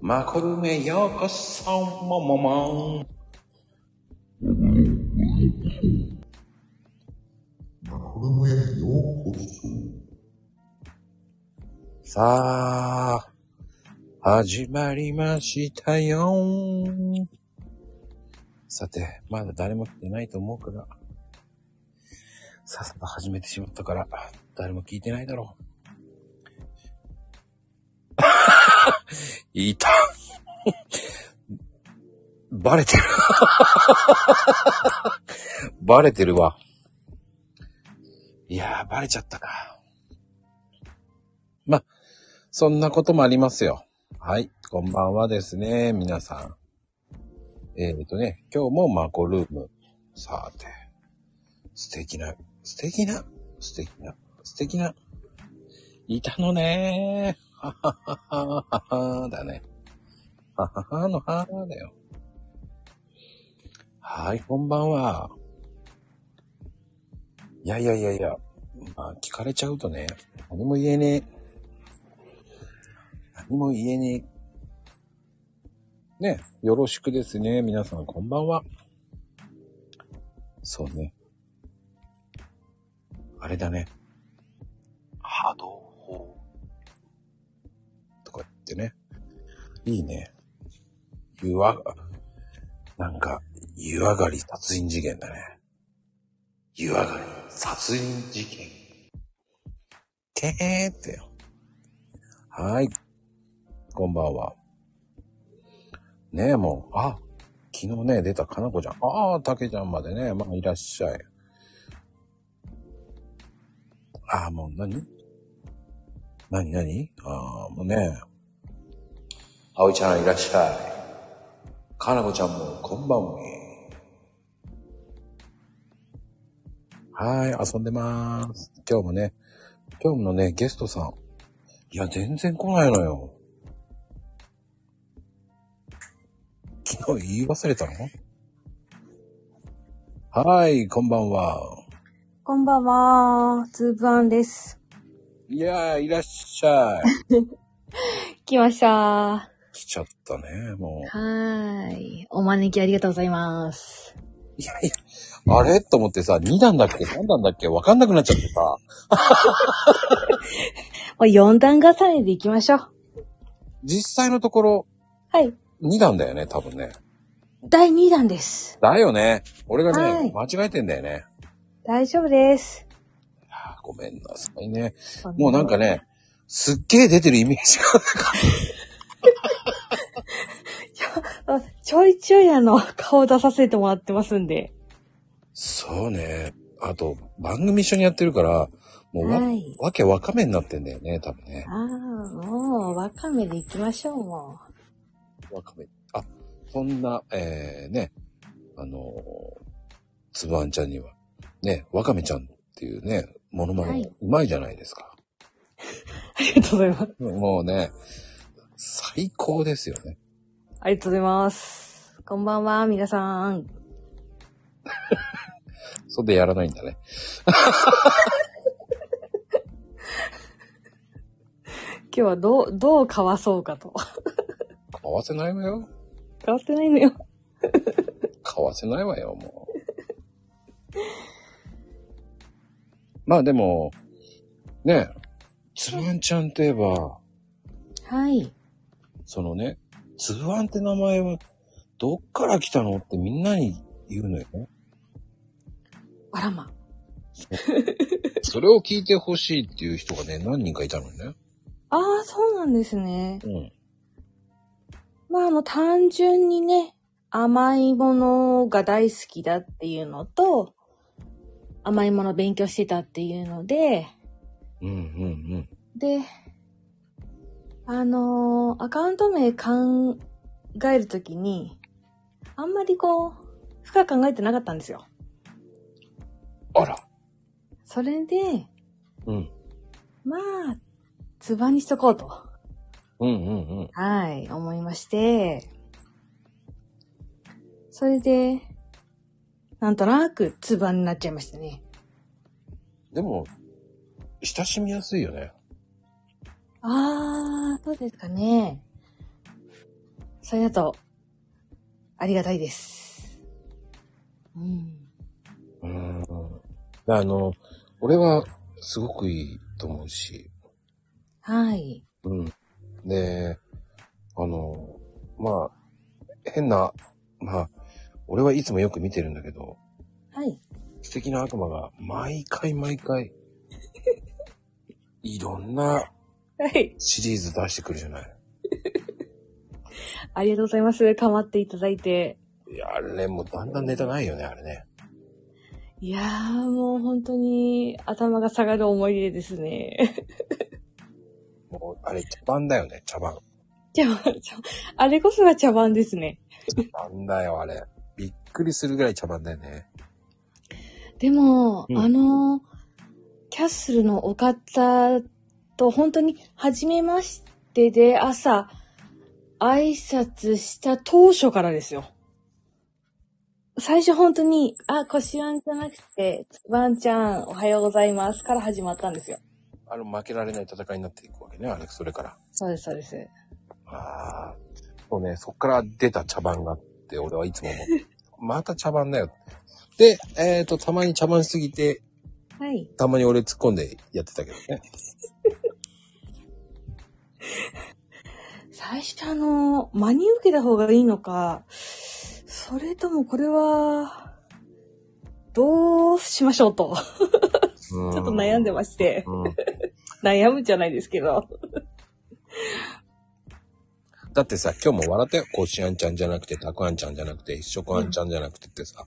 マコルメようこそ、もももん。マコルメへようこそ。さあ、始まりましたよん。さて、まだ誰も来てないと思うから、さっさと始めてしまったから、誰も聞いてないだろう。 いた。バレてる。 バレてるわ。いやー、バレちゃったか。ま、そんなこともありますよ。はい、こんばんはですね、皆さん。えーとね、今日もマコルーム。さて、素敵な、素敵な、素敵な、素敵な、いたのねー。ははははははだね。はははのはーだよ。はい、こんばんは。いやいやいやいや、まあ聞かれちゃうとね、何も言えねえ。何も言えねえ。ね、よろしくですね。皆さん、こんばんは。そうね。あれだね。波動法。とか言ってね。いいね。湯上が、なんか、湯上がり殺人事件だね。湯上がり殺人事件。てーってよ。はーい。こんばんは。ねえ、もう、あ、昨日ね、出たかなこちゃん。ああ、たけちゃんまでね、まあ、いらっしゃい。ああ、もう何、何何ああ、もうね。あおいちゃんいらっしゃい。かなこちゃんも、こんばんは。はーい、遊んでまーす。今日もね、今日のね、ゲストさん。いや、全然来ないのよ。昨日言い忘れたのはーい、こんばんは。こんばんは、つぶあんです。いやー、いらっしゃい。来ました。は来ちゃったね、もーい。お招きありがとうございます。う。いやいや、あれと思ってさ、2段だっけ ?3 段だっけわかんなくなっちゃってさ。もう4段重ねでいきましょう。実際のところ、はい。 2段だよね、多分ね。第2弾です。だよね。俺がはねい、間違えてんだよね。大丈夫です。あーごめんなさいね。もうなんか。ね、すっげえ出てるイメージが。あちょいちょいあの、顔出させてもらってますんで。そうね。あと、番組一緒にやってるから、もうわ,、はいわけわかめになってんだよね、多分ねあ。あ、もう、わかめでいきましょう、もわかめ。あ、そんな、えー、ね、あのーつぶあんちゃんには、ね、わかめちゃんっていうね、ものまはねいうまいじゃないですか。う。ありがとうございます。もうね、最高ですよね。ありがとうございます。こんばんは、皆さん。それでやらないんだね。今日はどう、どうかわそうかと。買わせないわよ。変わってないのよ。買わせないわよ、もう。 まあでも、ね、つぶあんちゃんといえば、はい。そのね、つぶあんって名前はどっから来たのってみんなに言うのよね。あらま。それを聞いてほしいっていう人がね、何人かいたのね。ああ、そうなんですね。うん。まあ、あの、単純にね、甘いものが大好きだっていうのと、甘いものを勉強してたっていうので、うんうんで、あのーアカウント名考えるときに、あんまりこう、深く考えてなかったんですよ。うん。あら。それで、うん。まあ、つばにしとこうと。うんうんうん。はい、思いまして、それで、なんとなく、つばになっちゃいましたね。でも、親しみやすいよね。あー、そうですかね。それだと、ありがたいです。うん。うん。あの、俺はすごくいいと思うし、はい。うん。で、あの、まあ、変な、まあ、俺はいつもよく見てるんだけど、はい。素敵な悪魔が毎回毎回、 いろんなはい。シリーズ出してくるじゃない。ありがとうございます。かまっていただいて。いや、あれもうだんだんネタないよね、あれね。いやー、もう本当に頭が下がる思い出ですね。 もう、あれ茶番だよね、茶番。茶番、茶番あれこそが茶番ですね。なんだよ、あれ。びっくりするぐらい茶番だよね。でも、うんあの、キャッスルのお方と本当に初めましてで朝挨拶した当初からですよ。最初本当に、あ、こしあんじゃなくて、つばんちゃんおはようございますから始まったんですよ。あの、負けられない戦いになっていくわけね、あれ、それから。そうです、そうです。ああ。そうね、そっから出た茶番があって、俺はいつも思う。 また茶番だよ。で、えっ、と、たまに茶番しすぎて、はい。たまに俺突っ込んでやってたけどね。最初あの、真に受けた方がいいのか、それともこれは、どうしましょうと、ちちょょっと悩んでままして。うん、悩むじゃないですけど。だってさ、今日も笑ったよ。こしあんちゃんじゃなくて、たくあんちゃんじゃなくて、一食あんちゃんじゃなくてってさ。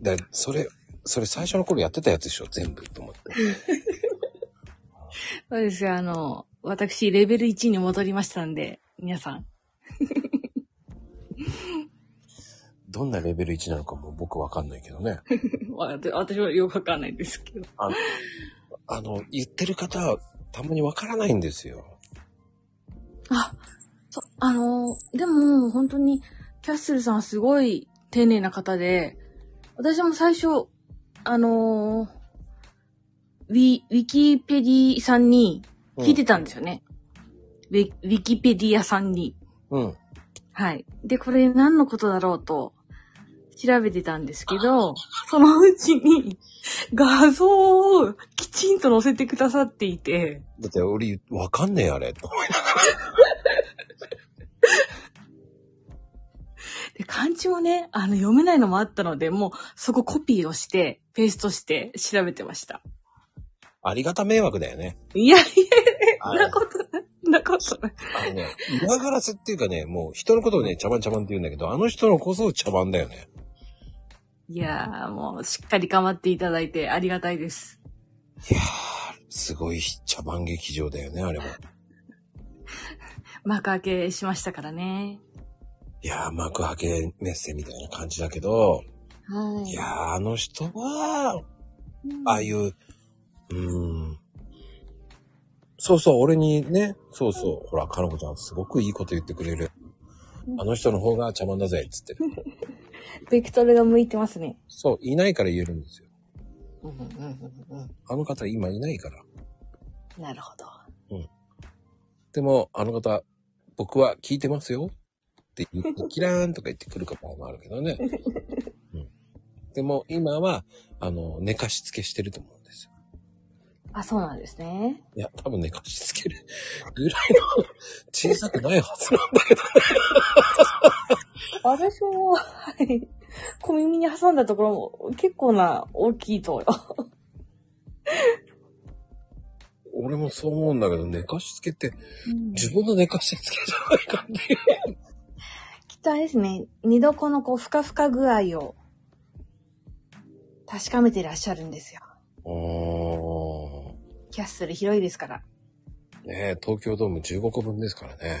だそれ、それ最初の頃やってたやつでしょ、全部と思って。そうですよ、あの、私、レベル1に戻りましたんで、皆さん。どんなレベル1なのかも僕わかんないけど ね。わ私はよくわかんないですけど。あの、言ってる方、たまにわからないんですよ。あ、そあの、でも、本当に、キャッスルさんはすごい丁寧な方で、私も最初、あの、ウィ、ウィキペディさんに聞いてたんですよね。ウィウィキペディアさんに。うん。はい。で、これ何のことだろうと調べてたんですけど、そのうちに画像をきちんと載せてくださっていて、だって俺、わかんねえ、あれ。と思いながで漢字もね、あの読めないのもあったので、もうそこコピーをして、ペーストして調べてました。らありがた迷惑だよね。いやいや、あなことない、なことない。あのね、嫌がらせっていうかね、もう人のことをね、茶番茶番って言うんだけど、あの人のこそ茶番だよね。いやー、もうしっかり構っていただいてありがたいです。すごい茶番劇場だよね、あれも。幕開けしましたからね。いやー、幕開けメッセみたいな感じだけど、はいやー、あの人は、うんああいう、うーん。そうそう、俺にね、そうそう、ほら、かのこちゃん、すごくいいこと言ってくれる。あの人の方が茶番だぜ、つって。ベクトルが向いてますね。そう、いないから言えるんですよ。うんうんうんうんあの方今いないから。なるほど。でも、あの方、僕は聞いてますよって言って、キラーンとか言ってくる方もあるけどね。うん、でも、今は、あの、寝かしつけしてると思うんですよ。あ、そうなんですね。いや、多分寝かしつける ぐらいの小さくないはずなんだけど。私も、はい。小耳に挟んだところも結構な大きいと。俺もそう思うんだけど、寝かしつけって、自分の寝かしつけじゃないかっていう。きっとあれですね、寝床のこう、ふかふか具合を確かめてらっしゃるんですよ。おー。キャッスル広いですから。ねえ東京ドーム15個分ですからね。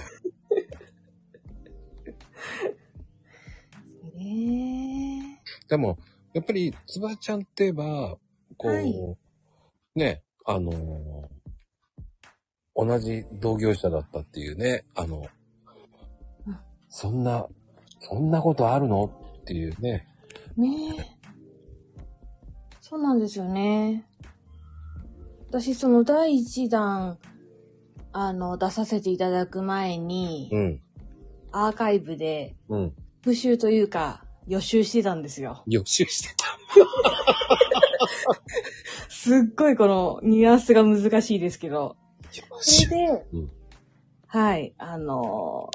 ねでも、やっぱり、つばちゃんって言えば、こう、はいね、あのー同じ同業者だったっていうね、あのうん、そんな、そんなことあるのっていうね、え。ねえ。そうなんですよね。私、その第一弾、あの、出させていただく前に、うん、アーカイブでうん。復習というか予習してたんですよ。予習してた。すっごいこのニュアンスが難しいですけど。予 そ習。れで、うんはい、あの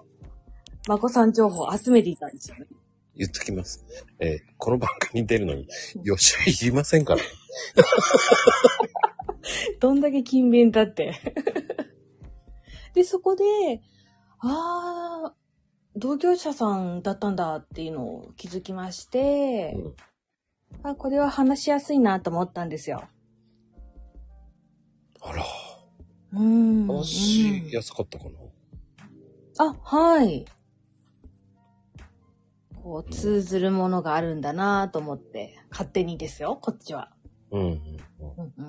ー、まこさん情報を集めていたんですよね。言っときます。えーこの番組に出るのに予習いりませんから。どんだけ勤勉だって。 で、そこで、ああ、同業者さんだったんだっていうのを気づきまして、うんあこれは話しやすいなと思ったんですよ。あら、うん。話しやすかったかな。あ、はい。こう、通ずるものがあるんだなと思って、勝手にですよ、こっちは。うん。うんうんうんうん。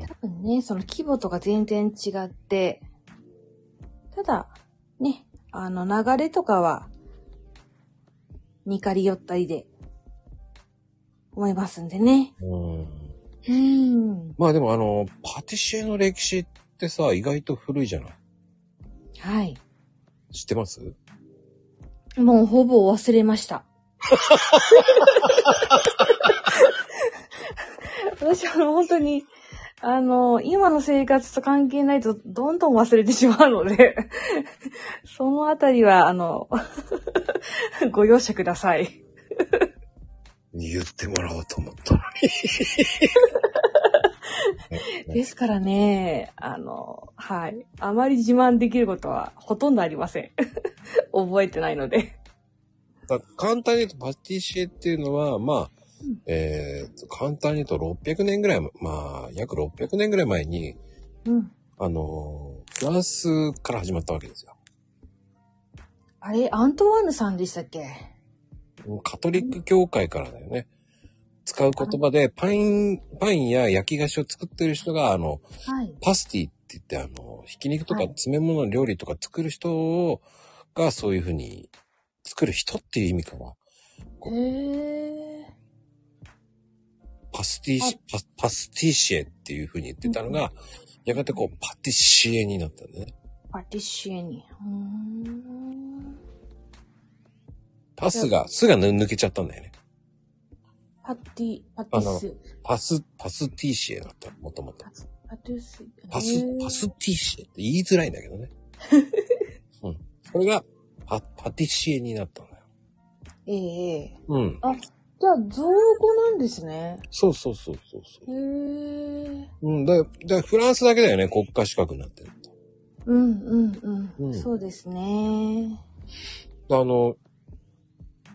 うん多分ね、その規模とか全然違って、ただ、ね、あの流れとかは、似かり寄ったりで、思いますんでね。うんうん。まあでもあの、パティシエの歴史ってさ、意外と古いじゃないはい。知ってますもうほぼ忘れました。私は本当に、あの、今の生活と関係ないとどんどん忘れてしまうので、そのあたりは、あの、 ご容赦ください。言ってもらおうと思ったのに。ねですからね、あの、はい。あまり自慢できることはほとんどありません。 覚えてないので。だから簡単に言うとパティシエっていうのは、まあうん、えー、簡単に言うと600年ぐらい、まあ、約600年ぐらい前に、うん。あのーフランスから始まったわけですよ。あれ、アントワーヌさんでしたっけカトリック教会からだよね。使う言葉で、パイン、パインや焼き菓子を作ってる人が、あの、はい。パスティって言って、あの、ひき肉とかはい詰め物の料理とか作る人を、がそういうふうに、作る人っていう意味かな。へー。パスティはシ、パパスティシエっていうふうに言ってたのが、やがてこう、パティシエになったんだね。パティシエに。うーん。パスが、すが抜けちゃったんだよね。パティ、パティス、パス、パスティシエだった、もともと。パティス。パへス、ーパスティシエって言いづらいんだけど ね。うん。それが、パ、パティシエになったんだよ。ええええうん。じゃあ、造語なんですね。そうそうそうそうそう。へえ。うん、だ、だフランスだけだよね、国家資格になってるうんうんうん。うんそうですね。の。あの、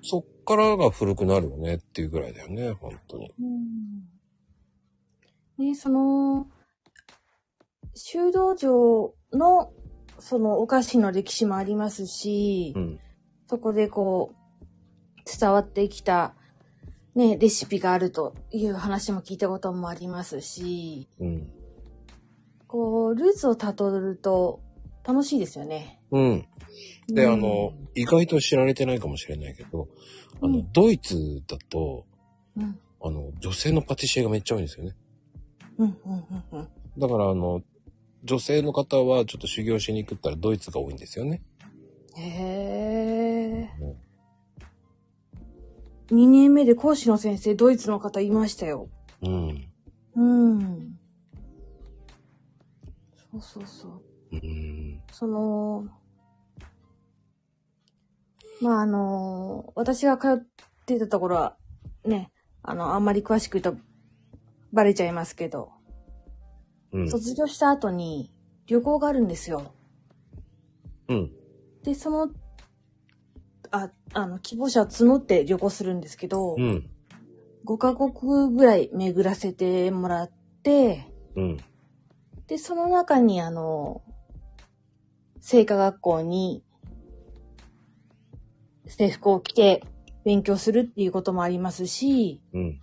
そっからが古くなるよねっていうぐらいだよね、本当に。うん。ね、その、修道場の、そのお菓子の歴史もありますし、ん。そこでこう、伝わってきた、ね、レシピがあるという話も聞いたこともありますし、うん。こう、ルーツをたどると楽しいですよね。うん。で、うんあの、、意外と知られてないかもしれないけど、あの、うんドイツだと、うん、あの、女性のパティシエがめっちゃ多いんですよね。うん、うん、うん、うん。だから、あの、女性の方はちょっと修行しに行くったらドイツが多いんですよね。へえ。うん2年目で講師の先生、ドイツの方いましたよ。うん。うん。そうそうそう。うん。その、まあ、あの、私が通っていたところは、ね、あの、あんまり詳しく言うと、バレちゃいますけど、うん。卒業した後に旅行があるんですよ。うん。で、その、あ、あの、希望者を募って旅行するんですけど、うん。 5カ国ぐらい巡らせてもらって、うん。で、その中にあの、聖火学校に制服を着て勉強するっていうこともありますし、うん。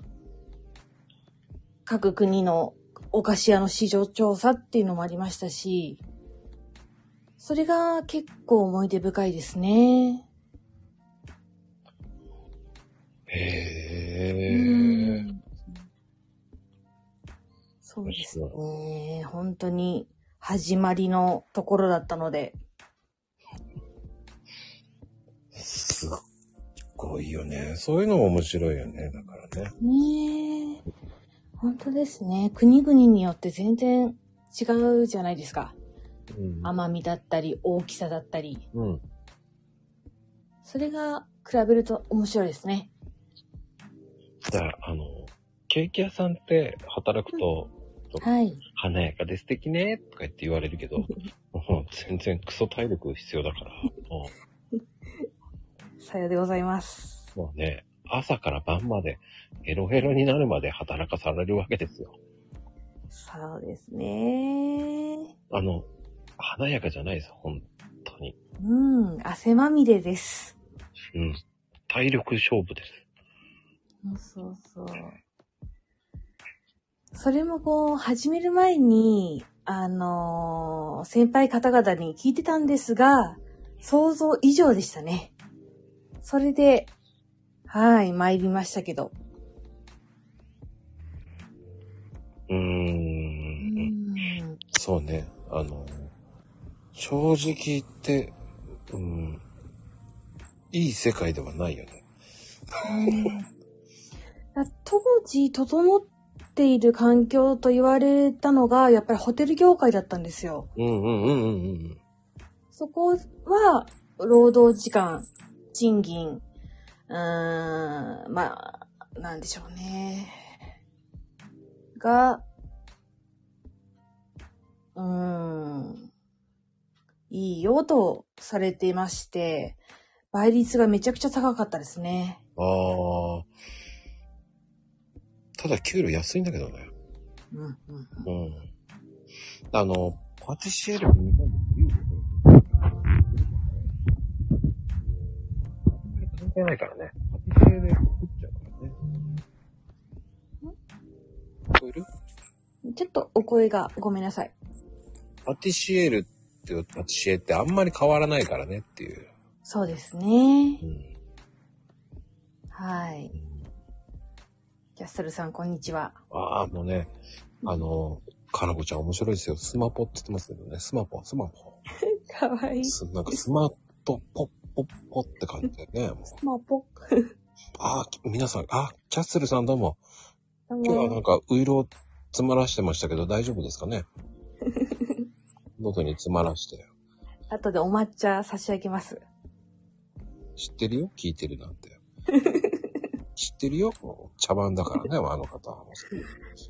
各国のお菓子屋の市場調査っていうのもありましたし、それが結構思い出深いですね。へうえ。んそうですね。本当に始まりのところだったので、すごいよね。そういうのも面白いよね。だからね。ねえ。本当ですね。国々によって全然違うじゃないですか。うん甘みだったり、大きさだったり。うん。それが比べると面白いですね。だから、あの、ケーキ屋さんって働くと、はい。華やかで素敵ね、とか言って言われる けど、もう全然クソ体力必要だから、もさようでございます。う、もうね、朝から晩まで、ヘロヘロになるまで働かされるわけですよ。そうですね。あの、華やかじゃないです、本当に。うん、汗まみれです。うん。体力勝負です。そうそう。それもこう、始める前に、あのー先輩方々に聞いてたんですが、想像以上でしたね。それで、はい、参りましたけど。うー。うんん。そうね、あの、正直言って、うん、いい世界ではないよね。だ当時、整っている環境と言われたのが、やっぱりホテル業界だったんですよ。うんうんうんうんうん。そこは、労働時間、賃金、うーん、まあ、なんでしょうね。が、うーん、いいよとされていまして、倍率がめちゃくちゃ高かったですね。ああ。ただ給料安いんだけどね。うん、うん。うん。あの、パティシエールは日本で言う関係ないからね。パティシエで食っちゃうからね。聞こえるうんちょっとお声がごめんなさい。パティシエールってパティシエってあんまり変わらないからねっていう。そうですねう。ん。はい。キャッスルさん、こんにちは。ああ、もうね、あの、かなこちゃん面白いですよ。スマポって言ってますけどね。スマポ、スマポ。かわいいすなんかスマートポッポッポって感じだよね。もうまあ、ぽっ。ああ、皆さん、あ、キャッスルさんどうも。どう今日はもなんか、ウイロを詰まらしてましたけど、大丈夫ですか ね喉に詰まらして。後でお抹茶差し上げます。知ってるよ聞いてるなんて。知ってるよもう茶番だからね、あの方は。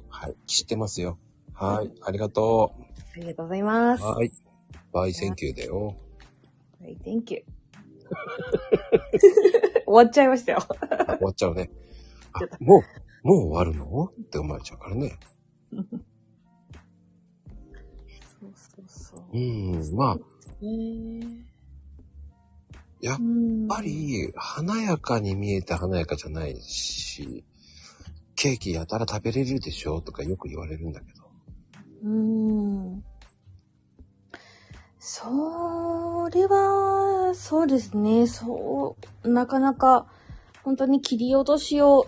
はい、知ってますよ。はい、ありがとありがとうございます。う。ははい。バイセンキューだよ。い、Thank you. 終わっちゃいましたよ。あ終わっちゃうね。あ、もう、もう終わるのって思われちゃうからね。そうそうそうう。ん、まあ、やっやっっぱ、り、華やかに見えて華やかじゃないし、ケーキやたら食べれるでしょとかよく言われるんだけど。うん。それは、そうですね。そう、なかなか、本当に切り落としを、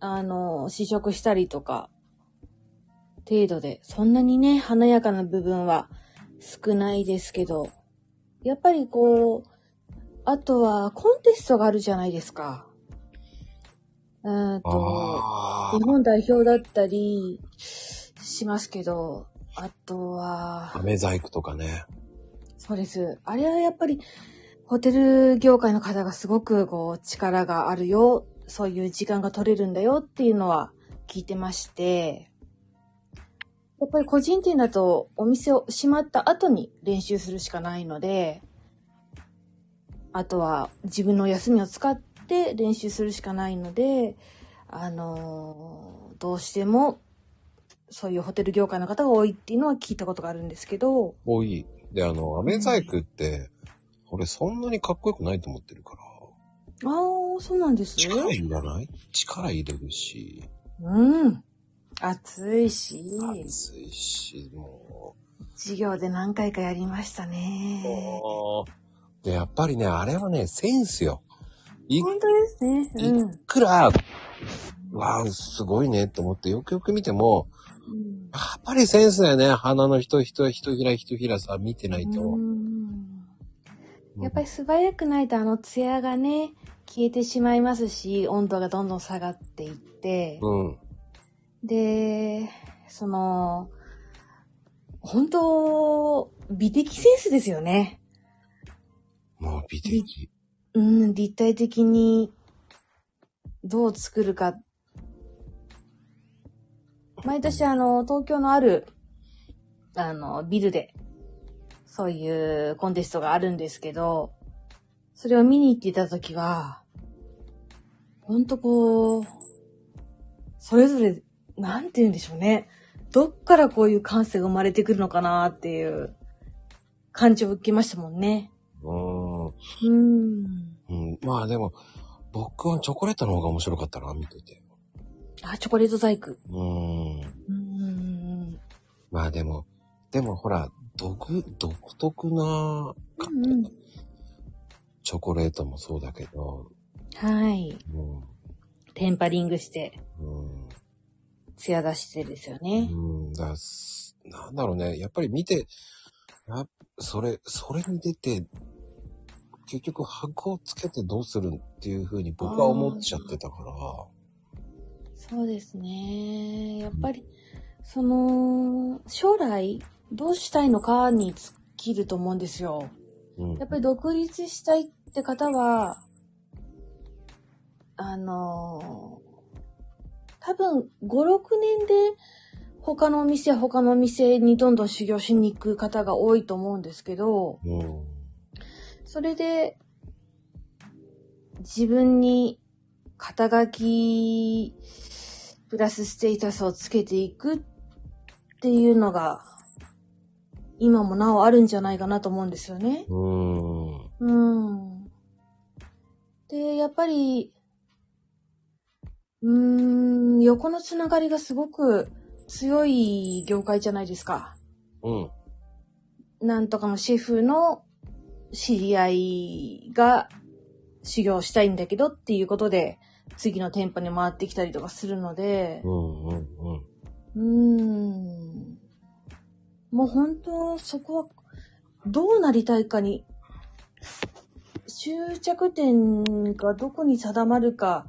あの、試食したりとか、程度で、そんなにね、華やかな部分は少ないですけど、やっぱりこう、あとはコンテストがあるじゃないですか。うーんと、あ日本代表だったりしますけど、あとあ、は、飴細工とかね。そうです。あれはやっぱり、ホテル業界の方がすごくこう力があるよ、そういう時間が取れるんだよっていうのは聞いてまして、やっぱり個人店だとお店を閉まった後に練習するしかないので、あとは自分の休みを使って練習するしかないので、あのーどうしてもそういうホテル業界の方が多いっていうのは聞いたことがあるんですけど、多い。で、あの、飴細工って、俺そんなにかっこよくないと思ってるから。ああ、そうなんですね。力いらない力入れるし、うん。暑いし、熱いし、も授業で何回かやりましたう。ね。で、やっぱりね、あれはね、センスよ。い本当ですね。うん。くら、わあ、すごいねって思って、よくよく見ても、うんやっぱりセンスだよね。鼻の人、人、人ひら、人ひらさ、見てないと。やっぱり素早くないとあのツヤがね、消えてしまいますし、温度がどんどん下がっていって、うん。で、その、本当、美的センスですよね。もう美的。うん、立体的にどう作るか。毎年あの、東京のある、あの、ビルで、そういうコンテストがあるんですけど、それを見に行っていたときは、ほんとこう、それぞれ、なんて言うんでしょうね。どっからこういう感性が生まれてくるのかなっていう感じを受けましたもんね。うん。ううん。ん。まあでも、僕はチョコレートの方が面白かったな、見てて。あ、チョコレート細工。うん。うーんまあでも、でもほら、独、独特な、うんうんチョコレートもそうだけど、はい。うん。テンパリングして、うん。ツヤ出してですよね。うん、だすなんだろうね。やっぱり見て、やそれ、それに出て、結局、箱をつけてどうするっていうふうに僕は思っちゃってたから。そうですね。やっぱり、その、将来、どうしたいのかに尽きると思うんですよ。うんやっぱり独立したいって方は、あのー多分5、6年で他のお店や他のお店にどんどん修行しに行く方が多いと思うんですけど、うん。それで、自分に肩書き、プラスステータスをつけていくっていうのが、今もなおあるんじゃないかなと思うんですよね。うん。うん。で、やっぱり、うーん、横のつながりがすごく強い業界じゃないですか。うん。なんとかのシェフの知り合いが修行したいんだけどっていうことで、次の店舗に回ってきたりとかするのでう、ん。うん。うん。うーん。もう本当、そこは、どうなりたいかに、終着点がどこに定まるか、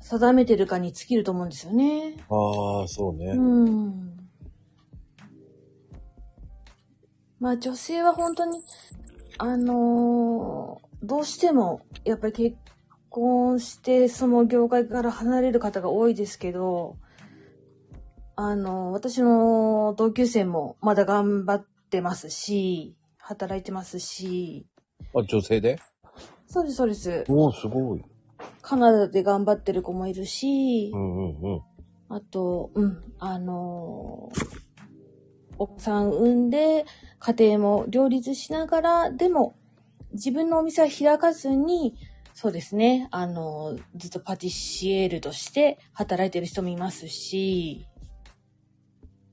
定めてるかに尽きると思うんですよね。ああ、そうね。うん。まあ女性は本当に、あのーどうしても、やっぱり結婚して、その業界から離れる方が多いですけど、あのー私の同級生もまだ頑張ってますし、働いてますし、あ、女性でそうです、そうです。おおすごい。カナダで頑張ってる子もいるしう、んうんうん。あと、うん、あのーお子さん産んで、家庭も両立しながら、でも、自分のお店は開かずに、そうですね、あのーずっとパティシエールとして働いてる人もいますし、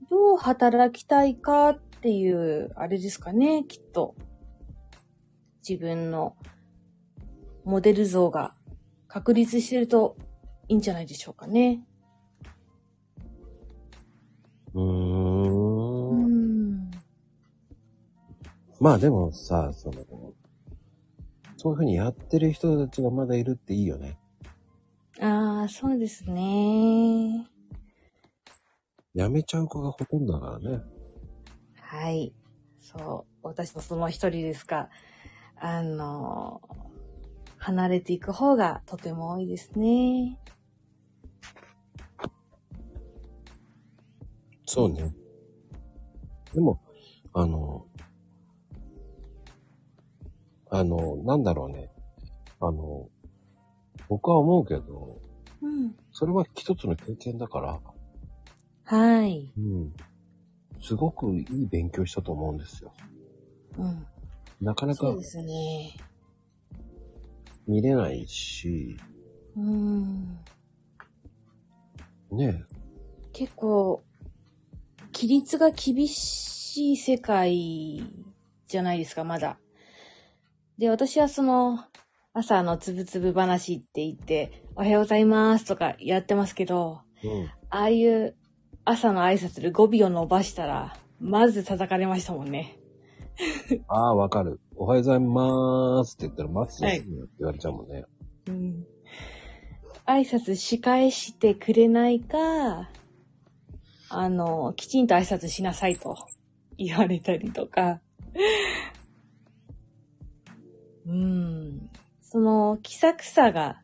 どう働きたいかっていう、あれですかね、きっと。自分のモデル像が確立してるといいんじゃないでしょうかね。うー。うんんまあでもさ、その、そういうふうにやってる人たちがまだいるっていいよね。ああ、そうですね。やめちゃう子がほとんどだからね。はい。そう。私もその一人ですが、あの、離れていく方がとても多いですね。そうね。でも、あの、あの、なんだろうね。あの、僕は思うけど、うん。それは一つの経験だから、はい。うん。すごくいい勉強したと思うんですよ。うん。なかなそかうですね。見れないし、うん。ね結構、規律が厳しい世界じゃないですか、まだ。で、私はその、朝のつぶつぶ話って言って、おはようございますとかやってますけど、え。うん。ああいう朝の挨拶で語尾を伸ばしたら、まず叩かれましたもんね。ああ、わかる。おはようございますって言ったら、マスはいって言われちゃうもんね。うん。挨拶し返してくれないか、あの、きちんと挨拶しなさいと言われたりとか。うん。その、気さくさが、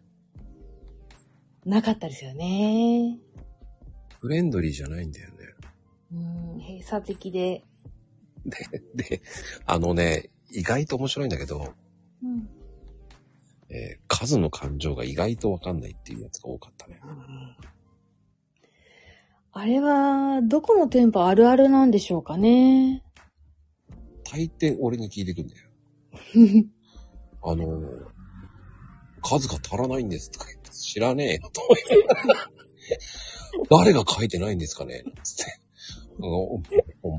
なかったですよね。フレンドリーじゃないんだよね。うん、閉鎖的で。で、あのね、意外と面白いんだけど、うん。えー数の感情が意外とわかんないっていうやつが多かったね。あれは、どこの店舗あるあるなんでしょうかね。大抵俺に聞いてくんだよ。あのー数が足らないんですとか言って、知らねえよと思いながら誰が書いてないんですかねつって。おお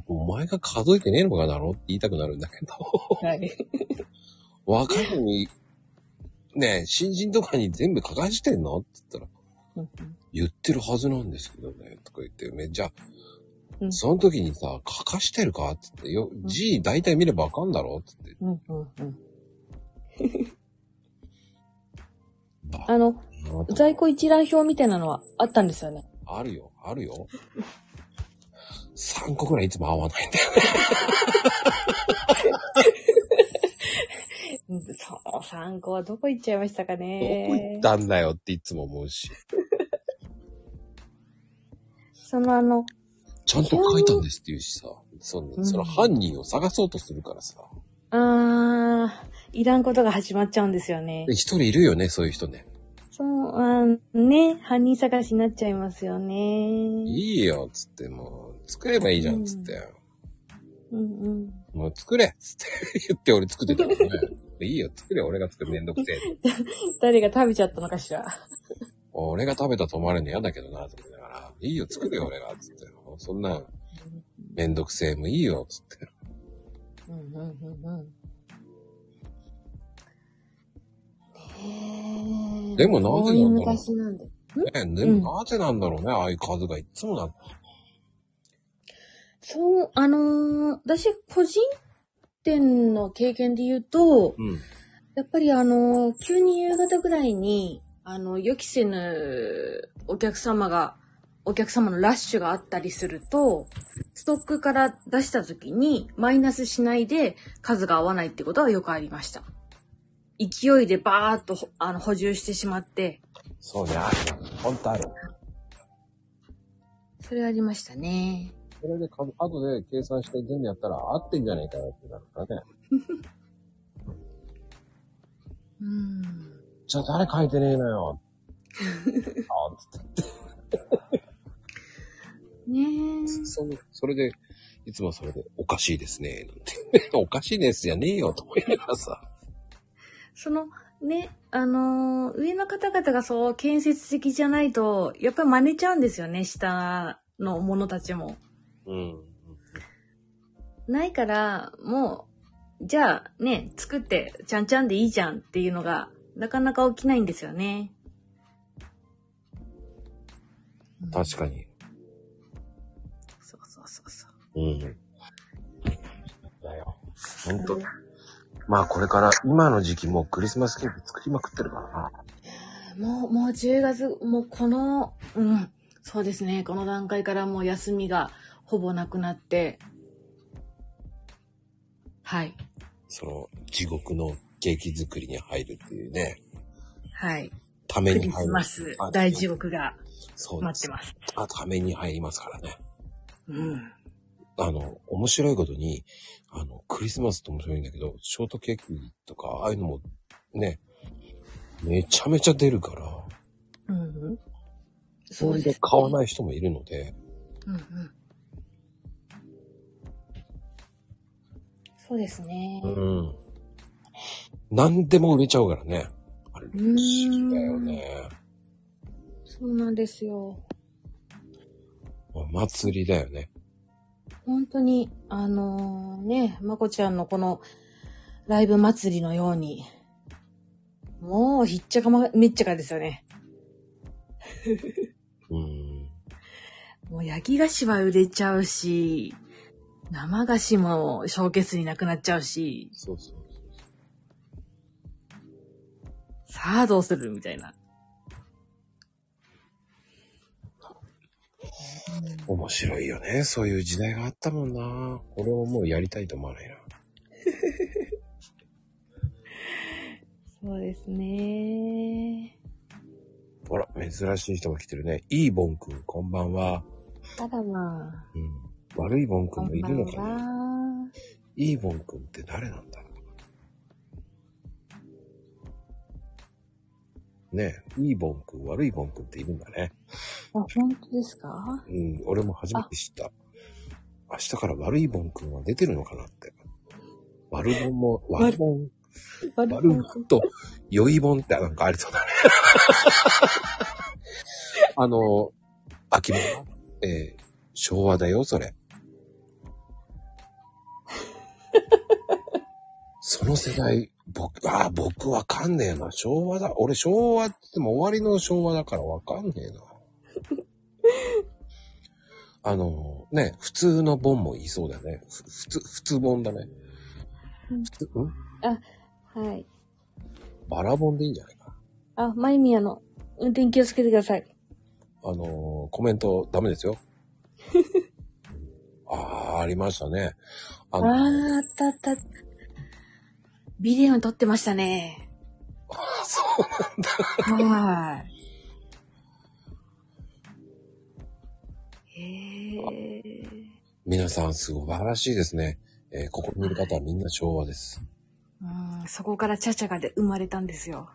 お前が数えてねえのかだろって言いたくなるんだけど。はい。若いのに、ねえ、新人とかに全部書かしてんのって言ったら、言ってるはずなんですけどね、とか言って、めじゃあ、うんその時にさ、書かしてるかって言って、よ、ん字大体見ればわかんだろって言って、うんうんうん。バカあの、だなと在庫一覧表みたいなのはあったんですよね。あるよ、あるよ。3個くらいいつも合わないんだよね。そう、参考はどこ行っちゃいましたかね。どこ行ったんだよっていつも思うし。そのあの、ちゃんと書いたんですって言うしさ、そうんの、その犯人を探そうとするからさ。あー、いらんことが始まっちゃうんですよねで、。一人いるよね、そういう人ね。そう、あーね、犯人探しになっちゃいますよね。いいよ、つって、もう、作ればいいじゃん、つって。うんうん。もう作れっつって言って俺作ってたもんね。でいいよ、作れ、俺が作るめんどくせえ。誰が食べちゃったのかしら。俺が食べたと思われるの嫌だけどな、と思いながら。いいよ、作れよ、俺が、つって。もうそんな、めんどくせえもいいよ、つって。うんうんうんうん。ねえでもなんでなんだろう遠い昔なんで。ね、でもなぜなんだろうね、ああいう数がいっつもな。そう、あのー私個人店の経験で言うと、うん。やっぱりあのー急に夕方ぐらいに、あの、予期せぬお客様が、お客様のラッシュがあったりすると、ストックから出した時にマイナスしないで数が合わないってことはよくありました。勢いでバーっとほあの補充してしまって、そうね、あるよ。ほんとある。それありましたね。それで数、後で計算して全部やったら合ってんじゃねえかよってなるからね。うん。じゃあ誰書いてねえの よ。ああ、つって。ねえ。そのそれで、いつもそれで、おかしいですね、なんて。 おかしいですじゃねえよ、と思いながらさ。そのね、あのー上の方々がそう建設的じゃないと、やっぱり真似ちゃうんですよね、下の者たちも。うん。ないから、もう、じゃあね、作って、ちゃんちゃんでいいじゃんっていうのが、なかなか起きないんですよね。確かに。そうそうそうそう。うん。だよ。ほんと。まあこれから、今の時期もうクリスマスケーキ作りまくってるからな。もう、もう10月、もうこの、うん、そうですね、この段階からもう休みがほぼなくなって、はい、その、地獄のケーキ作りに入るっていうね。はい。ためクにリ入スる。マスあ大地獄がそうで待っすて。ます。あために入りますからね。うん。あの、面白いことに、あの、クリスマスって面白いんだけど、ショートケーキとか、ああいうのも、ね、めちゃめちゃ出るから、うん。それで買わない人もいるので、うんうん。そうですねう。ん。何でも売れちゃうからね。あれ、不思議だよね。そうなんですよ。お祭りだよね。本当に、あのーね、まこちゃんのこのライブ祭りのように、もうひっちゃかま、めっちゃかですよね。うん。うもう焼き菓子は売れちゃうし、生菓子もショーケースになくなっちゃうし、そうそう。さあどうするみたいな。面白いよね。そういう時代があったもんな。俺ももうやりたいと思わないな。そうですね。ほら、珍しい人が来てるね。いいボン君、こんばんは。ただまあ、うん。悪いボン君もいるのかこんばなんはいいボン君って誰なんだろうねえ、いいボン君、悪いボン君っているんだね。あ、本当ですかうん、俺も初めて知った。明日から悪いボン君は出てるのかなって。悪ボンも、悪ボン、悪悪ボンと、良いボンってなんかありそうだね。あの、秋物えー昭和だよ、それ。その世代、僕、あー僕わかんねえな。昭和だ。俺昭和って言っても終わりの昭和だからわかんねえな。あの、ね、普通のボンもいそうだね。ふ普通、普通ボンだね。うん普通、うんはい。バラボンでいいんじゃないかな。あ、マイミヤの運転気をつけてください。あのーコメントダメですよ。 ああ、ありましたね。ああのー、あったあった。ビデオに撮ってましたね。そうなんはい。へえ。 皆さん、すごい素晴らしいですね。えーここにいる方はみんな昭和です。うん、そこからチャチャがで生まれたんですよ。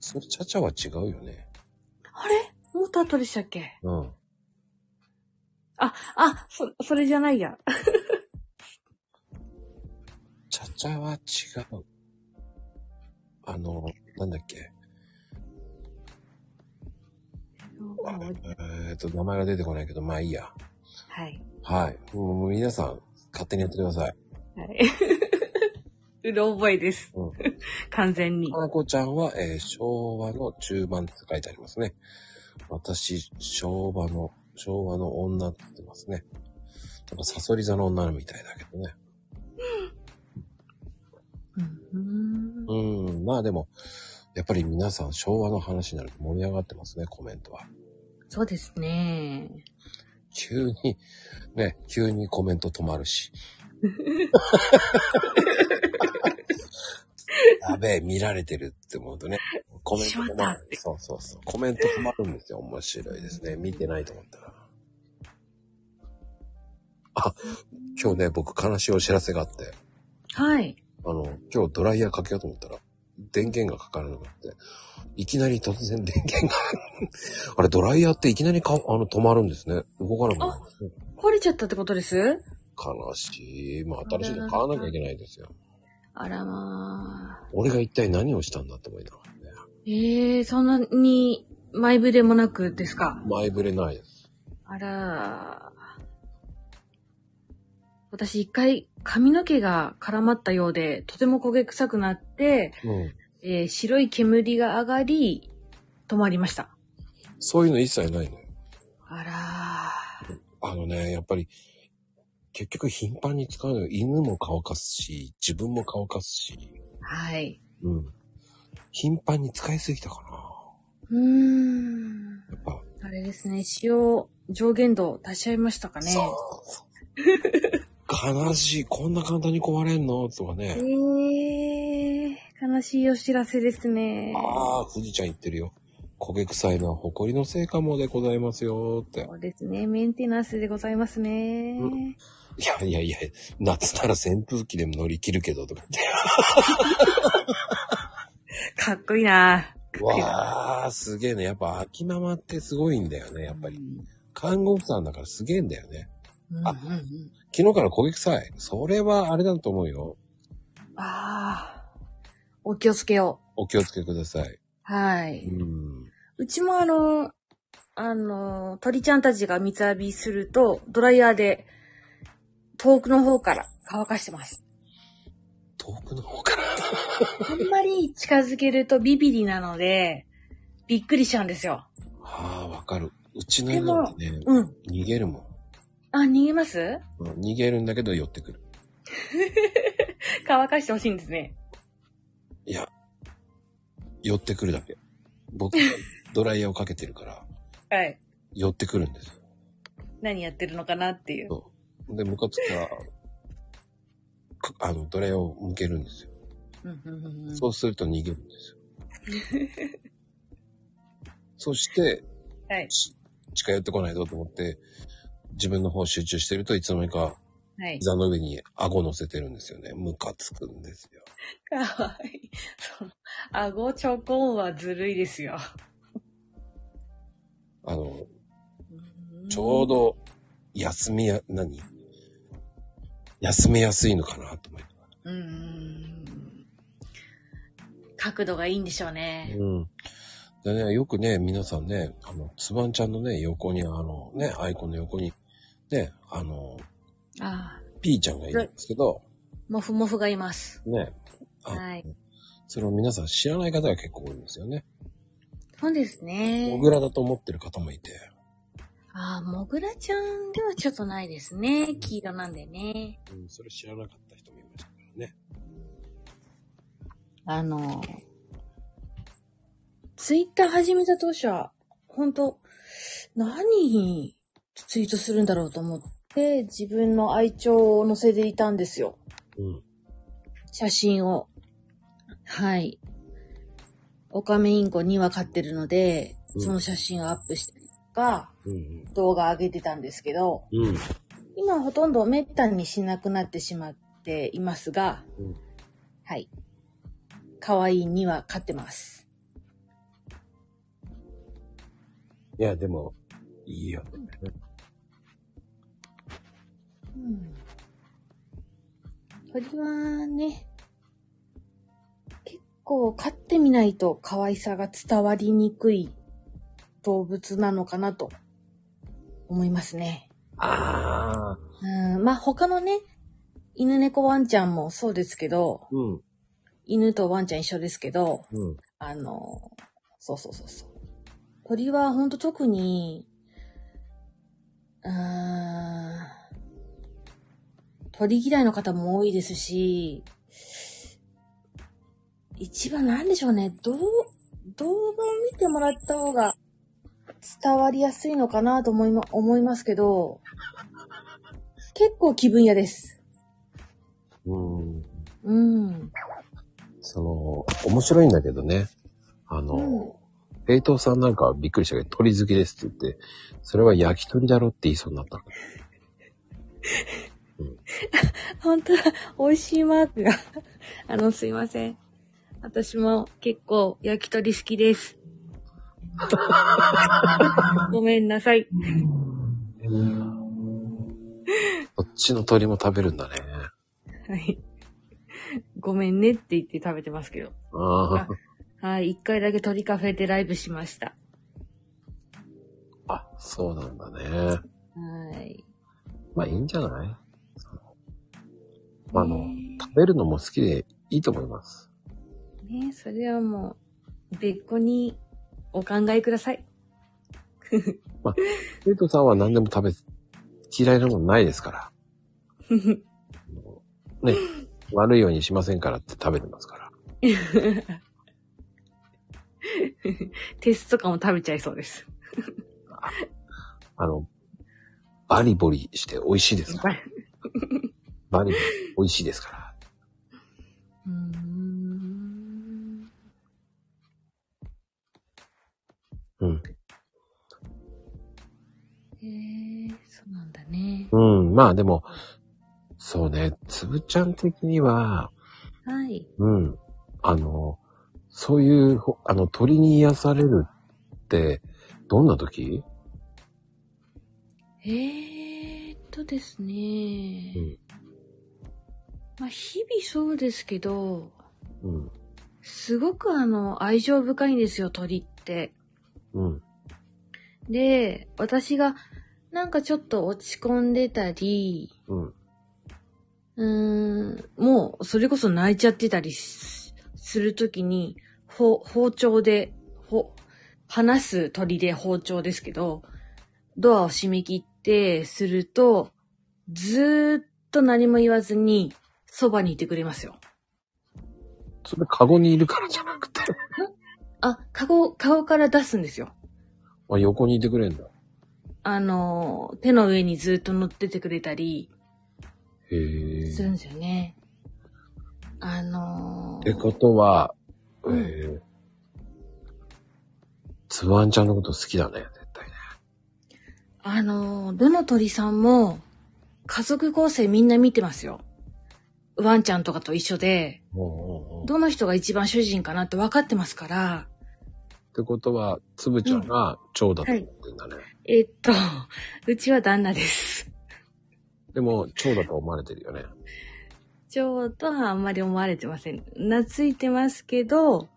それ、ちゃちゃは違うよね。あれもっと後でしたっけうん。あ、あ、そ、それじゃないや。ちゃちゃは違う。あの、なんだっけ。えーっと、名前が出てこないけど、まあいいや。はい。はい。もう皆さん、勝手にやってください。はい。 うろ覚えです。うん。完全に。花子ちゃんは、えー昭和の中盤って書いてありますね。私、昭和の、昭和の女って言ってますね。なんかサソリ座の女みたいだけどね。うん。うん、まあでも、やっぱり皆さん昭和の話になると盛り上がってますね、コメントは。そうですね。急に、ね、急にコメント止まる し。やべえ、見られてるって思うとね、コメント止ましまったっる。そうそうそう。コメント止まるんですよ。面白いですね。見てないと思ったら。あ、今日ね、僕悲しいお知らせがあって、はい。あの、今日ドライヤーかけようと思ったら、電源がかからなくなって、いきなり突然電源が、あれ、ドライヤーっていきなりか、あの、止まるんですね。動かなくなるんですね。壊れちゃったってことです悲しい。まあ、新しいの買わなきゃいけないですよ。あらまあ。俺が一体何をしたんだって思いながらね。ええそんなに前触れもなくですか前触れないです。あら私一回髪の毛が絡まったようで、とても焦げ臭くなって、うん。えー白い煙が上がり、止まりました。そういうの一切ないのよ。あらあのね、やっぱり、結局頻繁に使うのよ。犬も乾かすし、自分も乾かすし。はい。うん。頻繁に使いすぎたかな。うーん。やっぱ、あれですね、使用上限度足しちゃいましたかね。そう。悲しい。こんな簡単に壊れんのとかえね。え悲しいお知らせですね。ああ、富士ちゃん言ってるよ。焦げ臭いのは埃のせいかもでございますよってそ。うですね、メンテナンスでございますね。うんいやいやいや、夏なら扇風機でも乗り切るけどとか言 っかっこいいなて。わあ、すげえね。やっぱ秋ママってすごいんだよね、やっぱり。看護婦さんだからすげえんだよね。うんあうんうん昨日から焦げ臭い。それはあれだと思うよ。ああ、お気をつけよお気をつけください。う。はい。うん。うちもあの、あの、鳥ちゃんたちが水浴びすると、ドライヤーで、遠くの方から乾かしてます。遠くの方から。 あんまり近づけるとビビリなので、びっくりしちゃうんですよ。ああ、わかる。うちの犬はね、うん。逃げるもん。あ、逃げますうん逃げるんだけど寄ってくる。乾かしてほしいんですね。いや、寄ってくるだけ。僕、ドライヤーをかけてるから、はい。寄ってくるんですよ。何やってるのかなっていう。そう。で、ムカつくから、くあの、ドライヤーを向けるんですよ。うんうんうんうんそうすると逃げるんです よ。そして、はい。ち近寄ってこないぞと思って、自分の方集中してるといつの間にかはい。膝の上に顎乗せてるんですよね。ムカつくんですよ。かわいい。その、顎チョコンはずるいですよ。あの、ちょうど、休みや、何休めやすいのかなと思って。うんうんうん。角度がいいんでしょうね。うん。でね、よくね、皆さんね、あの、つばんちゃんのね、横に、あの、ね、アイコンの横に、ね、あの、ああ、ピーちゃんがいるんですけど、もふもふがいます。ね、あはい。それを皆さん知らない方が結構多いんですよね。そうですモね。グラだと思ってる方もいて。ああ、もぐらちゃんではちょっとないですね。黄色なんでね。うん、それ知らなかった人もいましたからね。あの、ツイッター始めた当初は、本当何ツイートするんだろうと思って、自分の愛鳥を載せていたんですよ。うん。写真を。はい。オカメインコ2羽飼ってるので、うんその写真をアップしたりとか、うん。動画上げてたんですけど、うん。今ほとんど滅多にしなくなってしまっていますが、うんはい。可愛い2羽飼ってます。いや、でも、いいよ。うん。鳥はね、結構飼ってみないと可愛さが伝わりにくい動物なのかなと思いますね。ああ。うん、まあ他のね、犬猫ワンちゃんもそうですけど、うん。犬とワンちゃん一緒ですけど、うん。あの、そうそうそうそう。鳥はほんと特に、うーん、鳥嫌いの方も多いですし、一番なんでしょうね、どう、動画を見てもらった方が伝わりやすいのかなと思いま、思いますけど、結構気分屋です。うん。うん。その、面白いんだけどね。あの、うんペイトーさんなんかはびっくりしたけど、鳥好きですって言って、それは焼き鳥だろって言いそうになった。本当だ、美味しいマークが。 あの、すいません。私も結構焼き鳥好きです。 ごめんなさい。こっちの鳥も食べるんだね。はい。ごめんねって言って食べてますけど。あはい、一回だけ鳥カフェでライブしました。あ、あ、そうなんだね。はい。まあいいんじゃないあのね食べるのも好きでいいと思います。ねそれはもう、別個にお考えください。ペイトーさんは何でも食べ、嫌いなものないですから。ね、悪いようにしませんからって食べてますから。テストとかも食べちゃいそうです。あの、バリボリして美味しいですから。バリボリ美味しいですから。うーん。うん。へえそうなんだね。うん、まあでも、そうね、つぶちゃん的には、はい。うん、あの、そういうほ、あの、鳥に癒されるって、どんな時えーっとですね。うんまあ、日々そうですけど、うん、すごくあの、愛情深いんですよ、鳥って。うん、で、私が、なんかちょっと落ち込んでたり、うん、うーん、もう、それこそ泣いちゃってたりしするときに、ほ、包丁で、ほ、話す鳥で包丁ですけど、ドアを閉め切ってすると、ずーっと何も言わずに、そばにいてくれますよ。それ、カゴにいるからじゃなくて。 あ、カゴ、カゴから出すんですよ。あ、横にいてくれんだ。あの、手の上にずーっと乗っててくれたりへえ。するんですよね。あのってことは、えうんー、つぶあんちゃんのこと好きだね、絶対ね。あの、どの鳥さんも、家族構成みんな見てますよ。ワンちゃんとかと一緒で、おうおうおうっどの人が一番主人かなって分かってますから、てことは、つぶちゃんが長だとは思いってんだね。えっと、 うちは旦那です。でも、長だと思われてるよね。ちょうどあんまり思われてません。懐いてますけど、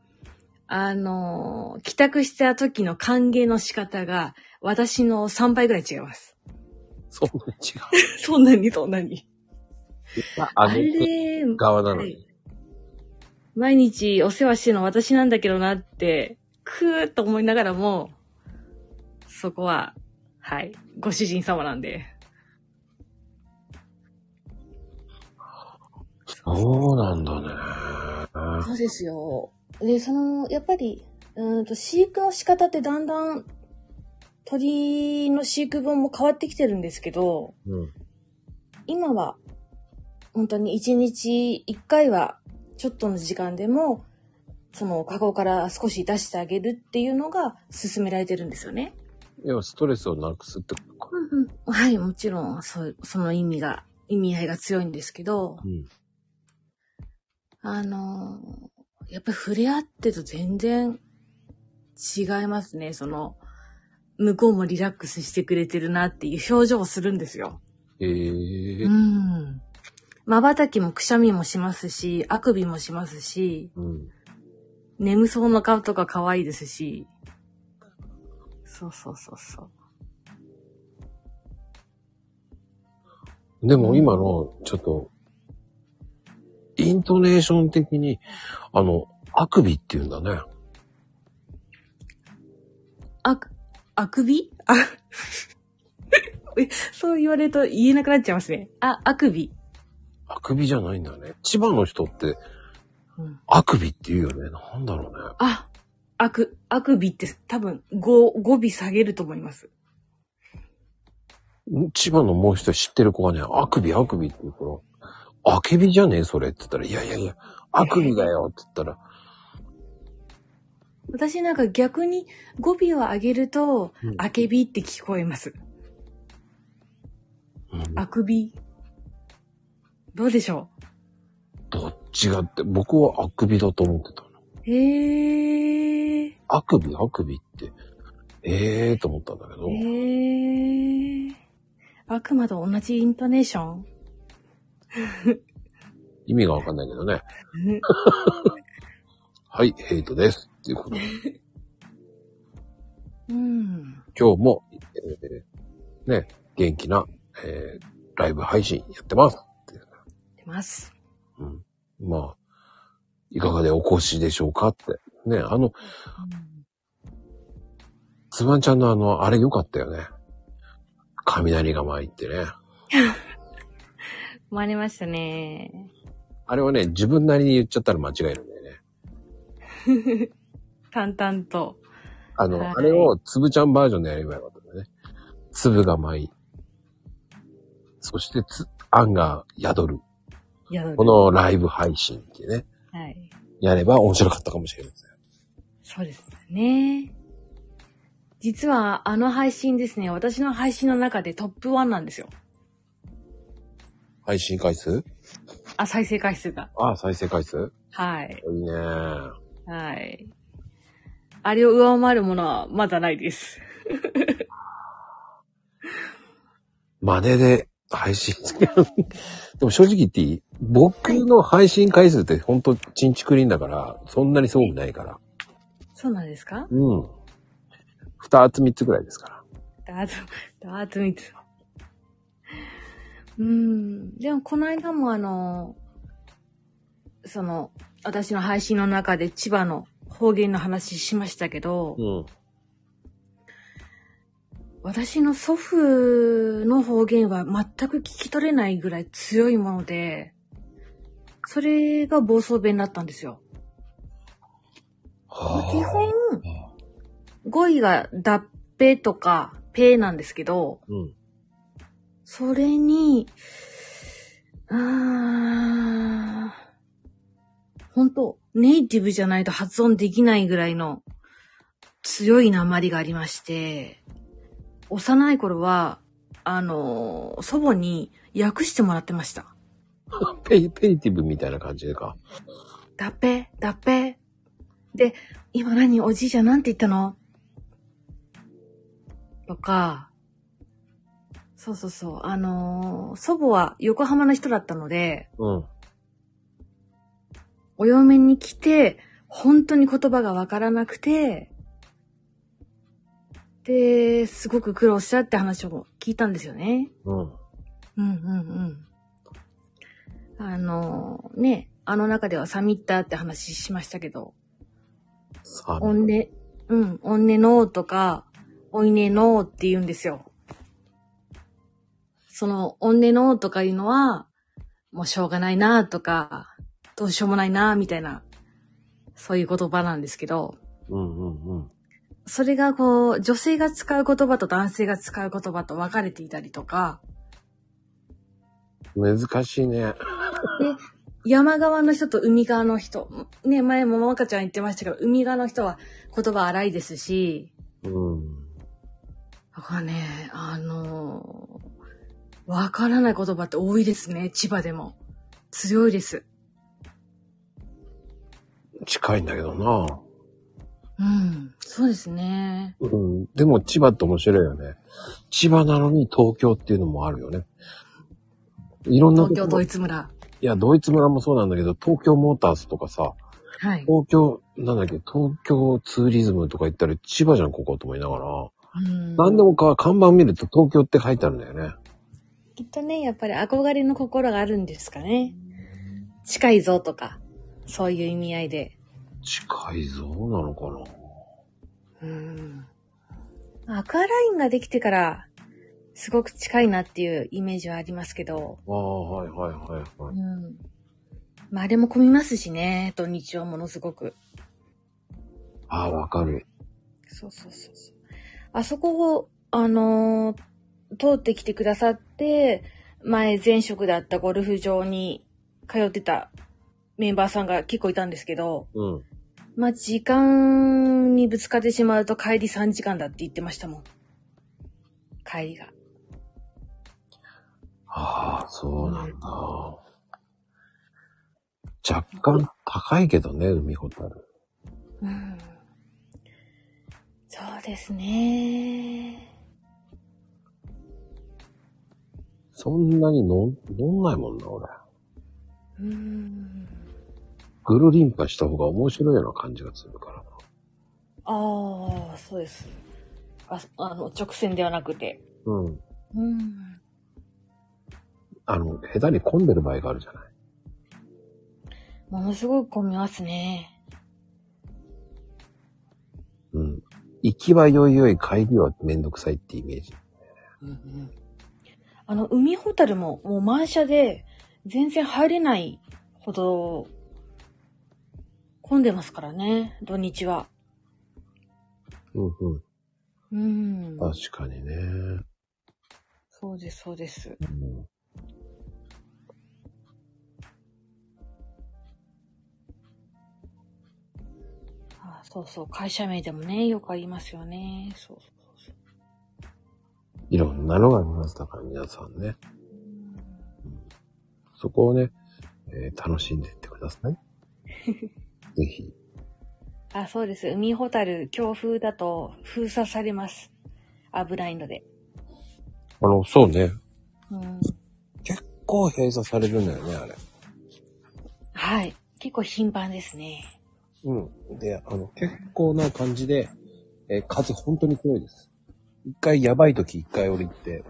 あの、帰宅した時の歓迎の仕方が、私の3倍ぐらい違います。そんな違う。そんなにそんなに。あああげるれ、側なのはに。毎日お世話してるの私なんだけどなって、くーっと思いながらも、そこは、はい、ご主人様なんで。そうなんだね。そうですよ。で、その、やっぱり、うーんと、飼育の仕方ってだんだん、鳥の飼育本も変わってきてるんですけど、うん。今は、本当に1日1回は、ちょっとの時間でも、その、加工から少し出してあげるっていうのが進められてるんですよね。要はストレスをなくすってことか。はい、もちろん、そう、その意味が、意味合いが強いんですけど、うん。あのー、やっぱり触れ合ってと全然違いますね、その、向こうもリラックスしてくれてるなっていう表情をするんですよ。ええう。ん。瞬きもくしゃみもしますし、あくびもしますし、うん。眠そうな顔とか可愛いですし。そうそうそうそう。でも今の、ちょっと、イントネーション的に、あの、あくびって言うんだね。あく、あくびあ、 えそう言われると言えなくなっちゃいますね。あ、あくび。あくびじゃないんだね。千葉の人って、うんあくびって言うよね。なんだろうね。あ、あく、あくびって多分語、語尾下げると思います。千葉のもう一人知ってる子がね、あくびあくびって言うから、あけびじゃねえそれって言ったら、いやいやいや、あくびだよって言ったら、私なんか逆に語尾を上げると、うんあけびって聞こえます。うんあくび。どうでしょどっちがって、僕はあくびだと思ってたの。うへえ。あくびあくびって、ええーと思ったんだけど、へえ。あくまと同じイントネーション意味がわかんないけどね。 はい、ヘイトです。っていうことでうん。今日も、えーね、元気な、えーライブ配信やってます。出ます。うん。まあ、いかがでお越しでしょうかって。ね、あの、つばんちゃんのあの、あれ良かったよね。雷が舞いってね。真似ましたね。あれはね、自分なりに言っちゃったら間違えるんだよね。淡々と。あの、はいあれをつぶちゃんバージョンでやればよかったんだよね。粒が舞い。そしてつ、あんが宿る。いや、このライブ配信ってね。はい。やれば面白かったかもしれません。そうですね。実はあの配信ですね、私の配信の中でトップ1なんですよ。配信回数あ、再生回数が。ああ、再生回数はい。いいねーはい。あれを上回るものはまだないです。真似で配信する。 でも正直言っていい僕の配信回数ってほんとチンチクリンだから、そんなにすごくないから。そうなんですかうん。二つ三つぐらいですから。ダーツ、ダーツミツ。うん。でも、この間もあの、その、私の配信の中で千葉の方言の話しましたけど、うん。私の祖父の方言は全く聞き取れないぐらい強いもので、それが暴走弁だったんですよ。まあ基本、語彙がだっぺとかぺなんですけど、うん。それに、うーん、本当ネイティブじゃないと発音できないぐらいの強い鉛がありまして、幼い頃は、あの、祖母に訳してもらってました。ペイ、ペイティブみたいな感じでか。だっぺ、だっぺ。で、今何おじいちゃんなんて言ったのとか、そうそうそう、あのー祖母は横浜の人だったので、うん。お嫁に来て、本当に言葉がわからなくて、で、すごく苦労したって話を聞いたんですよね。うん。うんうんうん。あの、ね、あの中ではサミッターって話しましたけど、さおんね、うん、おんねのーとか、おいねのーって言うんですよ。その、おんねのーとかいうのは、もうしょうがないなーとか、どうしようもないなーみたいな、そういう言葉なんですけど、うんうんうん。それがこう、女性が使う言葉と男性が使う言葉と分かれていたりとか、難しいね。山側の人と海側の人。ね、前ももかちゃん言ってましたけど、海側の人は言葉荒いですし、うん。だからね、あのーわからない言葉って多いですね、千葉でも。強いです。近いんだけどな。うん、そうですね。うん。でも千葉って面白いよね。千葉なのに東京っていうのもあるよね。いろんなと東こ京ドイツ村。いや、ドイツ村もそうなんだけど、東京モーターズとかさ、はい。東京、なんだっけ、東京ツーリズムとか言ったら千葉じゃん、ここと思いながら。うん何でもか、看板見ると東京って書いてあるんだよね。きっとね、やっぱり憧れの心があるんですかね。近いぞとか、そういう意味合いで。近いぞ、なのかな。うんアクアラインができてから、すごく近いなっていうイメージはありますけど、ああ、はいはいはいはうい。ん。まあ、あれも混みますしね、土日はものすごく。ああ、わかる。そうそうそうそう。あそこを、あのー通ってきてくださって、前前職だったゴルフ場に通ってたメンバーさんが結構いたんですけど、うん。まあ、時間にぶつかってしまうと帰り3時間だって言ってましたもん。帰りが。ああ、そうなんだ。若干高いけどね、海ほたる。うんそうですね。そんなに飲ん飲んないもんな、俺。うん。ぐるりんぱした方が面白いような感じがするからな。ああ、そうです。あ、あの、直線ではなくて。うん。うん。あの、下手に混んでる場合があるじゃない。ものすごく混みますね。うん。行きはよいよい、帰りはめんどくさいってイメージ。うんうん。あの、海ホタルももう満車で、全然入れないほど、混んでますからね、土日は。うんうん。うん。確かにね。そうです、そうです。うんあそうそう、会社名でもね、よくありますよね。そうそうそうそう。いろんなのがありますだから皆さんね。そこをね、えー楽しんでいってくださ い。ぜひ。あ、そうです。海ホタル、強風だと封鎖されます。危ないので。あの、そうね。うん。結構閉鎖されるんだよね、あれ。はい。結構頻繁ですね。うん。で、あの、結構な感じで、えー風本当に強いです。一回やばい時一回降りて、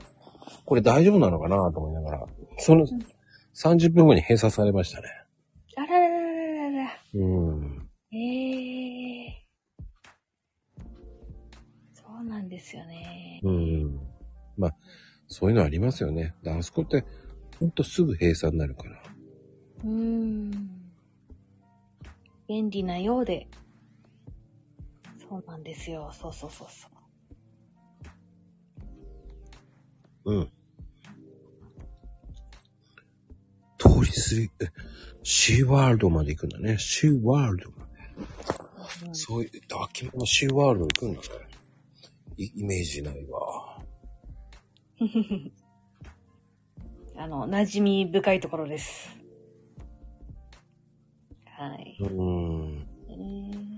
これ大丈夫なのかなと思いながら、その30分後に閉鎖されましたね。あらららららら。うん。ええー。そうなんでですよね。うん。まあ、そういうのありますよね。であそこって、ほんとすぐ閉鎖になるから。うーん。便利なようで。そうなんですよ。そうそうそうそう。うん。通り過ぎ、えシーワールドまで行くんだね。シーワールドまで。うんそういう、秋物シーワールド行くんだね。イイメージないわ。あの、馴染み深いところです。はい。うん。えー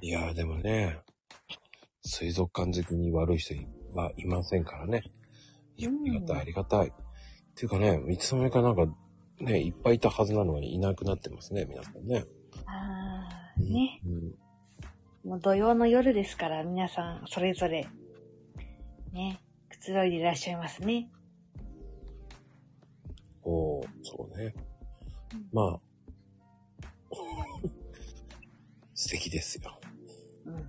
いやーでもね、水族館好きに悪い人はいませんからね。いやあうんりがたい、ありがたい。っていうかね、いつの間にかなんか、ね、いっぱいいたはずなのにいなくなってますね、皆さんね。あーね。うん。もう土曜の夜ですから、皆さん、それぞれ、ね、くつろいでいらっしゃいますね。おー、そうねうん。まあ、 素敵ですよ。うんうん。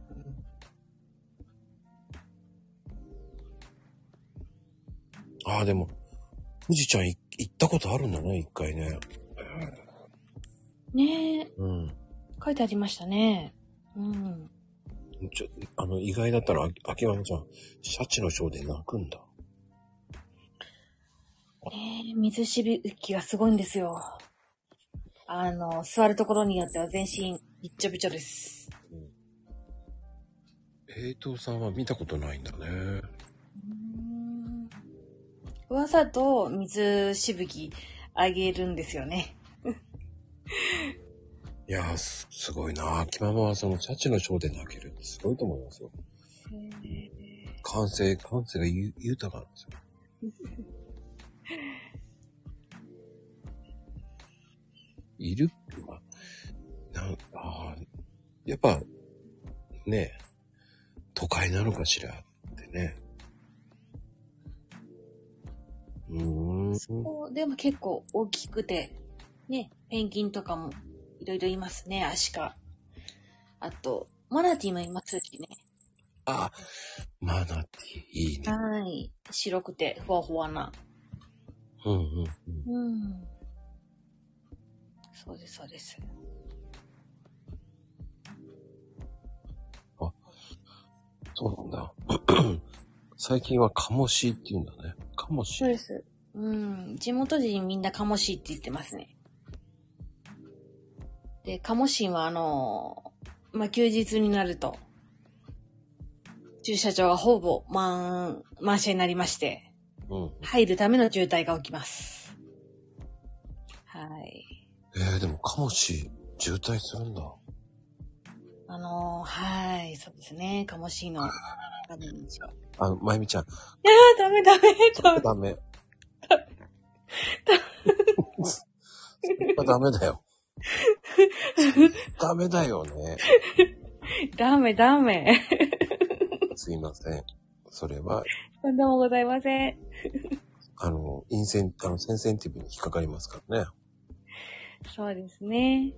ああ、でも、富士ちゃんい行ったことあるんだね、一回ね。ねえ、うん。書いてありましたね。うん。ちょ、あの、意外だったら、あ秋山ちゃん、シャチのショーで泣くんだ。ねえ、水しぶきがすごいんですよ。あの、座るところによっては全身、びっちょびちょです。平等さんは見たことないんだね。わざと水しぶきあげるんですよね。いやーす、すごいな。秋ママはそのシャチのショーで泣けるってすごいと思いますよ。感性、感性がゆ豊かなんですよ。いるわ。なんあーやっぱ、ねえ、都会なのかしらってね。うーん。こうでも結構大きくて、ね、ペンギンとかもいろいろいますね、アシカ。あと、マナティーもいますしね。あ、マナティー、いいね。はい。白くて、ふわふわな。うんうんうん。うん。そうです、そうです。そうなんだ。 最近はカモシって言うんだね。カモシ。す。うん。地元人みんなカモシーって言ってますね。で、カモシンはあのーまあ、休日になると、駐車場がほぼ満、満車になりまして、うん。入るための渋滞が起きます。はい。えー、でもカモシ、渋滞するんだ。あのー、はい、そうですね。かもしいの。ダメにしようあの、まゆみちゃん。あダメダメダメ。ダメ。それはダメだよ。ダメだよね。ダメダメ。すいません。それは、とんでもございません。あの、インセン、あの、センセンティブに引っかかりますからね。そうですね。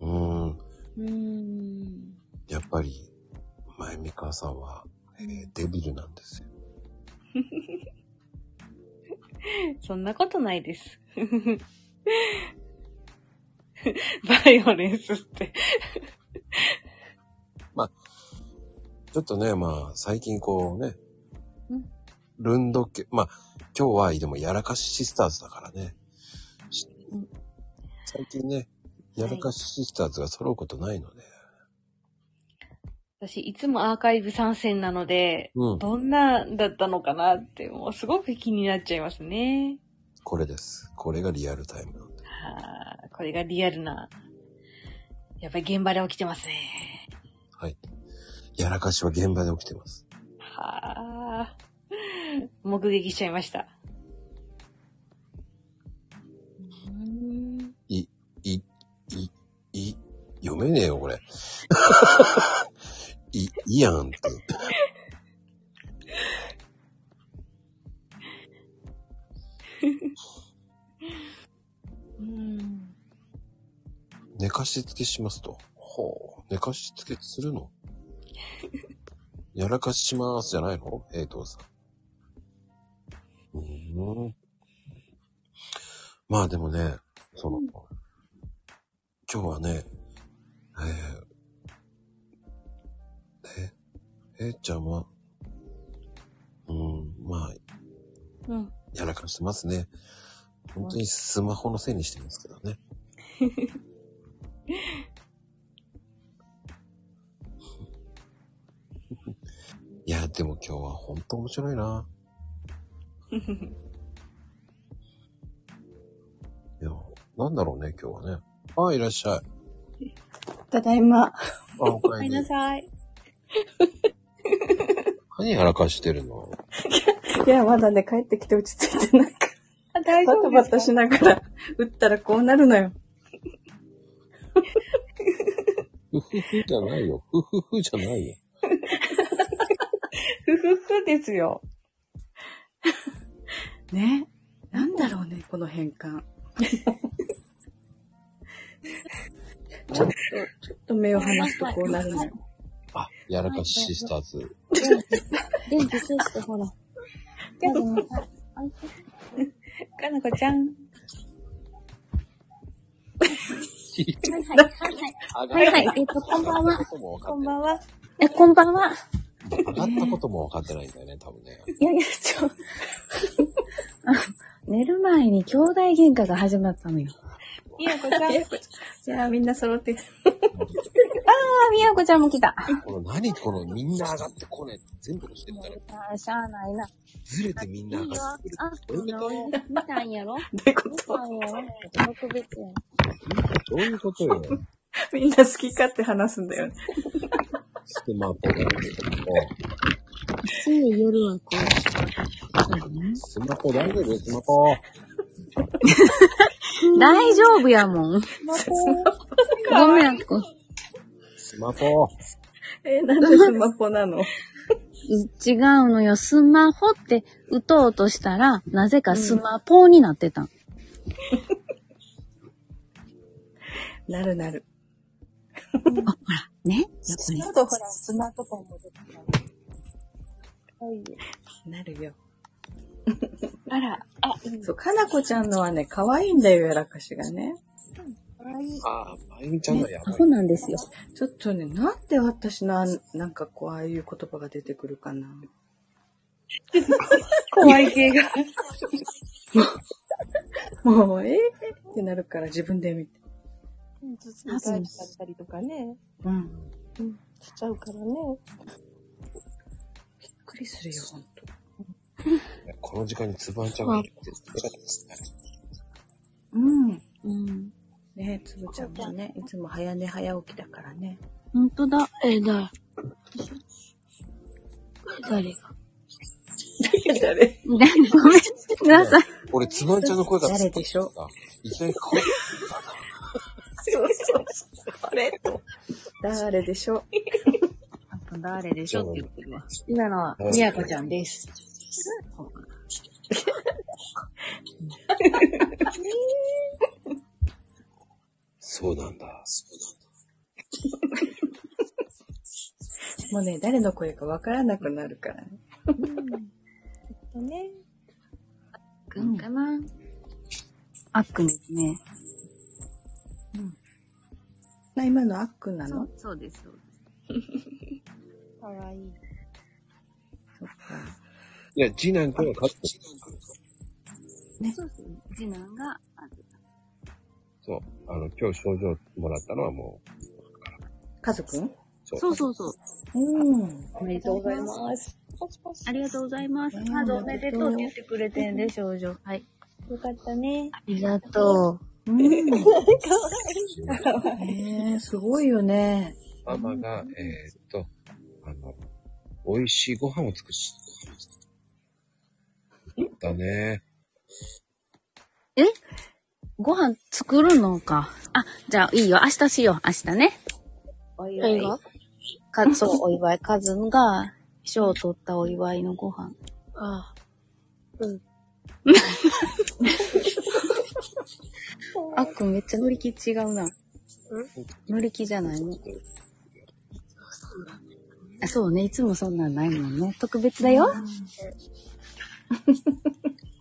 うーん。うーん。やっぱり、まゆみかさんは、えーデビルなんですよ。そんなことないです。 バイオレンスって。ちょっとね、まあ、最近こうねうん、ルンド家、まあ、今日はでもやらかしシスターズだからねしうん。最近ね、やらかしシスターズが揃うことないので。私、いつもアーカイブ参戦なので、うん、どんなんだったのかなって、もうすごく気になっちゃいますね。これです。これがリアルタイムなんで。はあ、これがリアルな。やっぱり現場で起きてますね。はい。やらかしは現場で起きてます。はあ。目撃しちゃいました。うーんい、い、い、い、読めねえよ、これ。 い、いやんって。うん。寝かしつけしますと。ほう。寝かしつけするのやらかししますじゃないのえ藤さん。うーん。まあでもね、その、うん今日はね、えー、え、えーちゃんは、うん、まあ、うん。やらかしてますね。本当にスマホのせいにしてますけど ね。いや、でも今日は本当面白い な。いや、なんだろうね、今日はね。ああ、いらっしゃい。ただいま。あ、おおかかええりり な。さい。何やらかしてるのいや、まだね、帰ってきて落ち着いてなく。あ、大バタバタしながら、打ったらこうなるのよ。ふふふじゃないよ。ふふふじゃないよ。ふふふですよ。ね。なんだろうね、この変換。 ちょっと、ちょっと目を離すとこうな るのよ。あ、やらかしシスターズ。電気消して、ほら。けどまだまだあいてかなこちゃん。はいはい、はいはい。はいはいえっとこんばんはこんばんは。え、こんばんは。上がったことも分かってないんだよね、多分ね。いやいや、ちょ、あの寝る前に兄弟喧嘩が始まったのよ。みやこちゃん。じゃあみんな揃って。あ、みやこちゃんも来た。この何このみんな上がってこねえって全部のしてったら、あ、しゃあないな。ずれてみんいいな上よ。があってくる。、この、見たんやどろういうこ見とたんやろ特別やん。どういうことよ。みんな好き勝手話すんだよね。スマホがあるけど。つい夜はこスマホ大丈夫スマホ。う。大丈夫やもん。ごめん、こスマホ。 えーなんでスマホなの違うのよ。スマホって打とうとしたら、なぜかスマポになってたん。なるなる。ねやっぱり。とほら、スマートフォンも出てなるよ。あら、そう、かなこちゃんのはね、可愛いんだよ、やらかしがね。ああ、まゆみちゃんのやばアいホ。なんですよ。ちょっとね、なんで私のあん、なんかこう、ああいう言葉が出てくるか な。怖い系が。もう、ええってなるから自分で見て。頭痛だったりとかね。うん。しちゃうからね。びっくりするよ、ほんと。この時間につばんちゃんがいるって言ってたですね。うん。うん。ねつぶちゃんもね、いつも早寝早起きだからね。ほんとだ。え、だ。誰が。誰ごめんなさい。俺、つばんちゃんの声が誰でしょう。いきなり声、そうそうそう。あれと。誰でしょう誰でしょって言ってるわ。今のはみやこちゃんです。そうなんだ。そうもうね、誰の声かわからなくなるからね。とね。くんかな。あっくんですね。まあ、今のあっくんなそのうそうです。そうですかわいい。そっか。いや、次男くんは勝ってそうですね。次男が、あそう。あの、今日症状もらったのはもう、家族んそうそうそう。うん。おめでとうございます。ポチポチありがとうございます。うんまずおめでとうって言ってくれてんで、少女。はい。よかったね。ありがとうん。 かわねえ、すごいよね。ママが、えーっと、あの、美味しいご飯を作し、だね。う。ご飯作るのか。あ、じゃあいいよ。明日しよう。明日ね。おお祝い。か、そう、お祝い。カズンが賞を取ったお祝いのご飯。ああ。あっくんめっちゃ乗り気違うな。乗り気じゃないの。あそうね、いつもそんなんないもんね。特別だよ。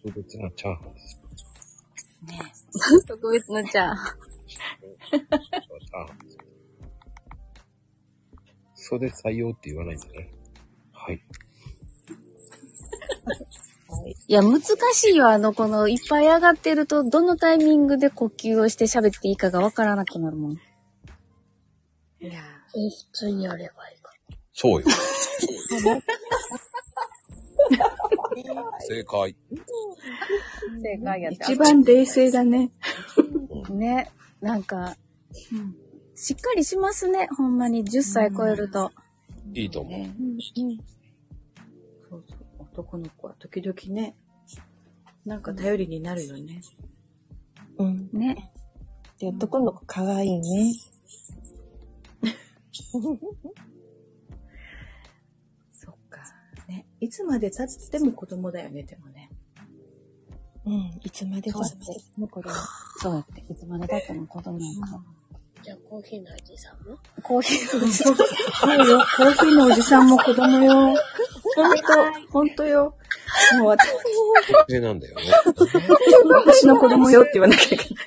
特別なチャーハンです。特別なちゃチャーん。ハンです。それ採用って言わないんだね。はい。いや、難しいよ。あの、この、いっぱい上がってると、どのタイミングで呼吸をして喋っていいかがわからなくなるもん。普通にやればいいかそうよ。正解。正解やら。一番冷静だね。ね。なんか、しっかりしますね。ほんまに、10歳超えると。いいと思う。そうそう。男の子は時々ね、なんか頼りになるよね。うん。ね。で、男の子可愛いね。そっか。ね。いつまで経っても子供だよね、でもね。うん。いつまでたっても子供。そうやって。いつまでたっても子供やかじゃあコーヒーのおじさんもら。コーヒーそうよ。コーヒーのおじさんも子供よ。ほんと、ほんとよ。もう私特定なんだよね。私の子供よって言わなきゃいけない。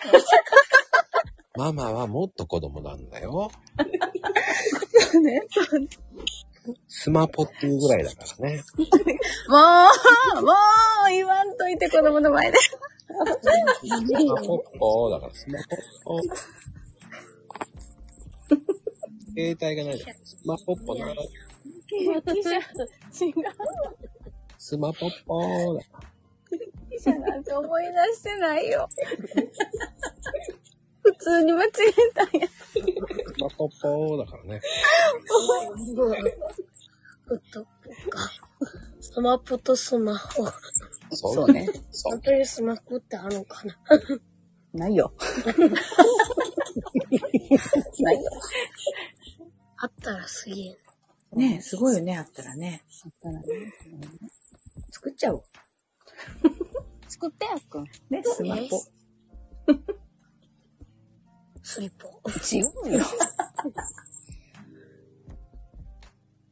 ママはもっと子供なんだよ。スマポっていうぐらいだからね。もう、もう、言わんといて、子供の前で。スマポッコだからスマポッコ。携帯がないから、スマポッコな。 T シャツ、違う。スマポッコだ。記者なんて思い出してないよ。 普通に間違えたんや。スマポッコだからね。うっとっか。スマホとスマホ。そうね。そう本。当にスマホってあるのかなないよ。ないよ。あったらすげえな。ねすごいよね、あったらね。作っちゃおう。作ってやっくん。ね、スマホ。スリポ。違うよ。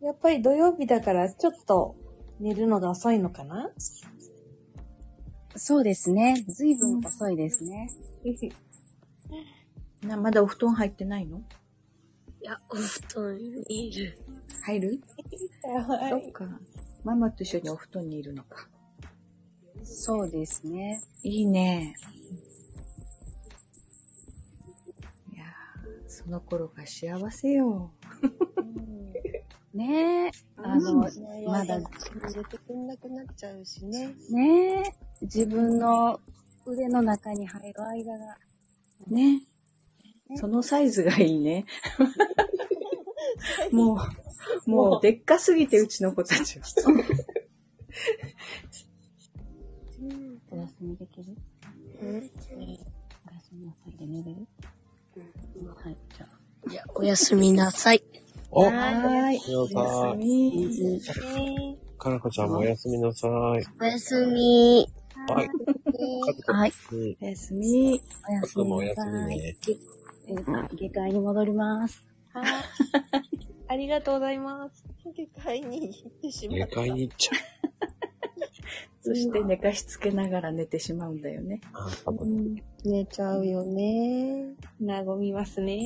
やっぱり土曜日だから、ちょっと寝るのが遅いのかなそうですね。ずいぶん遅いですね。な、まだお布団入ってないのいや、お布団にいる。入るはそっか。ママと一緒にお布団にいるのか。そうですね。いいね。いやーその頃が幸せよ。ねえ。あの、まだ入れてくんなくなっちゃうし ね。ねえ。自分の腕の中に入る間が。ね。そのサイズがいいね。もう、もう、でっかすぎて、うちの子たちは。お休みできるお休みなさいで寝れるはい、じゃあ。いや、おやすみなさい。お、はーい。おおややすすみみ。かなこちゃんもおやすみなさい。おやすみ。はい。はい。うん。おやすみ。おやす僕もおみやなすさみい。ね。えー下界に戻ります。い。ありがとうございます。下界に行ってし下界に行っちゃそして寝かしつけながら寝てしまうんだよね。う。寝ちゃうよね。和みます ね。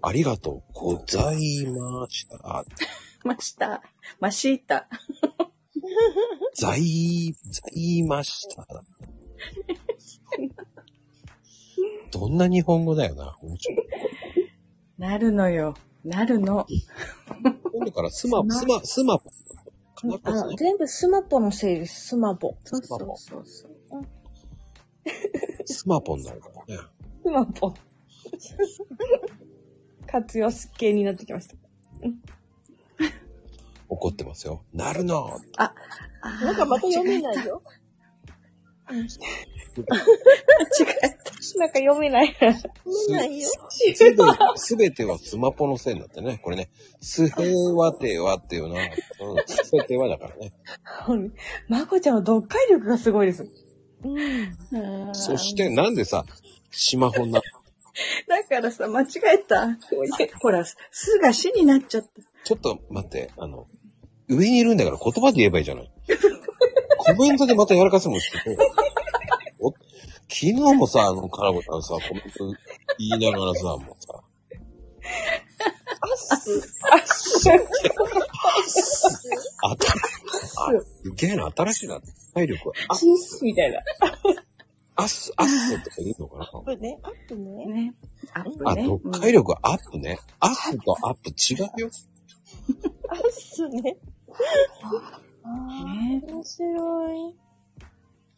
ありがとうございました。あました。ました。ざい、ざいました。どんな日本語だよな。面白い。なるのよ。なるの。今度からスマ、スマ、スマ、かなこあさんの、全部スマポのせいです。スマポ。そうそうそうそう。スマポンなるからね。スマポ。 活用すっげーになってきました。怒ってますよ。なるのなんかまた読めないよ。なんか読めない。すないよ。すべ、すべてはスマポのせいになってね。これね。す平和てはっていうのは、うん、す平和だからね。まこちゃんは読解力がすごいです。そしてなんでさ、スマホな、だからさ、間違えた。ほら、すが死になっちゃった。ちょっと待って、あの、上にいるんだから言葉で言えばいいじゃない。 コメントでまたやらかすもんしてて。 お昨日もさ、あの、カラボさんさ、コメント言いながらさ、もうさ、あた、あ、すげえな、新しいな。体力は。あ、みたいな。あっす、あっすとか言うのかなこれね、アップね。ね。アップあ、ね。読解力アップね。アップとアップ違うよ。アッスね。うあんねー面白い。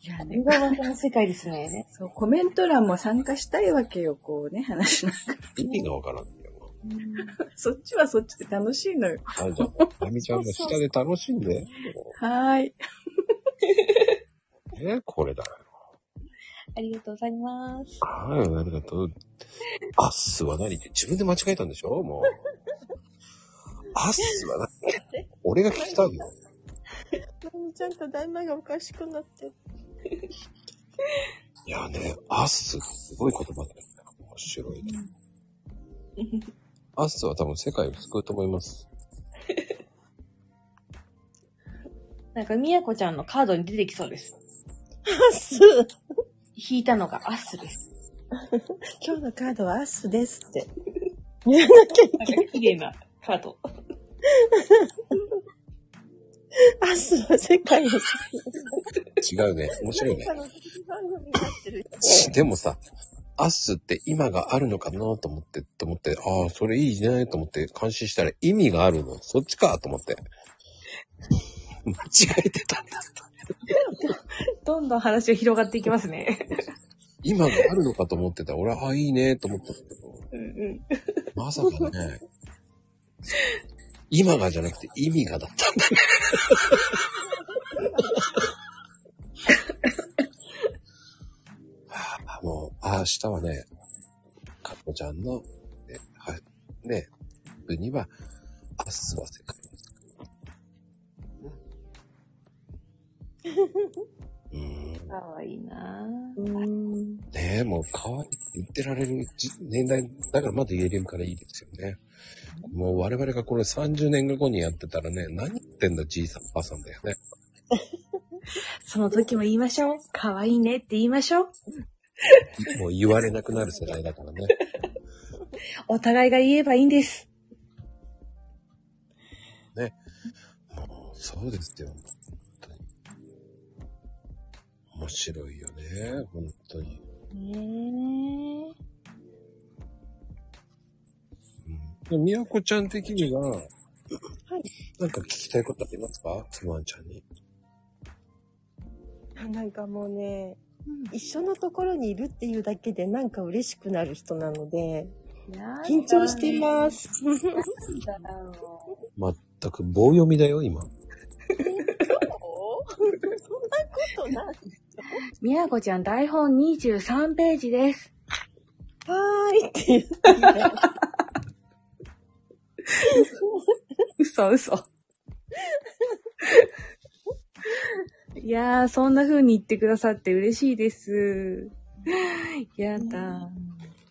いやね映、画版の世界ですね。そう、コメント欄も参加したいわけよ、こうね、話しなが意味がわからんけど。ら。 そっちはそっちで楽しいのよ。あじゃあ、あみちゃんが下で楽しんで。はーい。え、これだよ。ありがとうございます。はい、ありがとう。アッスは何って自分で間違えたんでしょ もう。アッスは何俺が聞きたいのまゆみちゃんと大魔がおかしくなってる。いやね、アッスすごい言葉だよ。面白いね。アッスは多分世界を救うと思います。なんか、みやこちゃんのカードに出てきそうです。アッス引いたのがアスです。今日のカードはアッスですって。なんか、綺麗なカード。 アッスの世界を救う。違うね。面白いねあ。の、テレビ番組になってる。 でもさ、アッスって今があるのかなと思って、と思って、ああ、それいいねと思って監視したら意味があるの。そっちかと思って。 間違えてたんだ。どんどん話が広がっていきますね。今があるのかと思ってた。俺は、ああ、いいねと思ったんだけど、うんうん。まさかね、今がじゃなくて意味がだったんだ。はあもう、ああ、明日はね、かっこちゃんの、ね、は、ね、部には、明日は世界を救う。うーんかわいいなぁ。 うん。ねえ、もう可愛いって言ってられるじ年代だからまだ言えるからいいですよね。もう我々がこれ30年後にやってたらね、何言ってんだじいさんばあさんだよね。その時も言いましょう。かわいいねって言いましょう。もう言われなくなる世代だからね。お互いが言えばいいんです。もうそうですよ、本当に。面白いよね、本当に。ねうん。みやこちゃん的には、なんか聞きたいことありますかつまんちゃんに。なんかもうね、一緒のところにいるっていうだけでなんか嬉しくなる人なので、緊張しています。全く棒読みだよ、今。そうなはみやこちゃん台本23ページです。ーいって言って 嘘嘘。いやー、そんな風に言ってくださって嬉しいです。やだ。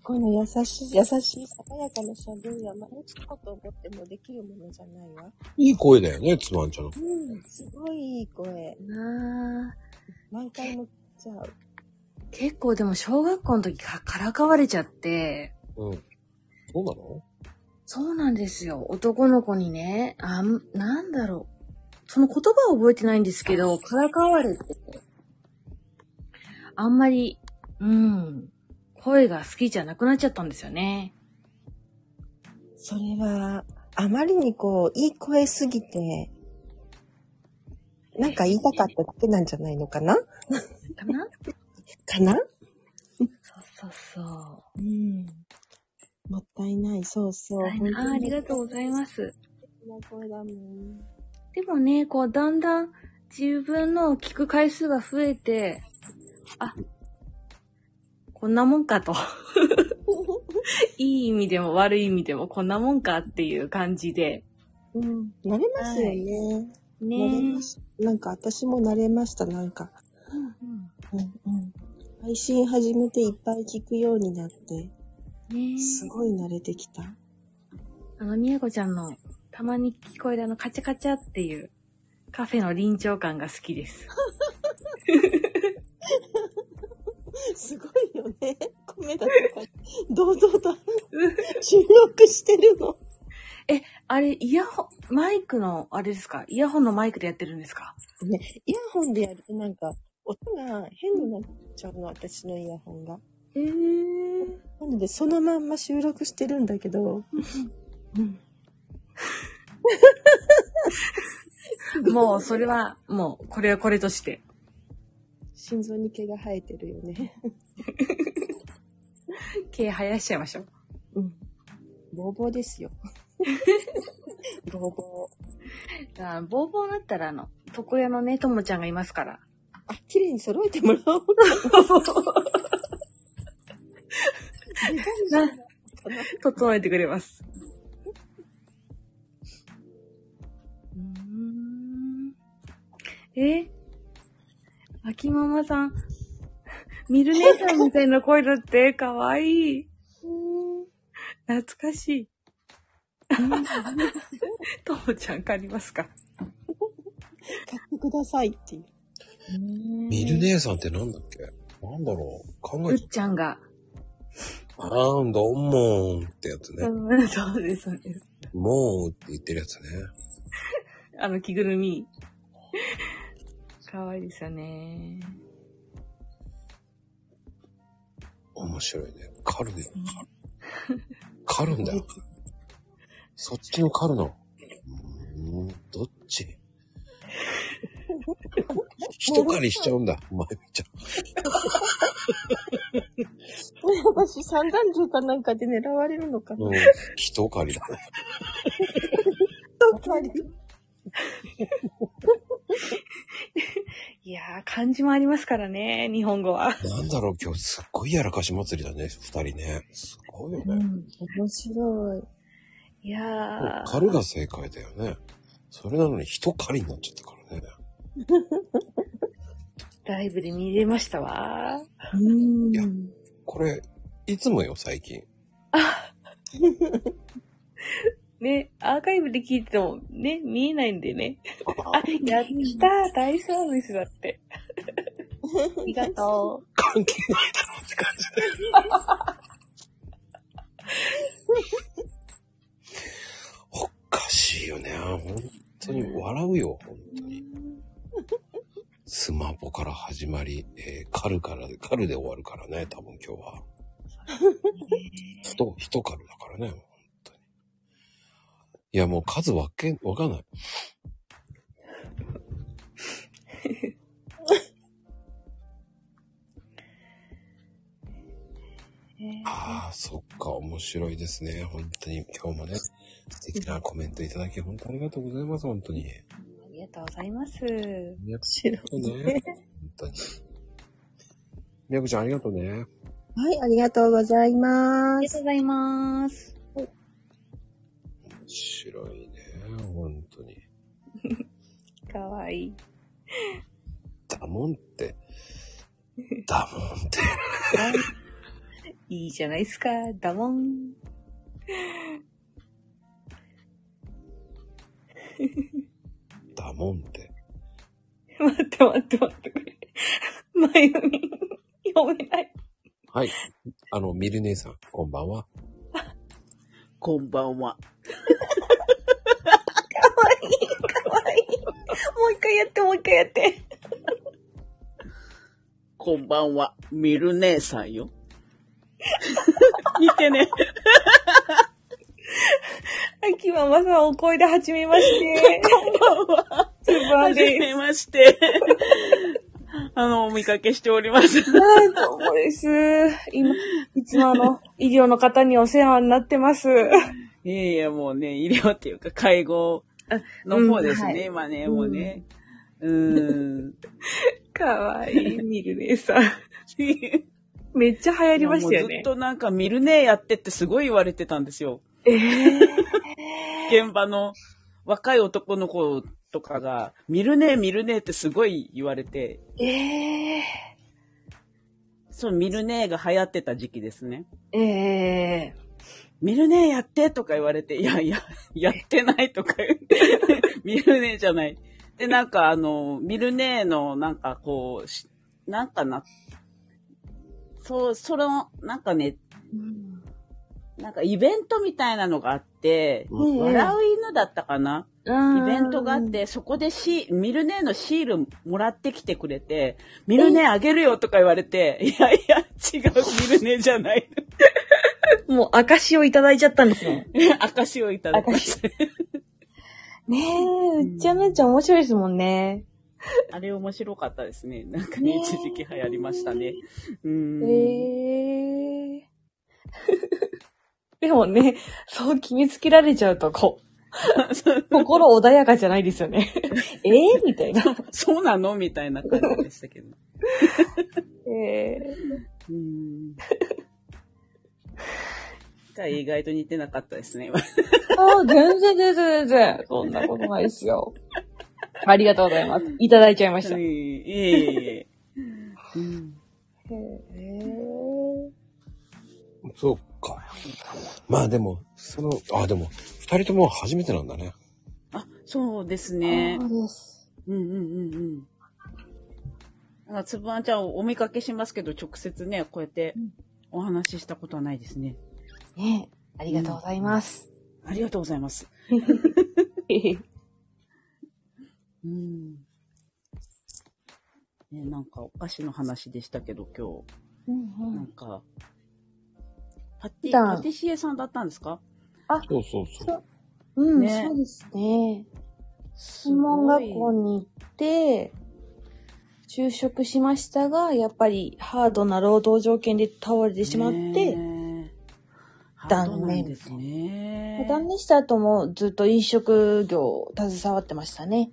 この優しい、優しい、爽やかな喋りは、まねつこうと思ってもできるものじゃないわ。いい声だよね、つまんちゃんの。うん、すごいいい声。なあ満開もちゃう。結構でも小学校の時かからかわれちゃって、うん。そうなのそうなんですよ。男の子にね、あん、なんだろう。その言葉は覚えてないんですけど、からかわれて、あんまり、うん、声が好きじゃなくなっちゃったんですよね。それは、あまりにこう、いい声すぎて、なんか言いたかっただけなんじゃないのかなかなかなそうそうそうん。もったいない、そうそう。う。ああ、ありがとうございす。ます。こんな声だもん。でもね、こう、だんだん自分の聞く回数が増えて、あ、こんなもんか と。いい意味でも悪い意味でもこんなもんかっていう感じで。うん。慣れますよね。ね慣れます。なんか私も慣れました、なんか。うんうん。配信始めていっぱい聞くようになって、ねすごい慣れてき た。あの、みやこちゃんの、たまに聞こえるあの、カチャカチャっていう、カフェの臨場感が好きです。すごいよね。米田とか、堂々と収録してるの。あれ、イヤホン、マイクの、あれですかイヤホンのマイクでやってるんですかね、イヤホンでやるとなんか、音が変になっちゃうの、私のイヤホンが。ええー。なので、そのまんま収録してるんだけど、もう、それは、もう、これはこれとして。心臓に毛が生えてるよね。毛生やしちゃいましょう。ボーボーですよ。ボーボー。あボーボーだったら、あの、床屋のね、ともちゃんがいますから。あ、綺麗に揃えてもらおう。な整えてくれます。うーんえ秋ママさん、ミル姉さんみたいな声だ って、かわいい。懐かし い。ともちゃん借りますか買って くださいっていう。ミル姉さんってなんだっけなんだろう考うえ。ってちゃんが。あーん、どんもーんってやつうね。んそうです、そうです。もうって言ってるやつね。あの、着ぐるみ。かわいいですよね。面白いね。カルネ。カルンだよ。そっちのカルの。うーん、どっち一狩りしちゃうんだ、まゆみちゃん。私、三段銃かなんかで狙われるのかな。うん、一狩りだね。いやー、漢字もありますからね、日本語は。なんだろう、今日すっごいやらかし祭りだね、二人ね。すごいよね。面白い。いやー。狩るが正解だよね。それなのに一狩りになっちゃったからね。ライブで見れましたわ。いや、これ、いつもよ、最近。ね、アーカイブで聞いてもね、見えないんでね。ああ、やったー大サービスだって。ありがと関係ないだろうって感じで。おかしいよね。本当に笑うよ、本当に。スマホから始まり、えー、カルから、カルで終わるからね、多分今日は。人、人カルだからね、本当に。いや、もう数わけ、わかんない。ああ、そっか、面白いですね。本当に今日もね、素敵なコメントいただき、本当ありがとうございます、本当に。う。ありがとうございます。みやこちゃん、ありがとうね。本当に。みやこちゃん、ありがとうね。はい、ありがとうございあまりす。がとうございます。面白いね、本当に。かわいい。だもんっ て。だもんって。いいじゃないですか、ダモン。だもんって。待って待って待ってくれ。まゆみん、読めない。はい。あの、みる姉さん、こんばんは。こんばんは。もう一回やって、もう一回やって。こんばんは。ミル姉さんよ。似てね。秋ママさん、お声で始めまして。こんばんは。はつばじです。めまして。 あの、お見かけしております。はい、どうもです。今、いつもあの、医療の方にお世話になってます。いやいや、もうね、医療っていうか、介護の方ですね、うんはい今ね、もうね。うーん。かわいい、ミルネさん。めっちゃ流行りましたよいやもうずねっ。となんかミルネーやってってすごい言われてたんですよ。ええ現場の若い男の子とかが、ミルネーミルネーってすごい言われて、ええそのミルネーが流行ってた時期ですね。ええミルネーやってとか言われて、いやいや、やってないとか言って、ミルネーじゃない。で、なんかあの、ミルネーのなんかこう、しなんかな、そう、その、なんかね、なんかイベントみたいなのがあって、うん笑う犬だったかな、うんイベントがあって、そこでシーミルネーのシールもらってきてくれて、ミルネーあげるよとか言われて、いやいや、違う、ミルネーじゃない。もう証をいただいちゃったんですね。証をいただきました。ねえ、うっちゃんのうっちゃん面白いですもんね。あれ面白かったですね。なんかね、一時期流行りましたね。うーん。へえ。 でもね、そう決めつけられちゃうと、 こう、心穏やかじゃないですよね。ええみたいな。そうなのみたいな感じでしたけど。ええ。うん。が意外と似てなかったですね。ああ、全然全然全然。そんなことないですよ。ありがとうございます。いただいちゃいました。いえいえいえ。そうか。まあでも、その、あ、でも、二人とも初めてなんだね。そうですね。そうです。うんうんうんうん。なんかつぶあんちゃんをお見かけしますけど、直接ね、こうやってお話ししたことはないですね。ねえありがとうございます。ありがとうございます。うん。ね、なんかお菓子の話でしたけど、今日。なんか、パティ、普段パティシエさんだったんですかそうそうそう。うん、ねそうですね。専門学校に行って、就職しましたが、やっぱりハードな労働条件で倒れてしまって、ねえ断念ハードなんですね。断念した後もずっと飲食業携わってましたね。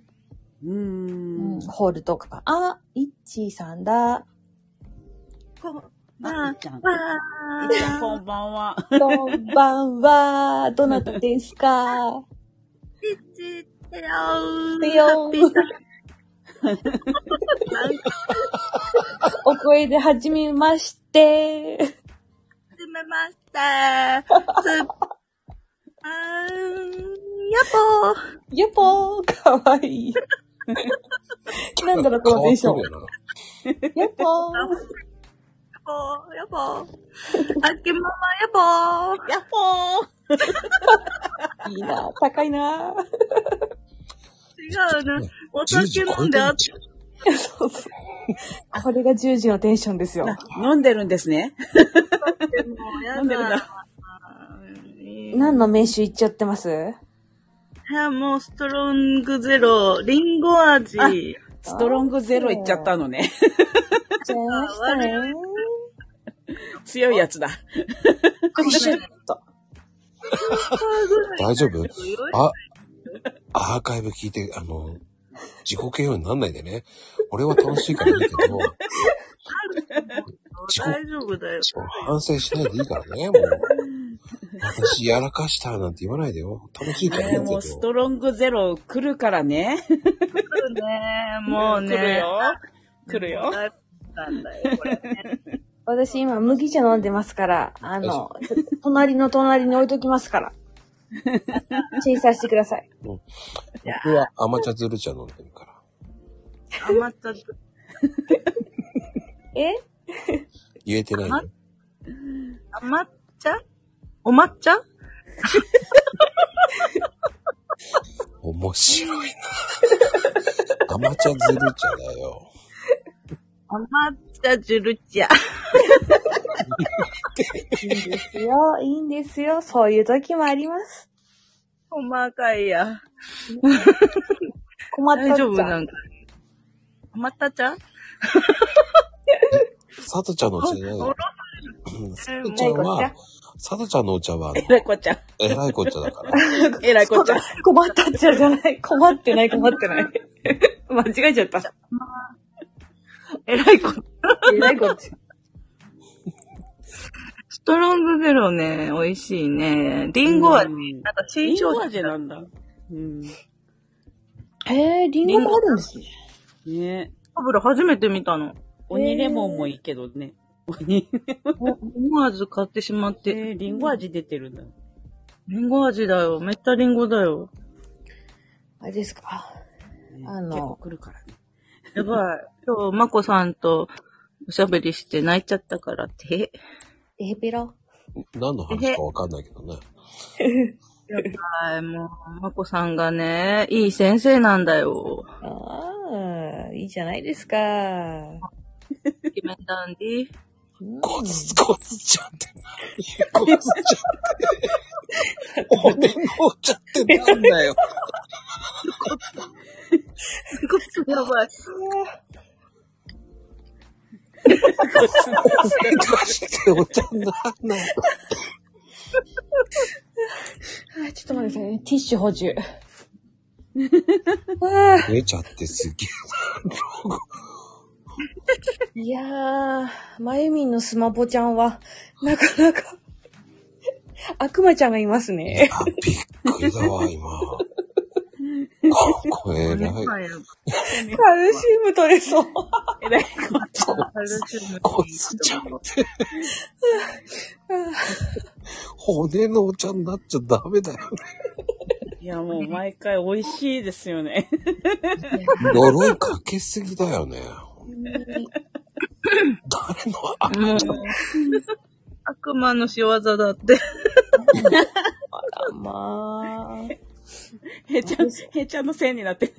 うーん。ホールとか。あ、いっちーさんだ。あ、いっちゃん。いっちゃんこんばんは。こんばんは。どなたですかてよ ーん。お声ではじめまして。すめました。す、あーん、やっやっぽー。かわいい。なんだろう、このテンション。やっぽー。ぽー、やっぽー。あけままやっぽー。やっぽー。いいな。高いな。違うな。お10時酒飲んであっ超そうそう。これが10時のテンションですよ。飲んでるんですね。てもうや飲んでるんだ。だ。何の名手言っちゃってますいや、もうストロングゼロ、リンゴ味。あストロングゼロいっちゃったのね。ちゃいましたね。強いやつだ。クシュッと。大丈夫あ、アーカイブ聞いて、あの、自己嫌悪になんないでね。俺は楽しいからいいけど、自己大丈夫だよ。反省しないでいいからね、もう。私やらかしたなんて言わないでよ。楽しいからいいねけもうスど。トロングゼロ来るからね。そうね、もうね。来るよ。来るよ。だいぶなんだよ、これね。私今麦茶飲んでますから、あの、隣の隣に置いときます から。チェイサーしてください。僕は甘茶ズル茶飲んでるから。余った、え言えてないよ。余っちゃお抹茶面白いな。甘茶ズル茶だよ。甘茶ジュルチャ。いいんですよ、いいんですよ。そういう時もあります。細かいや。困ったっ大ち丈夫ゃ。なんんか。甘ったちゃんさとちゃんのお茶じゃないよ。さとちゃんは、さとちゃんのお茶は、えらいこっちゃ。えらいこっちゃだから。えらいこっちゃ。困った っちゃじゃない。困ってない、困ってない。間違えちゃった。えらいこと。えらいこっち。ストロングゼロね、美味しいね。リンゴ味。なんかチーチョート味なんだ。うん。えー、リンゴもあるんですね。ねパブロ初めて見たの。鬼レモンもいいけどね。思わず買ってしまって。えー、リンゴ味出てるんだ。リンゴ味だよ。めっちゃリンゴだよ。あれですか。あ結構来るからね。やばい。今日、まこさんとおしゃべりして泣いちゃったからって。えへぺろ。何の話かわかんないけどね。やばい、もう、まこさんがね、いい先生なんだよ。ああ、いいじゃないですか。イケメンダンディ。コツ、コツちゃんって何コツちゃんって。俺のちゃってなんだよ。やばい。どうしてお茶にならないあちょっと待ってくださいね。ティッシュ補 充。のえちゃってすげえな。いやー、まゆみんのスマポちゃんは、なかなか、悪魔ちゃんがいますね。びっくりだわ、今。あこれ偉い。カルシウム取れそう。えらいこコツちゃんって。骨のお茶になっちゃダメだよね。いや、もう毎回美味しいですよね。呪いかけすぎだよね。誰の悪もう、悪魔の仕業だって。あらまあ。へちゃん、へちゃんのせいになってる。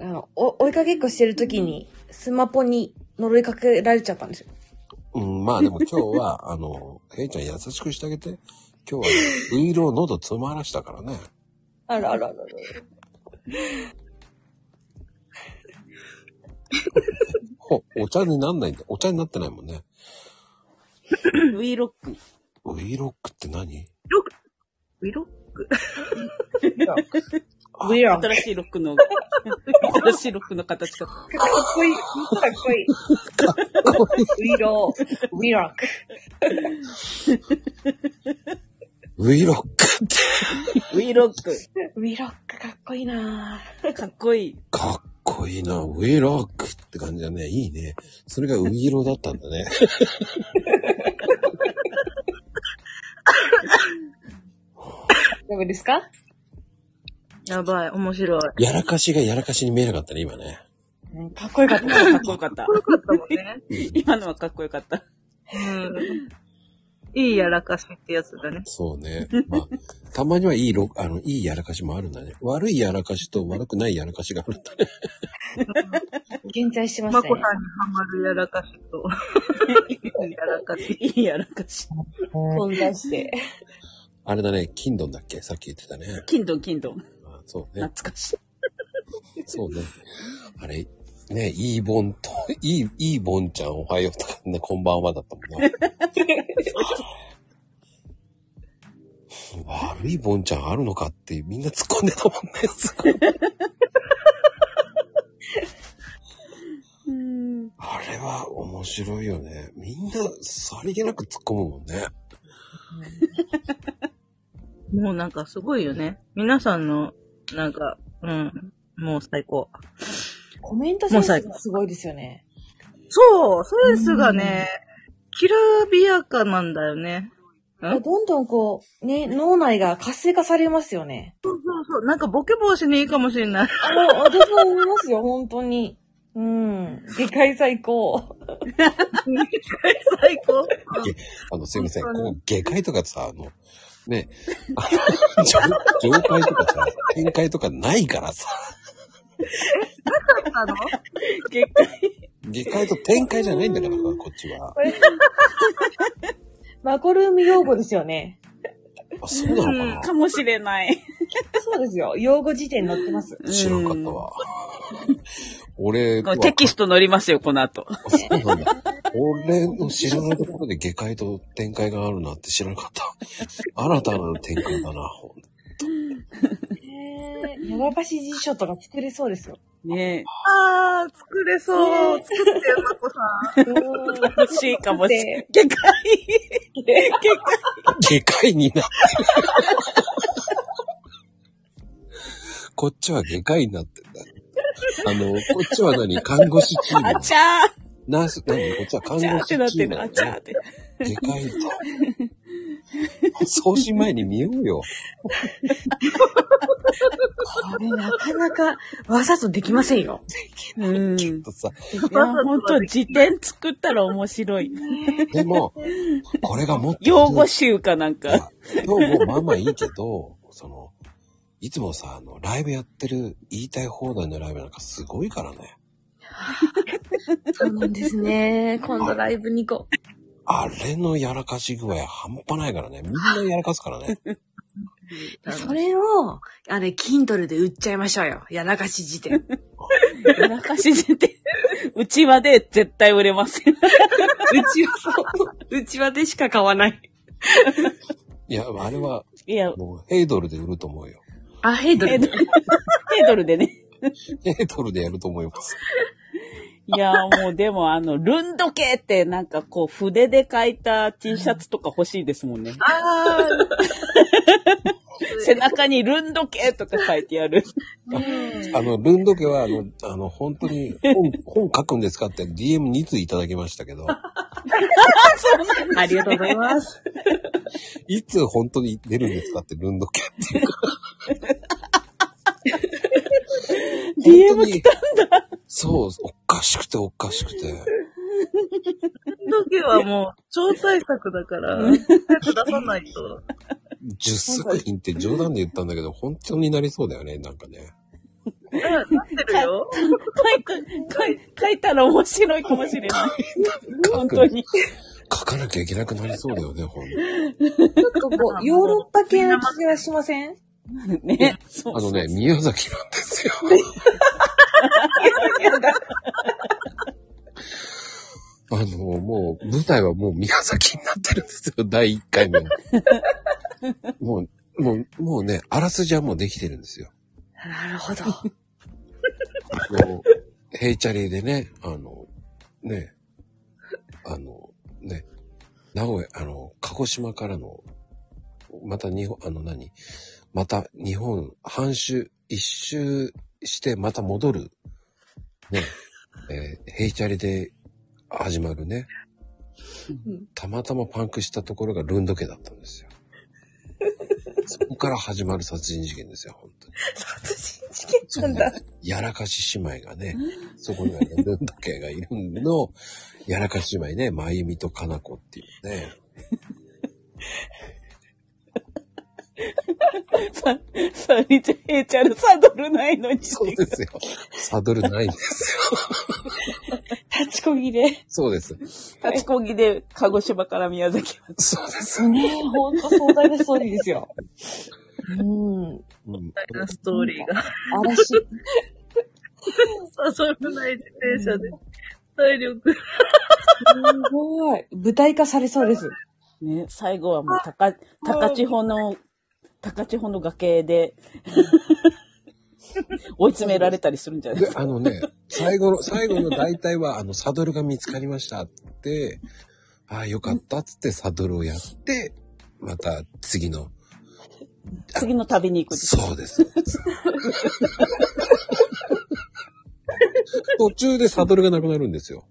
あの、お、追いかけっこしてるときに、スマポに呪いかけられちゃったんですよ。うん、まあでも今日は、あの、ヘイちゃん優しくしてあげて。今日は、ウイロを喉詰まらしたからね。あらあらあらあら。ほ、お茶になんないんだ。お茶になってないもんね。ウィーロック。ウイロックって何ウィロウィロック。新しいロックの、新しいロックの形だった。かっこいい。かっこいい。ウィロー、ウィロック。ウイロックって。ウィロック。ウィロックかっこいいなかっこいい。かっこいいな。ウイロックって感じだね。いいね。それがウイロだったんだね。大丈夫ですかやばい、面白い。やらかしがやらかしに見えなかったね、今ね。かっこよかった。かっこよかった。ね 今のはかっこよかった。うん。いいやらかしってやつだね。そうね。まあ、たまにはいいロ、あの、いいやらかしもあるんだね。悪いやらかしと悪くないやらかしがあるんだね。現在してまましこたさんにね。ハマるやらかしと、 いいやらかし。いいやらかし。混在して。あれだね、金ドンだっけさっき言ってたね。金ドン、金ドン。あそうね。懐かしい。そうね。あれ、ね、いいボンと、 いい、いいボンちゃんおはようとかね、こんばんはだったもんね。悪いボンちゃんあるのかってみんな突っ込んでたもんね。すごい。あれは面白いよね。みんなさりげなく突っ込むもんね。もうなんかすごいよね。皆さんの、なんか、うん、もう最高。コメントセンスがすごいですよね。そう、センスがね、きらびやかなんだよね。うんどんどんこう、ね、脳内が活性化されますよね。そうそうそう。なんかボケ防止にいいかもしれない。あの、私も思いますよ、本当に。うん。でかい最高。最高。げあの、すいません。こ本当こ、下界とかさ、あの、ね、 あの、上上界とかさ、展開とかないからさ、あの、結果、下界と展開じゃないんだからさ、こっちは。 マコルーム用語ですよね。あ、そうなのかかもしれない。そうですよ。用語辞典載ってます。な知らんかったわ。俺とは、テキスト載りますよ、この後。あそうなんだ。俺の知らないところで下界と展開があるなって知らなかった。新たな展開だな、ほんと。えやらかし辞書とか作れそうですよ。ねあー、作れそう。作ってよ、まこさん。欲しいかもしれない。結果でかいになってる。こっちはでかいになってんだ。あの、こっちは何看護師チームなあの。ちゃーナース、何こっちは看護あちゃ師ーっチーてなってムなのる。あねちゃーって。でかいと。送信前に見ようよ。これなかなかわざとできませんよ。うん。きっとさ、いや、ほんと、辞典作ったら面白い。でも、これがもっと、用語集かなんか。今日もまあまあいいけど、その、いつもさ、あの、ライブやってる、言いたい放題のライブなんかすごいからね。そうなんですね。今度ライブに行こう。あれのやらかし具合半端ないからね。みんなやらかすからね。それを、あれ、Kindle で売っちゃいましょうよ。やらかし辞典。や らかし辞典。うちわで絶対売れません。うちはそう。うちはでしか買わない。いや、あれは、いや、もうヘイドルで売ると思うよ。あ、ヘイドヘイルド。ルヘイドルでね。ヘイドルでやると思います。いや、もうでもあの、ルンド系ってなんかこう、筆で書いた T シャツとか欲しいですもんね。あ 背中にルンド系とか書いてやる。あの、ルンド家は、あの、あの、本当に本、本書くんですかって DM2 通いただきましたけど、あ、ありがとうございます。いつ本当に出るんですかってルンド家っていうか。 DM 来たんだそう、おかしくておかしくて。時はもう、超対策だから、早く出さないと。 10作品って冗談で言ったんだけど、本当になりそうだよね、なんかね。うん、なってるよ。書い書いたら面白いかもしれない。書本く当に。書かなきゃいけなくなりそうだよね、ほんとちょっとこう、ヨーロッパ系の気がしませんね。そうあのね、宮崎なんですよ。あの、もう、舞台はもう宮崎になってるんですよ、第1回目の。もう、もう、もうね、あらすじはもうできてるんですよ。なるほど。あの、ヘイチャリでね、あの、ね、あの、ね、名古屋、あの、鹿児島からの、また日本、あの何、また日本、半周、一周してまた戻る、ね、 えーヘイチャリで始まるね、たまたまパンクしたところがルンド家だったんですよ。 そこから始まる殺人事件ですよ、本当に。殺人事件なんだ。やらかし姉妹がね、そこにはねルンド家がいるのを、やらかし姉妹ね、まゆみとかなこっていうね。さ、さ、リチャ、ヘイチャルサドルないのに。そうですよ。サドルないんですよ。立ちこぎで。そうです。立ちこぎで、鹿児島から宮崎まで。そうです。ねえ、ほんと壮大なストーリーですよ。うん。うん、ストーリーが。嵐。刺さらない自転車で。体力。すごい。舞台化されそうです。ね、最後はもう、高、高千穂の、高千穂の崖 で、追い詰められたりするんじゃないで、あのね、最後の、最後の大体は、あの、サドルが見つかりましたって、ああ、よかったっつってサドルをやって、また次の、次の旅に行く。そう です。途中でサドルがなくなるんですよ。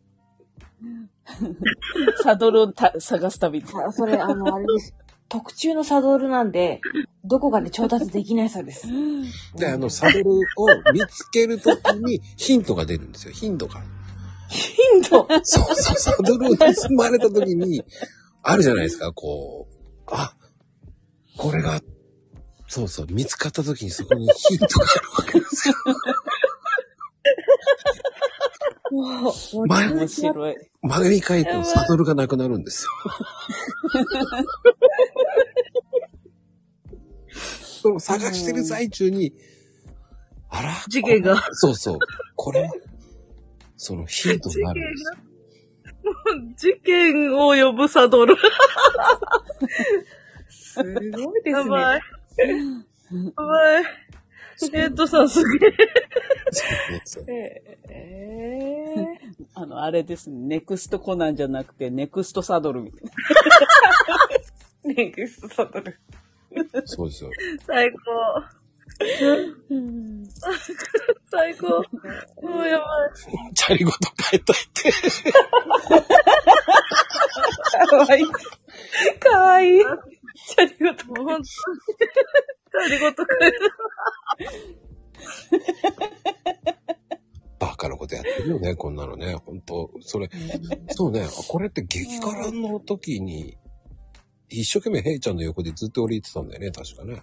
サドルをた探す旅に。あそれ、あの、あれです。特注のサドルなんで、どこかで調達できないそうです。で、あの、サドルを見つけるときにヒントが出るんですよ、ヒントが。ヒントそうそう、サドルを盗まれた時に、あるじゃないですか、こう、あ、これが、そうそう、見つかった時にそこにヒントがあるわけで すよ。前面白い。曲り返ってもサドルがなくなるん ですよ。その探してる最中に、あら事件が。そうそう、これ、そのヒントになるんですよ。事件を呼ぶサドル。すごいですやね。ばい。やばい。生徒さんすげえ。えー、あの、あれですね。ネクストコナンじゃなくて、ネクストサドルみたいな。ネクストサドル。そうですよ。最高。最高。もうやばチャリごと変えといて。い。かわいい。かわいい。チャリごと。もうほんとに。チャリごと変えバカなことやってるよね、こんなのね。本当それ、そうね、あこれって激辛の時に、一生懸命ヘイちゃんの横でずっと俺言ってたんだよね、確かね。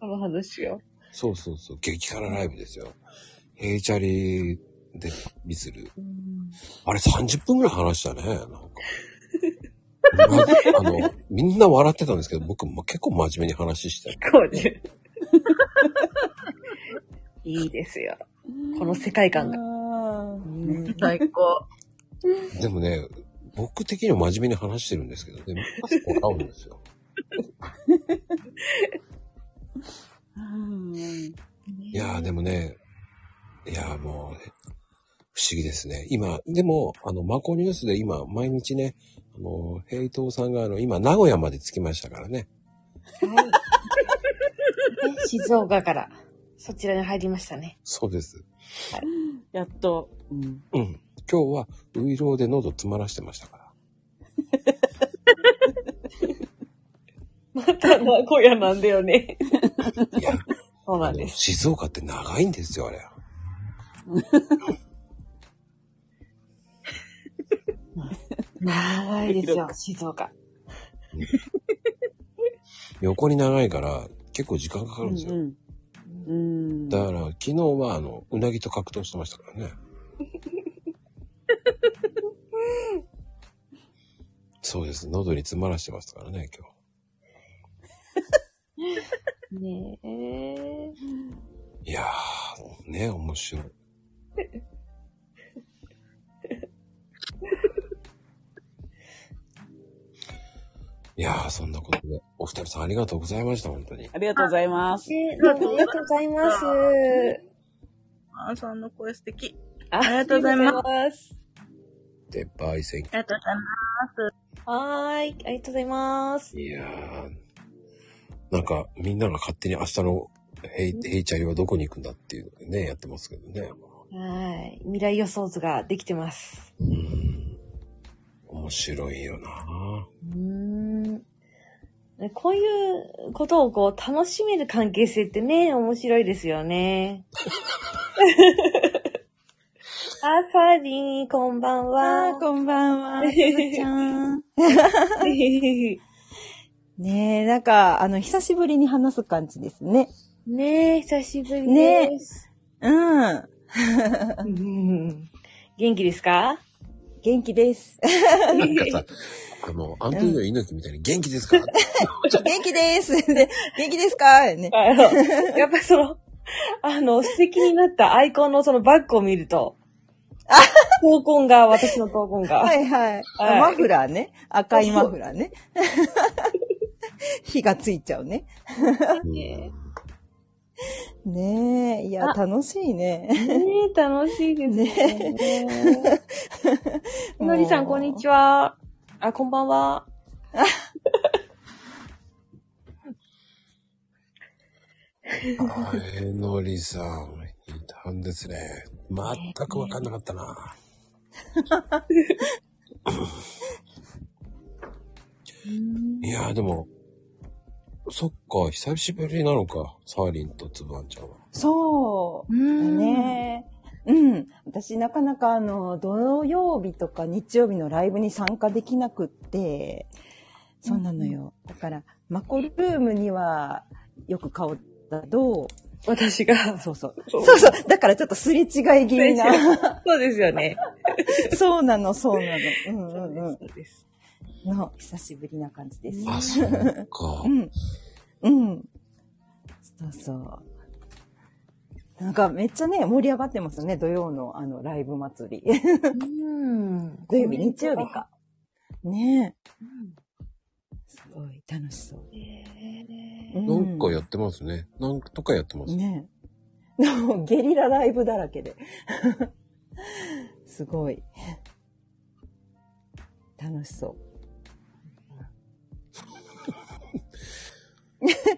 この話よ。そうそうそう、激辛ライブですよ。ヘイチャリでミスる。あれ30分ぐらい話したね、なんか。まあの、みんな笑ってたんですけど、僕も結構真面目に話してた。いいですよ。この世界観が。最高。でもね、僕的には真面目に話してるんですけどね、結構合うんですよ。いやーでもね、いやーもう、不思議ですね。今、でも、あの、マコニュースで今、毎日ね、あの、平等さんが、あの、今、名古屋まで着きましたからね。ね静岡から、そちらに入りましたね。そうです。やっと。うん。 うん。今日は、ウイローで喉詰まらしてましたから。また名古屋なんだよね。 いや、そうなんです。静岡って長いんですよ、あれ。長いですよ、静岡。横に長いから、結構時間かかるんですよ。うん。だから、昨日は、あの、うなぎと格闘してましたから ね。そうです。喉に詰まらしてましたからね、今日。ねえ。いやー、ね、面白い。 いやー、そんなことで、お二人さんありがとうございました、本当に。ありがとうございます。ねどうもありがとうござい。ますあーさんの声素敵。あありがとうございます。す。で、焙煎ありがとうございます。はーい、ありがとうございます。いやー、なんか、みんなが勝手に明日のヘイ、ヘイチャリはどこに行くんだっていうね、やってますけどね。はい、未来予想図ができてます。面白いよなうーん。こういうことをこう楽しめる関係性ってね、面白いですよ ね。あさりん、こんばんは。こんばんは。ちゃん。ねえ、なんか、あの、久しぶりに話す感じですね。ねえ、久しぶりねです。え、うん。元気ですか元気です。なんかさ、あの、アントニオ猪木みたいに元気ですか元気です。 で元気ですかね。あのやっぱりその、あの、素敵になったアイコンのそのバッグを見ると、闘魂が、私の闘魂が。はいはい。あマフラーね。赤いマフラーね。火がついちゃうね。ねえ、いや、あ楽しいね。ねえ、楽しいですね。もうのりさん、こんにちは。あ、こんばんは。あえのりさん、いたんですね。全くわかんなかったな。いやーでも、そっか、久しぶりなのか、サーリンとつぶあんちゃんは。そう。ねえ。うん。私、なかなか、あの、土曜日とか日曜日のライブに参加できなくって、そうなのよ。だから、マコルームにはよく顔だど、私が。そうそう。そうそう。だからちょっとすれ違い気味な。そうですよね。 そうなの、そうなの。うんうんうん。の、久しぶりな感じです。あ、そうか。うん。うん。そうそう。なんかめっちゃね、盛り上がってますね、土曜のあの、ライブ祭り。うん。 土曜日、日曜日か。ねえ。すごい楽しそう。なんかやってますね。なんとかやってます。 ねえ。でもゲリラライブだらけで。すごい。楽しそう。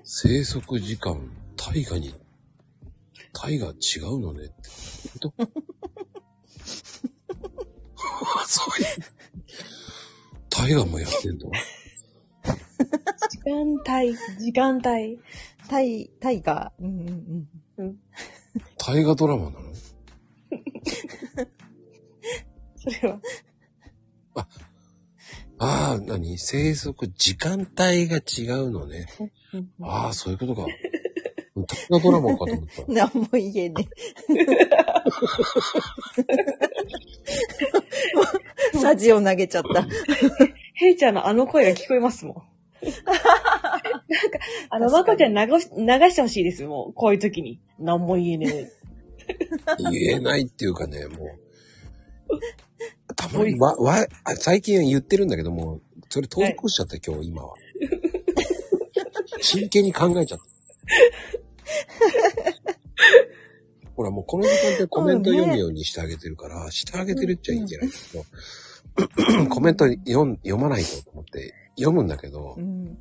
生息時間、大河に、大河違うのねって。 どういうことそういう。大河もやってんの時間帯、時間帯。タイ、タイが。うんうんうん。うん、大河ドラマなのそれは。ああ、なに生息時間帯が違うのね。ああ、そういうことか。うん大河ドラマかと思った。何も言えね え。サジを投げちゃった。ヘイちゃんのあの声が聞こえますもん。 なんか、あの、まこちゃん流し流してほしいです、もう。こういう時に。何も言えね言えないっていうかね、もう。たまに、わ、わ、あ最近言ってるんだけども、それ通り越しちゃった、今日、今は。真剣に考えちゃった。ほら、もうこの時間でコメント読むようにしてあげてるから、してあげてるっちゃいいんじゃないけど、コメント読ん読まないとと思って、読むんだけど、ね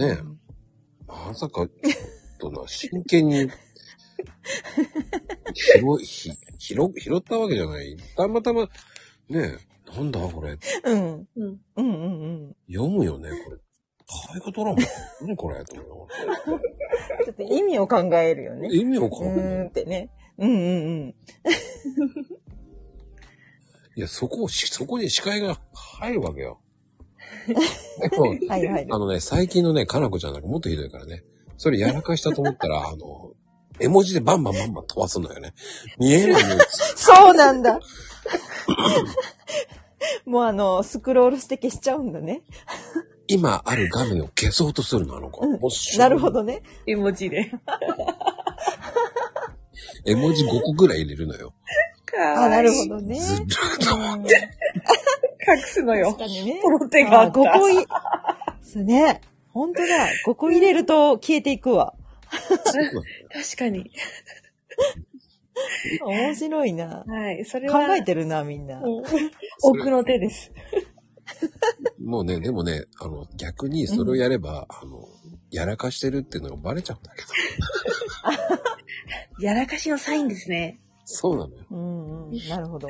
え、まさか、ちょっとな、真剣に、拾い、ひ拾、拾ったわけじゃない。たまたま、ねえ、なんだこれ。うん。うんうんうん。読むよね、これ。大河ドラマ何これと思うちょっと意味を考えるよね。意味を考えるうーんってね。うんうんいや、そこ、しそこに視界が入るわけよ。でもはいはいあのね、最近のね、かなこちゃんなんかもっとひどいからね。それやらかしたと思ったら、あの、絵文字でバンバンバンバン飛ばすのよね。見えないのよ。そうなんだ。もうあの、スクロールして消しちゃうんだね。今ある画面を消そうとするの、あの子。もうしなるほどね。絵文字で。絵文字5個ぐらい入れるのよ。あ、なるほどね。ずるいと思って。隠すのよ。確かにね。この手があったここい、そうね。本当だ。ここ入れると消えていくわ。確かに。面白いな。はい、それ考は。えてるな、みんな。うん奥の手です。もうね、でもね、あの、逆にそれをやれば、あの、やらかしてるっていうのがバレちゃうんだけ ど。やらかしのサインですね。そうなのよ。うんうん。なるほど。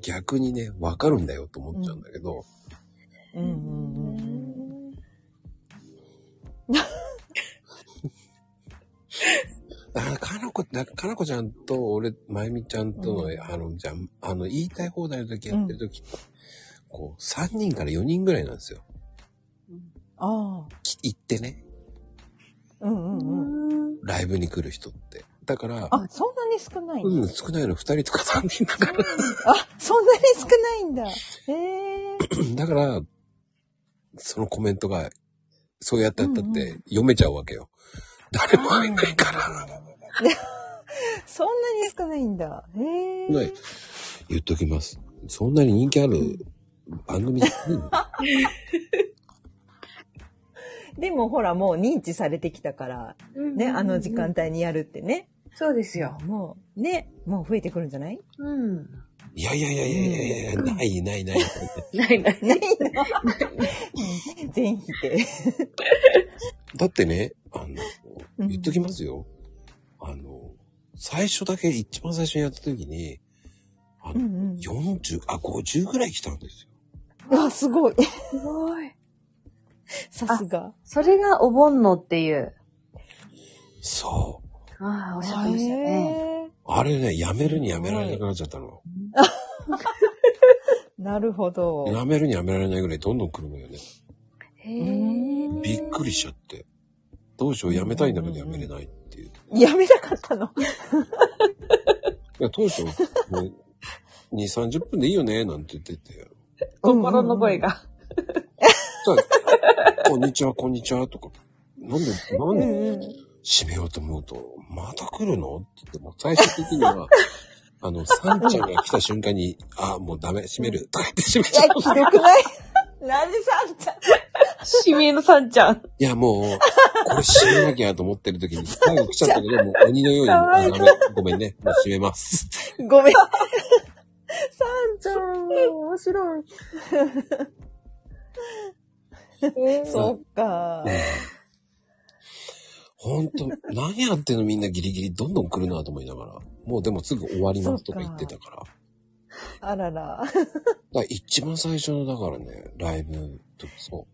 逆にね、わかるんだよと思っちゃうんだけど、あ、かなこ、だかなこちゃんと俺、まゆみちゃんとの、あの、じゃんあの、言いたい放題の時やってる時、こう、3人から4人ぐらいなんですよ。ああ。き行ってね、うんうんうん。ライブに来る人って。だから、あ、そんなに少ない、うん、少ないの2人とか3人だから。あ、そんなに少ないんだ。ええだから、そのコメントが、そうやってやったって読めちゃうわけよ。誰も入んないから。そんなに少ないんだ。ええね、言っときます。そんなに人気ある番 組じゃないの でもほらもう認知されてきたから、うんうんね、うんあの時間帯にやるってね。そうですよ。もう、ね、もう増えてくるんじゃないうん。いやいやいやいやいやいや、ないないなない。いない。ないな。全否定。だってね、あの、言っときますよ。あの、最初だけ、一番最初にやった時に、あの、40、あ、50ぐらい来たんですよ。あ、すごい。 すごい。さすが。それがお盆のっていう。そああ、おっしゃってましたね。う。あれね、やめるにやめられなくなっちゃったの。なるほど。やめるにやめられないぐらいどんどん来るのよね。へびっくりしちゃって。どうしよう、やめたいんだけどやめれない。やめなかったの。いや、当初、もう、2、30分でいいよね、なんて言ってて。心の声が。こんにちは、こんにちは、とか。なんで、なんで、閉めようと思うと、また来るのって言って、もう最終的 には、あの、サンちゃんが来た瞬間に、あ、もうダメ、閉める、とか言って閉めいちゃや、っひどくないなんでさんちゃん。指名のさんちゃん。いや、もう、これ閉めなきゃと思ってる時に、最後来ちゃったけど、もう鬼のようかに、わあいダそうメごめんね。もう閉めます。ごめん。さんちゃん、面白い。えーそっか。ほんと、何やってんのみんなギリギリどんどん来るなと思いながら。もうでもすぐ終わりますとか言ってたから。あらら。だから一番最初の、だからね、ライブの時そ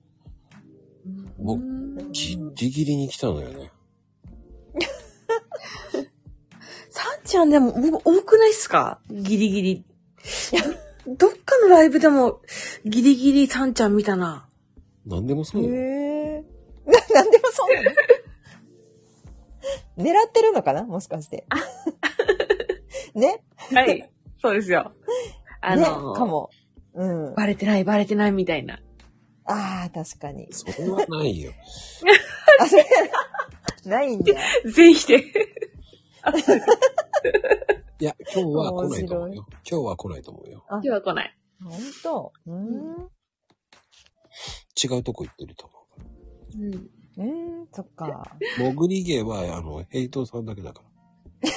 う。もう、ギリギリに来たのよね。さんちゃんでも僕多くないっすかギリギリ。どっかのライブでもギリギリさんちゃん見たな。何でもそうよ。え ー。な、なんでもそうなの狙ってるのかなもしかして。ねはい。そうです よ。あのねかも。うん。バレてない、バレてないみたいな。ああ、確かに。それはないよ。あ、それ、ないんだ。全否定。 いや、今日は来ないと思うよ。今日は来ないと思うよ。今日は来ない。ほんと。うーん。違うとこ行ってると思うん。えー、そっか。う。潜り芸は、あの、ヘイトさんだけだから。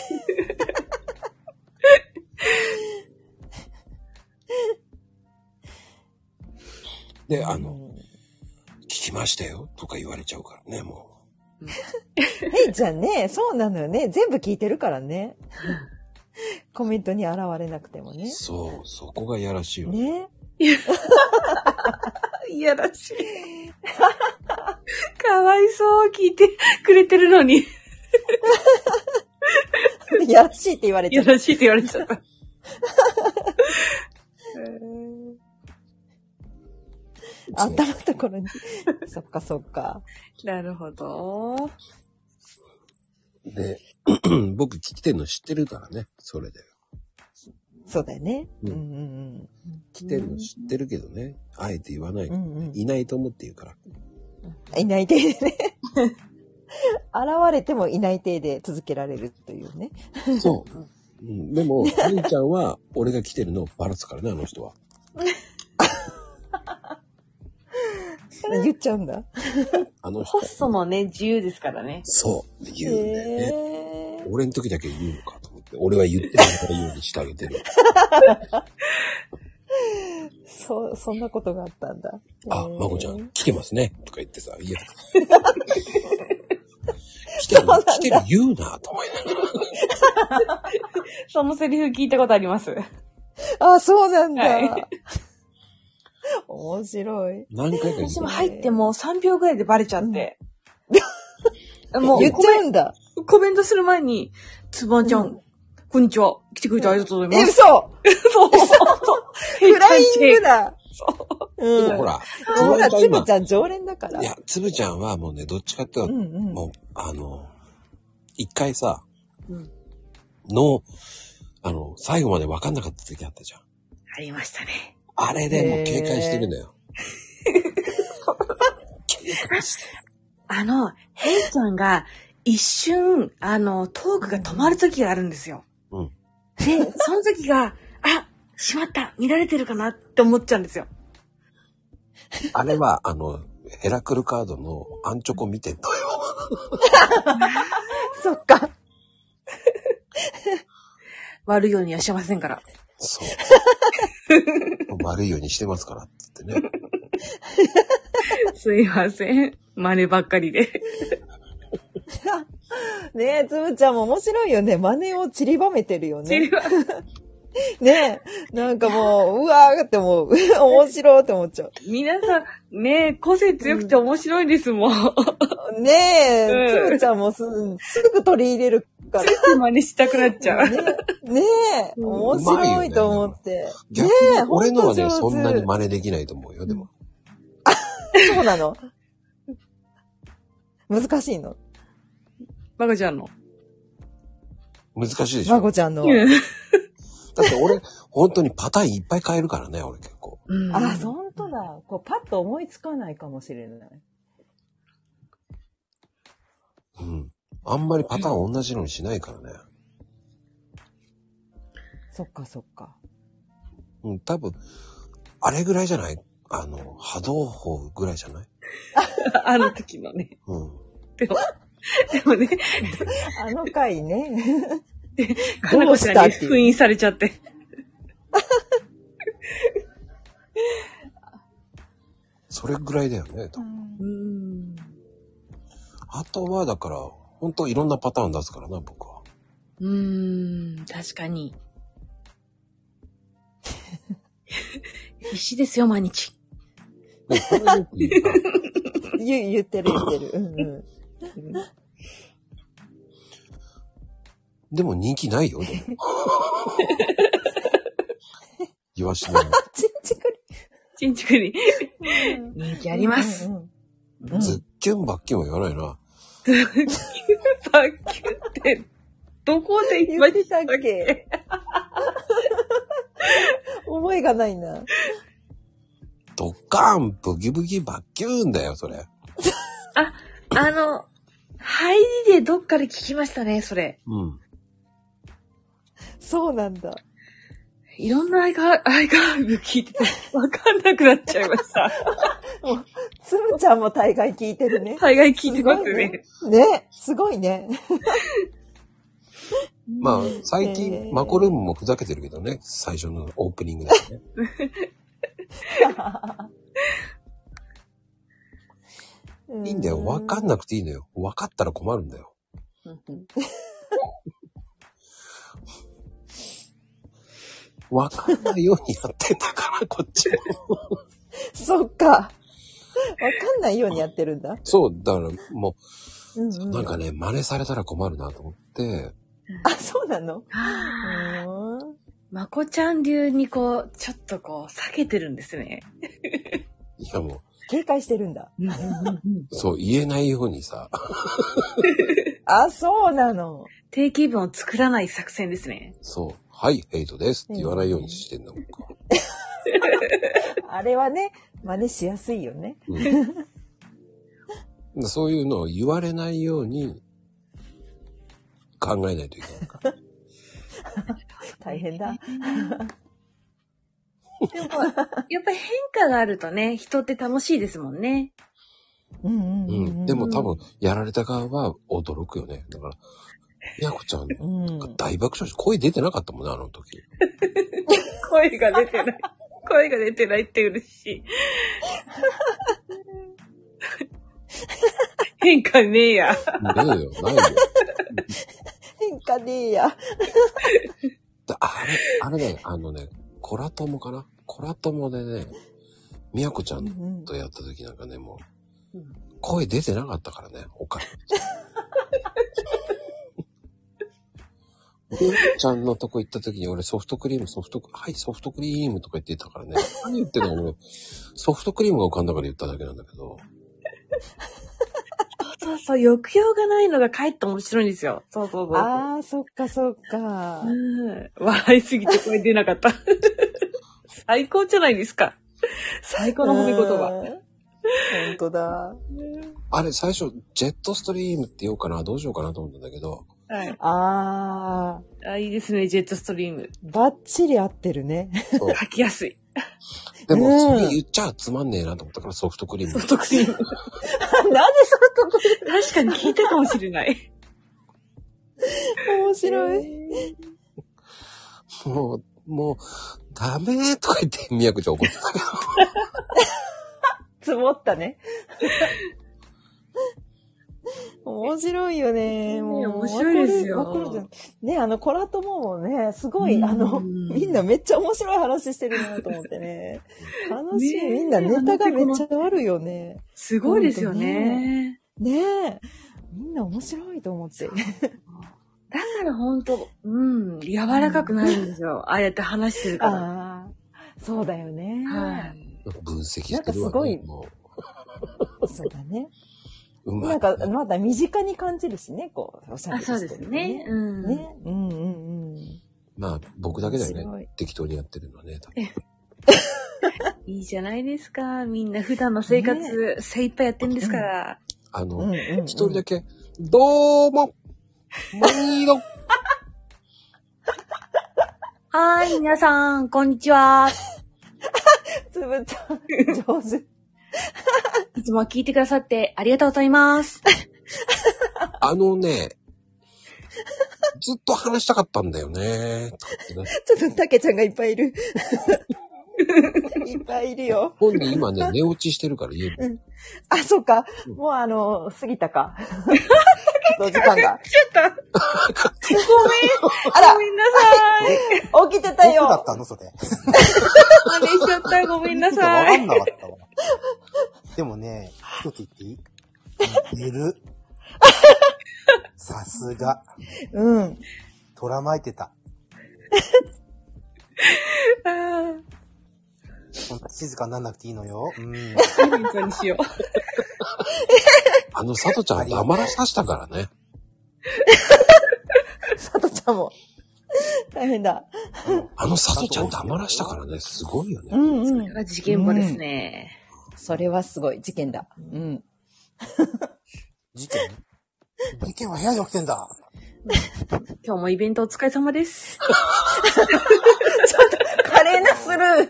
で、あの、聞きましたよとか言われちゃうからね、もヘイちゃんね、そうなのよね。全部聞いてるからね。コメントに現れなくてもう。ね。そう、そこがやらしいよね。ね。いやらしい。かわいそう、聞いてくれてるのに。いやらしいって言われちゃった。いやらしいって言われちゃった。頭のところに。そっかそっか。なるほど。で、 僕聞いてるの知ってるからね、それで。そうだよね。うんうんうん。来てるの知ってるけどね、あえて言わない、うんうんいないと思って言うから。いない手でね。現れてもいない手で続けられるというね。そう。うん、でも、りんちゃんは、俺が来てるのをバラすからね、あの人は。言っちゃうんだ。あの人ホストもね、自由ですからね。そう。言うんだよね。俺の時だけ言うのかと思って、俺は言ってないから言うようにしてあげて る。そ、そんなことがあったんだ。あ、まこちゃん、来てますね。とか言ってさ、いや、来てそるうなん、だ来てる言うな、と思いながら。そのセリフ聞いたことあります。あ、そうなんだ。はい面白い。何回か言私も入ってもう3秒ぐらいでバレちゃって。もう言っちゃうんだ。コメントする前に、つばんちゃん、こんにちは。来てくれてありがとうございます。え、嘘そうフライングだ。そう。うん。ほら、ほら、つぶちゃつんぶ今ちゃん常連だから。いや、つぶちゃんはもうね、どっちかっていうと、もう、あの、一回さ、うんの、あの、最後まで分かんなかった時あったじゃん。ありましたね。あれでもう警戒してるのよ。あの、ヘイちゃんが、一瞬、あの、トークが止まる時があるんですよ。うん。で、その時が、あ、しまった見られてるかなって思っちゃうんですよ。あれは、あの、ヘラクルカードのアンチョコ見てんのよ。そっか。悪いようにはしてませんから。 悪いようにしてますから、ってね。すいません。真似ばっかりで。ねえ、つぶちゃんも面白いよね。真似を散りばめてるよね。散りば ねえ、なんかもう、うわーってもう、 面白いって思っちゃう。皆さん、ねえ、個性強くて面白いですもん。ねえ、うんつぶちゃんもすすぐ取り入れるから。真似したくなっちゃう。ねねえ、面白いと思って。逆にねえ俺のはね、ほそんと上手んなに真似できないと思うよ、でも。そうなの難しいのまこちゃんの。難しいでしょ。まこちゃんの。だって俺、本当にパターンいっぱい変えるからね、俺結構。あ、本当だ。こう、パッと思いつかないかもしれない。うん。あんまりパターン同じのにしないからね。そっかそっか。うん、多分、あれぐらいじゃないあの、波動砲ぐらいじゃないあの時のね。うん。でも、でもね、あの回ね。 かなこちゃんに封印されちゃって。それぐらいだよね。多分あとは、だから、本当いろんなパターン出すからな、僕は。うーん、確 かに。必死ですよ、毎日。言言ってる言ってる。うんうんでも人気ないよ、でも。言わしてもらうちんちくり。ちんちくり。人気あります。ズッキュンバッキュンは言わないな。バッキュって、どこで言ってたっ け覚えがないな。ドカーン、ブギブギバッキューンだよ、それ。あの、入りでどっかで聞きましたね、それ。うん。そうなんだ。いろんなアイガーブ聞いてて、わかんなくなっちゃいま した。つむちゃんも大概聞いてるね。大概聞いてますねすごいね。ね、すごいね。まあ、最近、マコルームもふざけてるけどね、最初のオープニングだよね。いいんだよ、わかんなくていいのよ。わかったら困るんだよ。わかんないようにやってたから、こっちも。そっか。わかんないようにやってるんだ。そう、だからもうんう、なんかね、真似されたら困るなと思って、あ、そうなのまこちゃん流にこう、ちょっとこう、避けてるんですね。いやも警戒してるんだ。う、そう、言えないようにさ、あ、そうなの。定期文を作らない作戦ですね。そう、はい、ヘイトですって言わないようにしてんだもん。あれはね、真似しやすいよね。そういうのを言われないように考えないといけない。大変だ。でも、やっぱり変化があるとね、人って楽しいですもんね。うんうんでも多分、やられた側は驚くよね。だから、みやこちゃん、大爆笑し、声出てなかったもんね、あの時。声が出てない。声が出てないって嬉しい。変化ねえや。ねえよ、ないよ。変化ねえや。あれ、あれね、あのね、コラ友かなコラ友でね、みやこちゃんとやった時なんかね、もう、声出てなかったからね、お かしい。みやこちゃんのとこ行った時に俺ソフトクリーム、ソフトク、はい、ソフトクリームとか言ってたからね、何言ってるか俺、ソフトクリームが浮かんだから言っただけなんだけど、そうそう、抑揚がないのがかえって面白いんですよ。そうそうそう。ああ、そっかそっか。うん 笑いすぎて声出なかった。 最高じゃないですか。最高の褒め言葉。本当だ。あれ最初、ジェットストリームって言おうかな、どうしようかなと思ったんだけど、はい、ああ、いいですね、ジェットストリーム。バッチリ合ってるね。 書きやすい。でうんも、それ言っちゃつまんねえなと思ったからソフトクリーム。ソフトクリーム。なんでそのとこ確かに聞いたかもしれない。面白い。もう、もう、ダメーとか言って、みやこちゃん怒ってたけど。積もったね。 面白いよね。もう、面白いですよわかるわかるじゃんね、あの、コラとももね、すごい、あの、みんなめっちゃ面白い話してるなと思っ てね。楽しい。ねえみんなネタがめっちゃあるよね。すごいですよね。ねえ。みんな面白いと思って。だからほんと、うん、柔らかくなるんですよ。ああやって話してるから。ああ、そうだよね。はい。分析してなんかするわ、ね。ごいもそうだね。う、うまないん。か、まだ身近に感じるしね、こう、おしゃべりしてる、あそうですねうんね。うんうんうん。まあ、僕だけだよすごいね。適当にやってるのはね。多分いいじゃないですか。みんな普段の生活、精一杯やってんですから。あの、うんうんうん一人だけ、どうも、毎度、はーい、皆さん、こんにちは。つつぶちゃん、上手。いつも聞いてくださってありがとうございます。あのね、ずっと話したかったんだよね。ちょっと、たけちゃんがいっぱいいる。いっぱいいるよ。本人今 ね、寝落ちしてるから家うで。ん。あ、そうか。もうあの、過ぎたか。お時間が。ちょっと。ごめん。あら。ごめんなさい。起きてたよ。だったのそれ。真似しちゃった。ごめんなちょっとわかんなかったわ。でもね、一つ言っていい寝る。さすが。うん。とらまえてた。そんな静かになんなくていいのよ。うん。静かにしよう。あの、さとちゃん黙らさしたからね。さとちゃんも。大変だ。あの、さとちゃん黙らしたからね、すごいよね。うんうん。それ事件簿ですね。それはすごい事件だ。うん。事件事件は部屋で起きてんだ。今日もイベントお疲れ様です。華麗なスルー。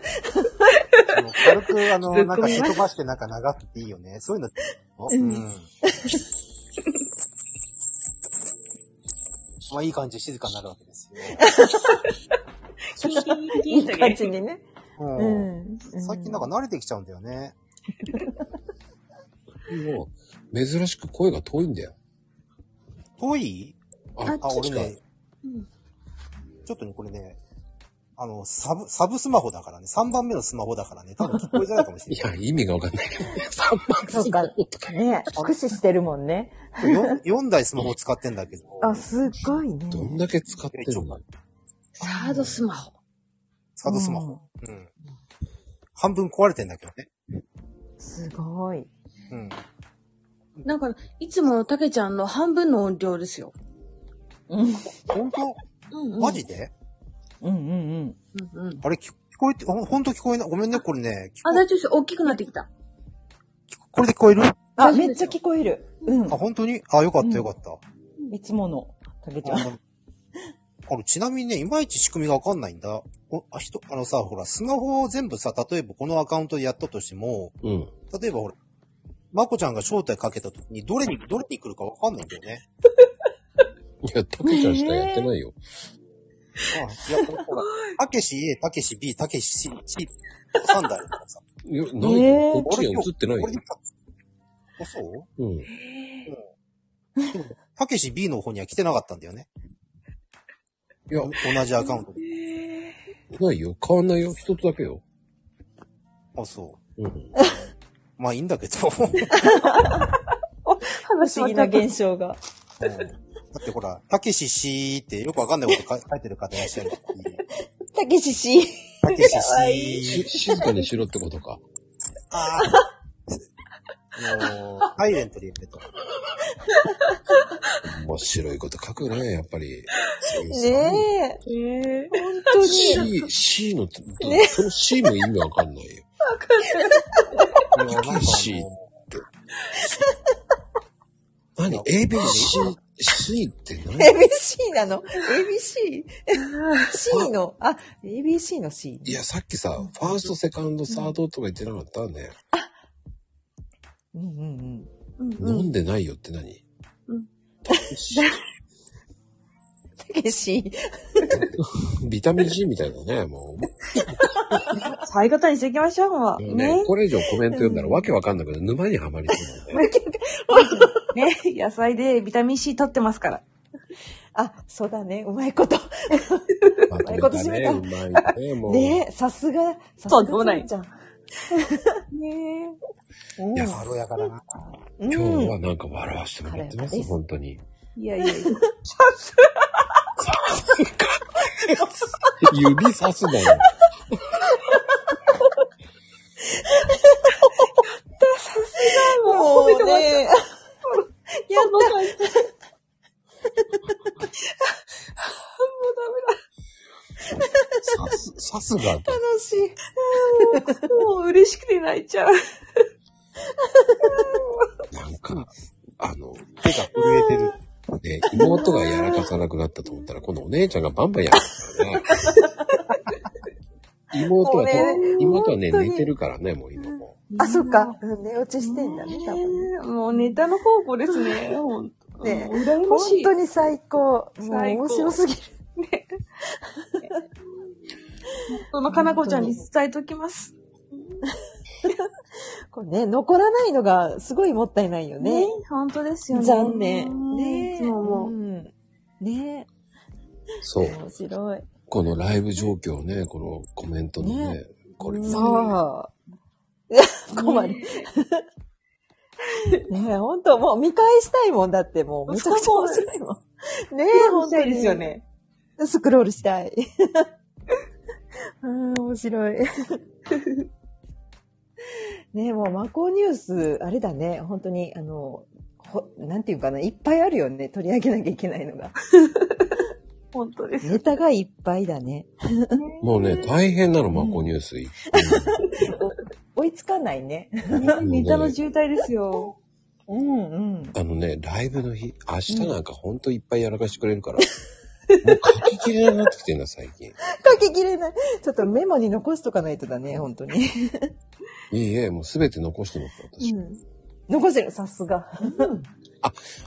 軽く、あの、ぶっ込みなんか蹴ます飛ばしてなんか流すっていいよね。そういうの。うんうん。まあ、いい感じで静かになるわけですよ。いい感じにね。うん。最近なんか慣れてきちゃうんだよね。もう、珍しく声が遠いんだよ。遠いああ、俺ね、ちょっとね、これね、あの、サブ、サブスマホだからね、3番目のスマホだからね、多分聞こえづらいかもしれない。いや、意味がわかんない。そうか。ね駆使してるもんね。 4, 台スマホ使ってんだけど。あ、すっごいね。どんだけ使ってるのサードスマホ。サードスマホ。うん。半分壊れてんだけどね。すごい。うん。なんか、いつものたけちゃんの半分の音量ですよ。うん。本当うん、マジでうんうんうんうん。あれ、聞聞こえて、ほんほんと聞こえない。ごめんね、これね。あ、大丈夫です。大きくなってきた。これで聞こえるあ、めっちゃ聞こえる。うん。あ、本当にあ、よかったよかった。いつもの、食べちゃう。あの、ちなみにね、いまいち仕組みがわかんないんだ。おあ、人、あのさ、ほら、スマホを全部さ、例えばこのアカウントでやったとしても、うん。例えばほら、まこちゃんが招待かけた時に、どれに、どれに来るかわかんないんだよ ね。いや、たけちゃんしかやってないよ。あ、いや、ほら、ほらたけし A、たけし B、たけし C、3台だからさ。いや、ないよ。こっちには映ってないよ俺。今日あ、そううん。たけし B の方には来てなかったんだよね。いや、同じアカウントで。ないよ。変わんないよ。一つだけよ。。あ、そううん。まあいい んだけど。不思議な現象が。だってほら、たけし C ってよくわかんないこと書いてる方いらっしゃる。たけしし。たけし C。し静かにしろってことか。もう、サイレントで言ってた。面白いこと書くね、やっぱり。ねえ。ねえ。本 C、C の、その C も意味わかんないよ。わかんない。たけしって。何 ?ABC、C って何 ABC なの ?ABC? C の、あ、ABC の C。いや、さっきさ、ファースト、セカンド、サードとか言ってなかったね。うんうんうん。飲んでないよって何たけし。 ビタミン C みたいだね、も最後とにしていきましょう、もう。う。もうねね。これ以上コメント読んだらわけわかんなくて、沼にはまりそうなんだよ。ね、野菜でビタミン C 取ってますから。あ、そうだね。うまいこと。まうまいこと締めた。うまいね、もう。ねえ、さすが、さすとがんでもないちゃん。ねえ。うんいや軽やかだな。うん今日はなんか笑わせてもらってます、本当に。いやいやいや。指さすなよ。さすがもう褒めてもらっちゃった。やった。もうダメだ。さす、さすが。楽しい。もうもう嬉しくて泣いちゃう。なんか、あの、手が震えてる。ね、妹がやらかさなくなったと思ったら、今度お姉ちゃんがバンバンやるからね。妹はとこれ、妹はね、本当に寝てるからね、もう今も。あ、そっか。うん寝落ちしてんだね、多分ね。もうネタの宝庫ですね。ほんとねもう羨ま本しい当に最高。もう最高面白すぎる。そのかなこちゃんに伝えときます。これね、残らないのがすごいもったいないよね。ね本当ですよね。残念。ねいつももう。うんねそう。面白い。このライブ状況ね、このコメントのね、これ。そう。いや、困る。 ねえ、ほんと、もう見返したいもんだって、もうめちゃくちゃ面白いもん。ねえ、ほんとに。ですよね。スクロールしたい。あー 面白い。 ねえ、もうマコニュース、あれだね、本当に、あの、ほなんていうかな、いっぱいあるよね、取り上げなきゃいけないの が。。本当ですネタがいっぱいだね。もうね、大変なの、マコニュース。追いつかないね。ネタの渋滞ですよ。うんうん。あのね、ライブの日、明日なんかほんといっぱいやらかしてくれるから、もう書ききれなくなってきてんだ、最 近。書ききれない。ちょっとメモに残しとかないとだね、本当に。いいえ、もうすべて残してもらった。うん、残せる、さすが。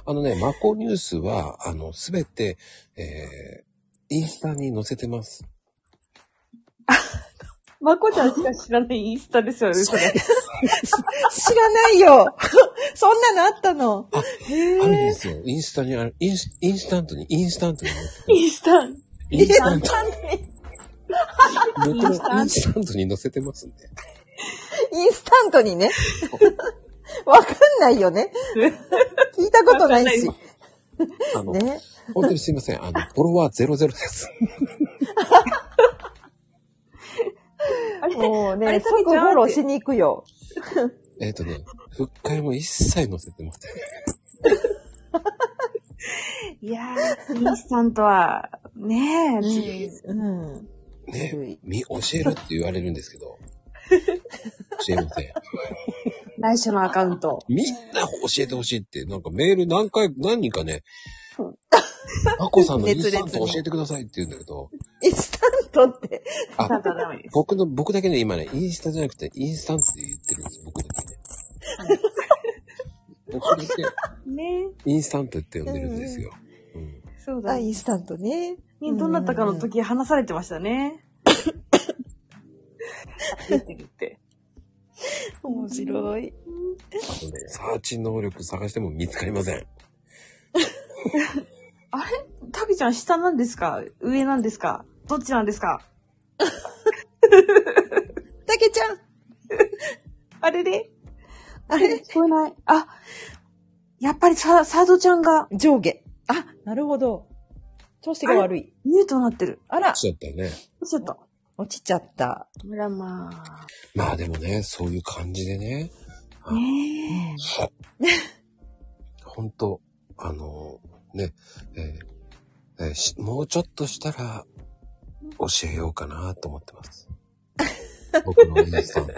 あのね、マコニュースは、あの、すべて、えー、インスタに載せてます。まこちゃんしか知らないインスタですよね、そ れ。知らないよそんなのあったのあるんですよ。インスタにある、インスインスタントに、インスタント に。インスタンインスタントに。イ僕ンスタントもインスタントに載せてますんで。インスタントにね。わかんないよね。聞いたことないし。あの、ね。本当にすいませ ん。あの、フォロワー00です。もうあね、れ即フォローしに行くよ。 えっ、とね、復会も一切載せてません。いやー、インスタントは、ねえ、うん。ね、み、教えるって言われるんですけど、教えません。内緒のアカウント。みんな教えてほしいって、なんかメール何回、何人かね、マコさんのインスタント教えてくださいって言うんだけど、インスタントって。あ、僕の、僕だけね、今ね、インスタじゃなくて、インスタントって言ってるんです、僕だけね。僕だねけ、インスタントって呼んでるんですよ。そうだ。インスタントね。ね、どなたかの時話されてましたね。面白い。あのね、サーチ能力探しても見つかりません。あれタケちゃん下なんですか上なんですかどっちなんですかタケちゃん あれれあれ聞こえない。あ、やっぱりササードちゃんが。上下。あ、なるほど。調子が悪い。ミュートになってる。あら。ちょっとね。落ちちゃった。落ちちゃった。あらまあ。まあでもね、そういう感じでね、ねほんと、あのね、えーえーしもうちょっとしたら、教えようかなと思ってます。僕のインスタント。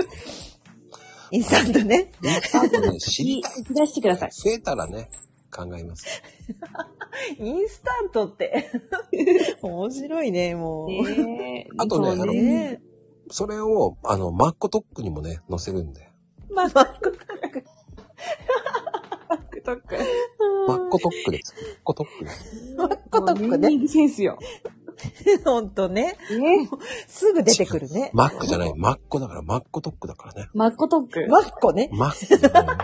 インスタントね。 インスタントね、知りたい。出してください。増えたらね、考えます。インスタントって。面白いね、もう。あとね、あの、それを、あの、マッコトックにもね、載せるんで。マックトック。マックトック。マッコトックです。マッコトックです。マッコトックね。センスよ。ほんとね。すぐ出てくるね。マックじゃない、マッコだから、マッコトックだからね。マッコトック。マッコね。マックじゃない。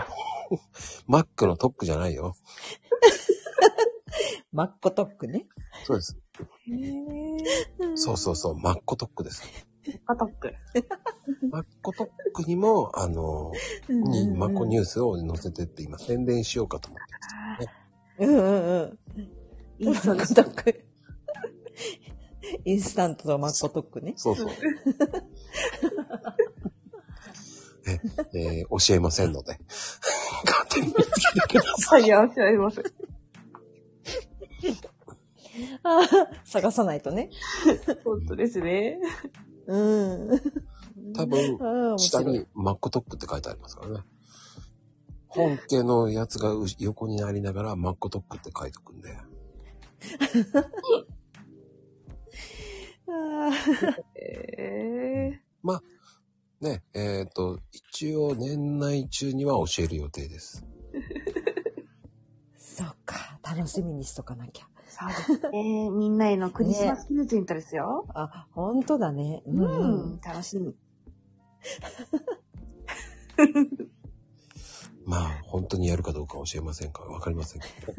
マックのトックじゃないよ。マッコトックね。そうです。そうそうそう、マッコトックです。マッコトック。マッコトックにも、あの、うんうんうんにマコニュースを載せてって今宣伝しようかと思って。うんうんうん。 マッコトック。インスタントとマッコトックね。そうそう。 えー教えませんの で。勝手に見つけてください。いや、教えます。あー探さないとね。本当ですね。うん。多分、下にマッコトックって書いてありますからね。本家のやつがう横にありながらマッコトックって書いておくんで。あーえまあ、ね、えっ、と、一応年内中には教える予定です。そっか、楽しみにしとかなきゃ。えー、みんなへのクリスマスプレゼントですよ。あ、本当だね。、うん楽しみ。まあ、本当にやるかどうか教えませんかわかりませんけど。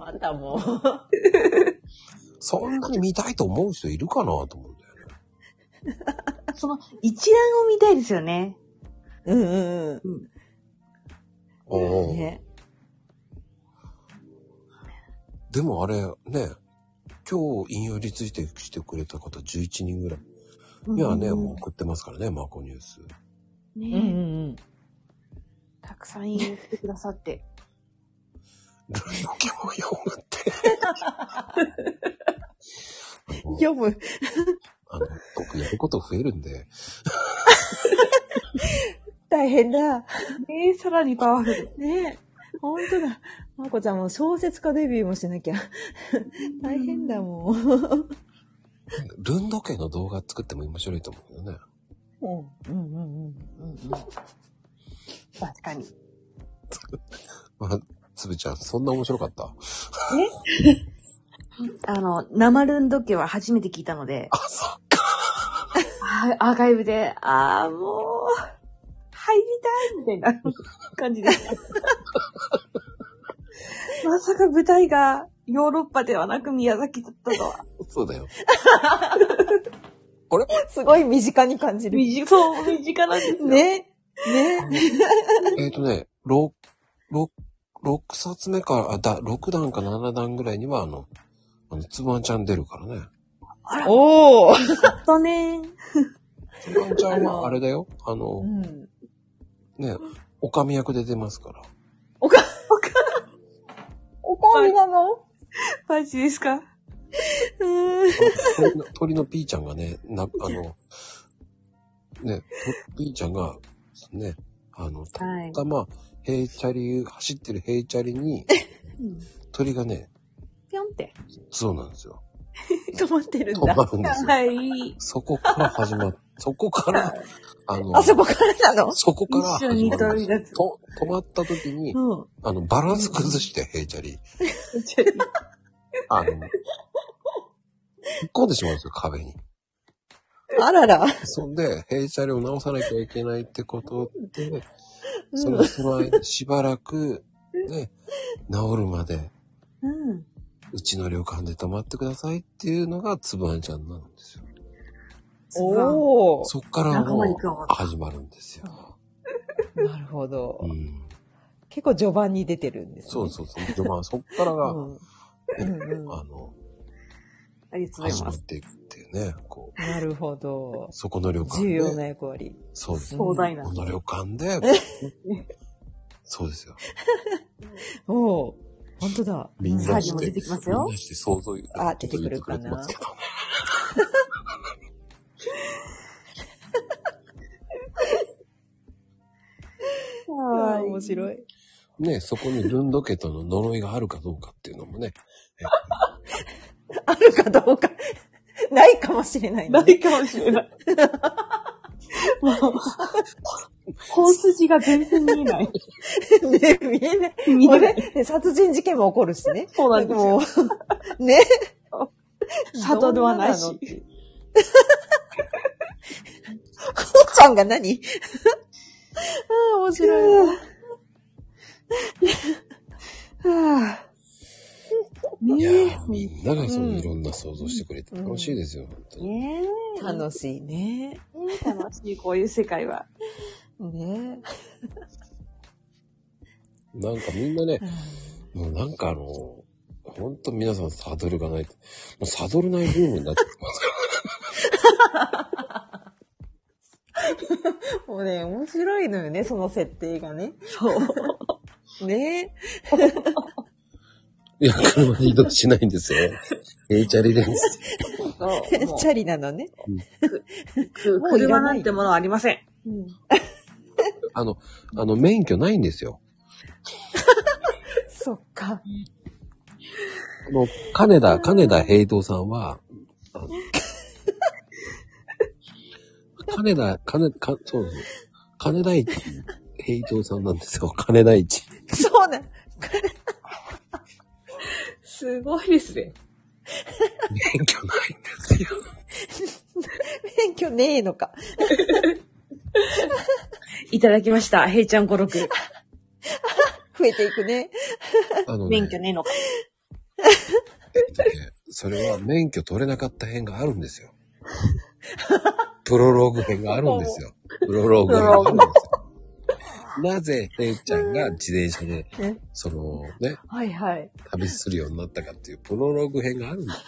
またもう。そんなに見たいと思う人いるかなと思うんだよね。その一覧を見たいですよね。うんうんうん。おお、ね。でもあれ、ね、今日引用リツイートしてくれた方11人ぐらい。にはね、もう送ってますからね、マコニュース。ねうんうんうん。たくさん言ってくださって。 読む。あの、僕やること増えるんで、大変だ。えー、さらにパワフル。ねえ。本当だ。まこちゃんも小説家デビューもしなきゃ。大変だもん。ルンド系の動画作っても面白いと思うけどね。うんうんうんうんうん。確かに。まあ、つぶちゃん、そんな面白かったねあの、生ルンド家は初めて聞いたので。あ、そっか。アーカイブで、ああ、もう、入りたいみたいな感じでした。まさか舞台がヨーロッパではなく宮崎だったとは。そうだよ。すごい身近に感じる。そう、身近なんですよ。ね。ね。えっとね、6、6、6冊目から、あ、だ、6段か7段ぐらいには、あの、あの、つぶあんちゃん出るからね。あら。おお。だね。つぶあんちゃんはあれだよ。あの、うん。ね、おかみ役で出ますから。おかみなのマジですか鳥の鳥のピーちゃんがね、な、あの、ね、ピーちゃんが、ね、あの、たまたま、ヘイチャリ、走ってるヘイチャリに、鳥がね、ぴょんって。そうなんですよ。 止まってるんだ。止まるんですよはい。そこから始まっ、そこから、あの、あそこからなのそこから始まるんですよ一緒に飛び立つと、止まった時に、うんあの、バランス崩して、ヘイチャ リ。あの、突っ込んでしまうんですよ、壁に。あらら。そんで、ヘイチャリを直さなきゃいけないってことで、うんそのその間、しばらく、ね、治るまで、うん。うちの旅館で泊まってくださいっていうのが、つぶあんちゃんなんですよ。おお。そっから仲も間行くう、始まるんですよ。なるほど。結構序盤に出てるんですね。そうそうそう。序盤、そっからが、ねあの、ありがとうござ始いままっす。ていくっていうね、こう、なるほど。そこの旅館重で要な役割。そうです。壮大なこの旅館 で、そうですよ。おお。本当だ。みんなして、も出てきますよみんなして想像力あ、出てくるかちょっと言ってくれてますなけ。どあー面白い。ね、そこにルンド家との呪いがあるかどうかっていうのもね、あるかどうか。ないかもしれない、ないかもしれない。本筋が全然見えない。 ね、見えない。見えないこれね殺人事件も起こるしね。そうなんですよ。ね。里ではないしどんのっていう。こうちゃんが何ああ、面白い。はぁ。ねえ。みんながそのいろんな想像してくれて楽しいですよ。ねえ。楽しいね。楽しい、こういう世界は。ねなんかみんなね、もうなんかあの、ほんと皆さんサドルがないと、もうサドルないブームになってきますもうね、面白いのよね、その設定がね。そう。ね いや、車で移動しないんですよ。えいチャリです。え。チャリなのね。もうい車らなないんてものはありません。あの、あの、免許ないんですよ。そっあか。の、金田、金田平等さんは、あの金田、金、か、そうですね。金田一、平等さんなんですよ。金田一。そうだ。すごいですね。免許ないんですよ。免許ねえのか。いただきました。へいちゃん語録。増えていくね。あのね免許ねえのか。それは免許取れなかった編があるんですよ。プロローグ編があるんですよ。プロローグ編があるんですよ。なぜ、れいちゃんが自転車で、そのね、はいはい。旅するようになったかっていうプロローグ編があるんです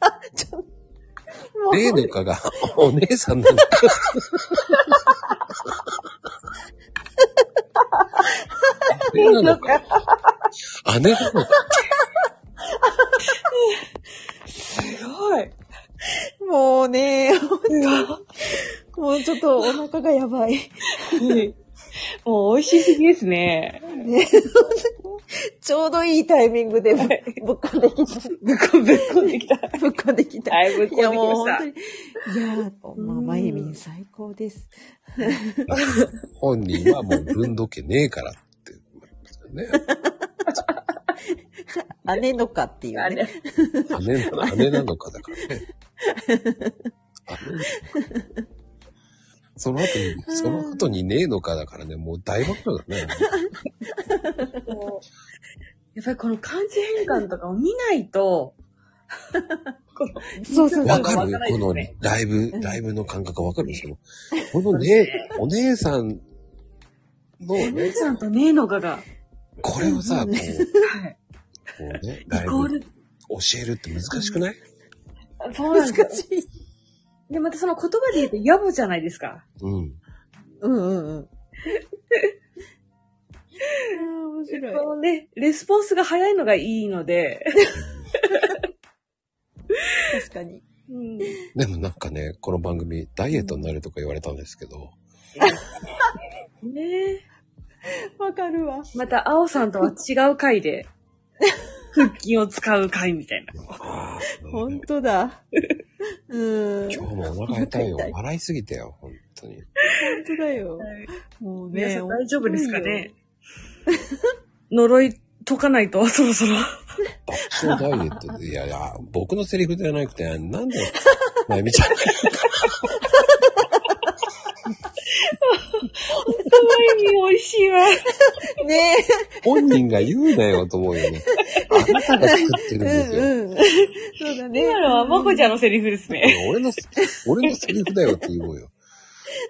あ、ちょ、もう例のかが、お姉さんなのか。姉なのか。姉なのか。すごい。もうね、本当もうちょっとお腹がやばい。もう美味しすぎですね。ね、ちょうどいいタイミングでぶぶっこんで きた。ぶっこ、ぶっこんできた。ぶっこんできた。はい、ぶっこんできましたいや、もう本当にいやー、まあ、まゆみん最高です。本人はもう分度けねえから。姉のかっていうね。姉な姉なのかだからね。その後に、その後にねえのかだからね、もう大爆笑だね。もうやっぱりこの漢字変換とかを見ないと、そうそうそうわかわるからないこですのねライブ、ライブの感覚わかるその、このね、お姉さんのおね姉、さんとねえのかが。これをさ、こう、はい。こうね、ライブ、教えるって難しくないそうなんです難しい。で、またその言葉で言うと野暮じゃないですか。うん。うんうんうん。面白い。このね、レスポンスが早いのがいいので。確かに。うん。でもなんかね、この番組、ダイエットになるとか言われたんですけど、ねわかるわ。また、青さんとは違う回で、腹筋を使う回みたい な。本当だ。うん。今日もお腹痛 いよ。笑いすぎたよ、本当に。本当だよ。もう皆ね、さん大丈夫ですかね呪い解かないと、 そろそろ。爆笑ダイエット で、いやいや、僕のセリフじゃなくて、なんで、まゆみちゃん。可愛い美味しいわ。ね本人が言うなよと思うよね。あなたが作ってるんですよ。うんうん。そうだね。今のは、まこちゃんのセリフですね。俺の、俺のセリフだよって言おうよ。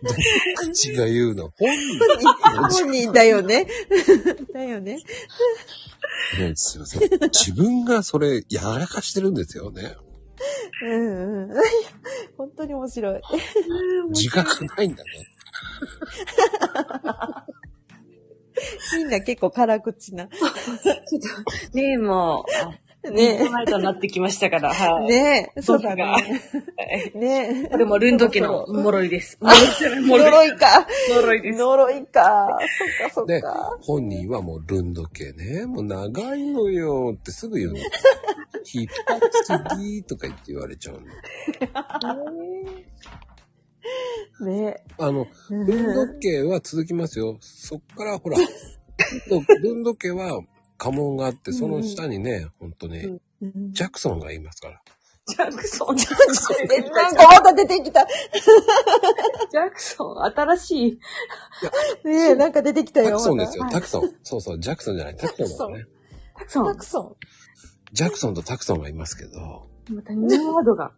どの口が言うの。本 人本人だよね。だよね。ねすいません。自分がそれ、やらかしてるんですよね。うんうん。本当に面白い。自覚ないんだね。みんな結構辛口な。ねえ、もう、ねねええ。ナイトになってきましたから、はい。ねえ、そうだね。ねえ。これもルンド家 の呪いです。呪いか。呪いです。呪いか。そっかそっでか。、本人はもうルンド系ね、もう長いのよってすぐ言う の。引っ張りすぎとか言って言われちゃうの。ねあの、うんルンド系は続きますよ。そっから ほら、ルンドルンド系は家紋があって、その下にね、ほんとね、ジャクソンがいますから。ジャクソン、ジャクソン。なんかまた出てきた。ジャクソン、新しい。ねえ、なんか出てきたジよ。ャクソンですよ、まジたャクソン。そうそう、ジャクソンじゃない、タクソンだよね。タクソン。タクソジャクソンとタクソンがいますけど、ン。またニューワードが。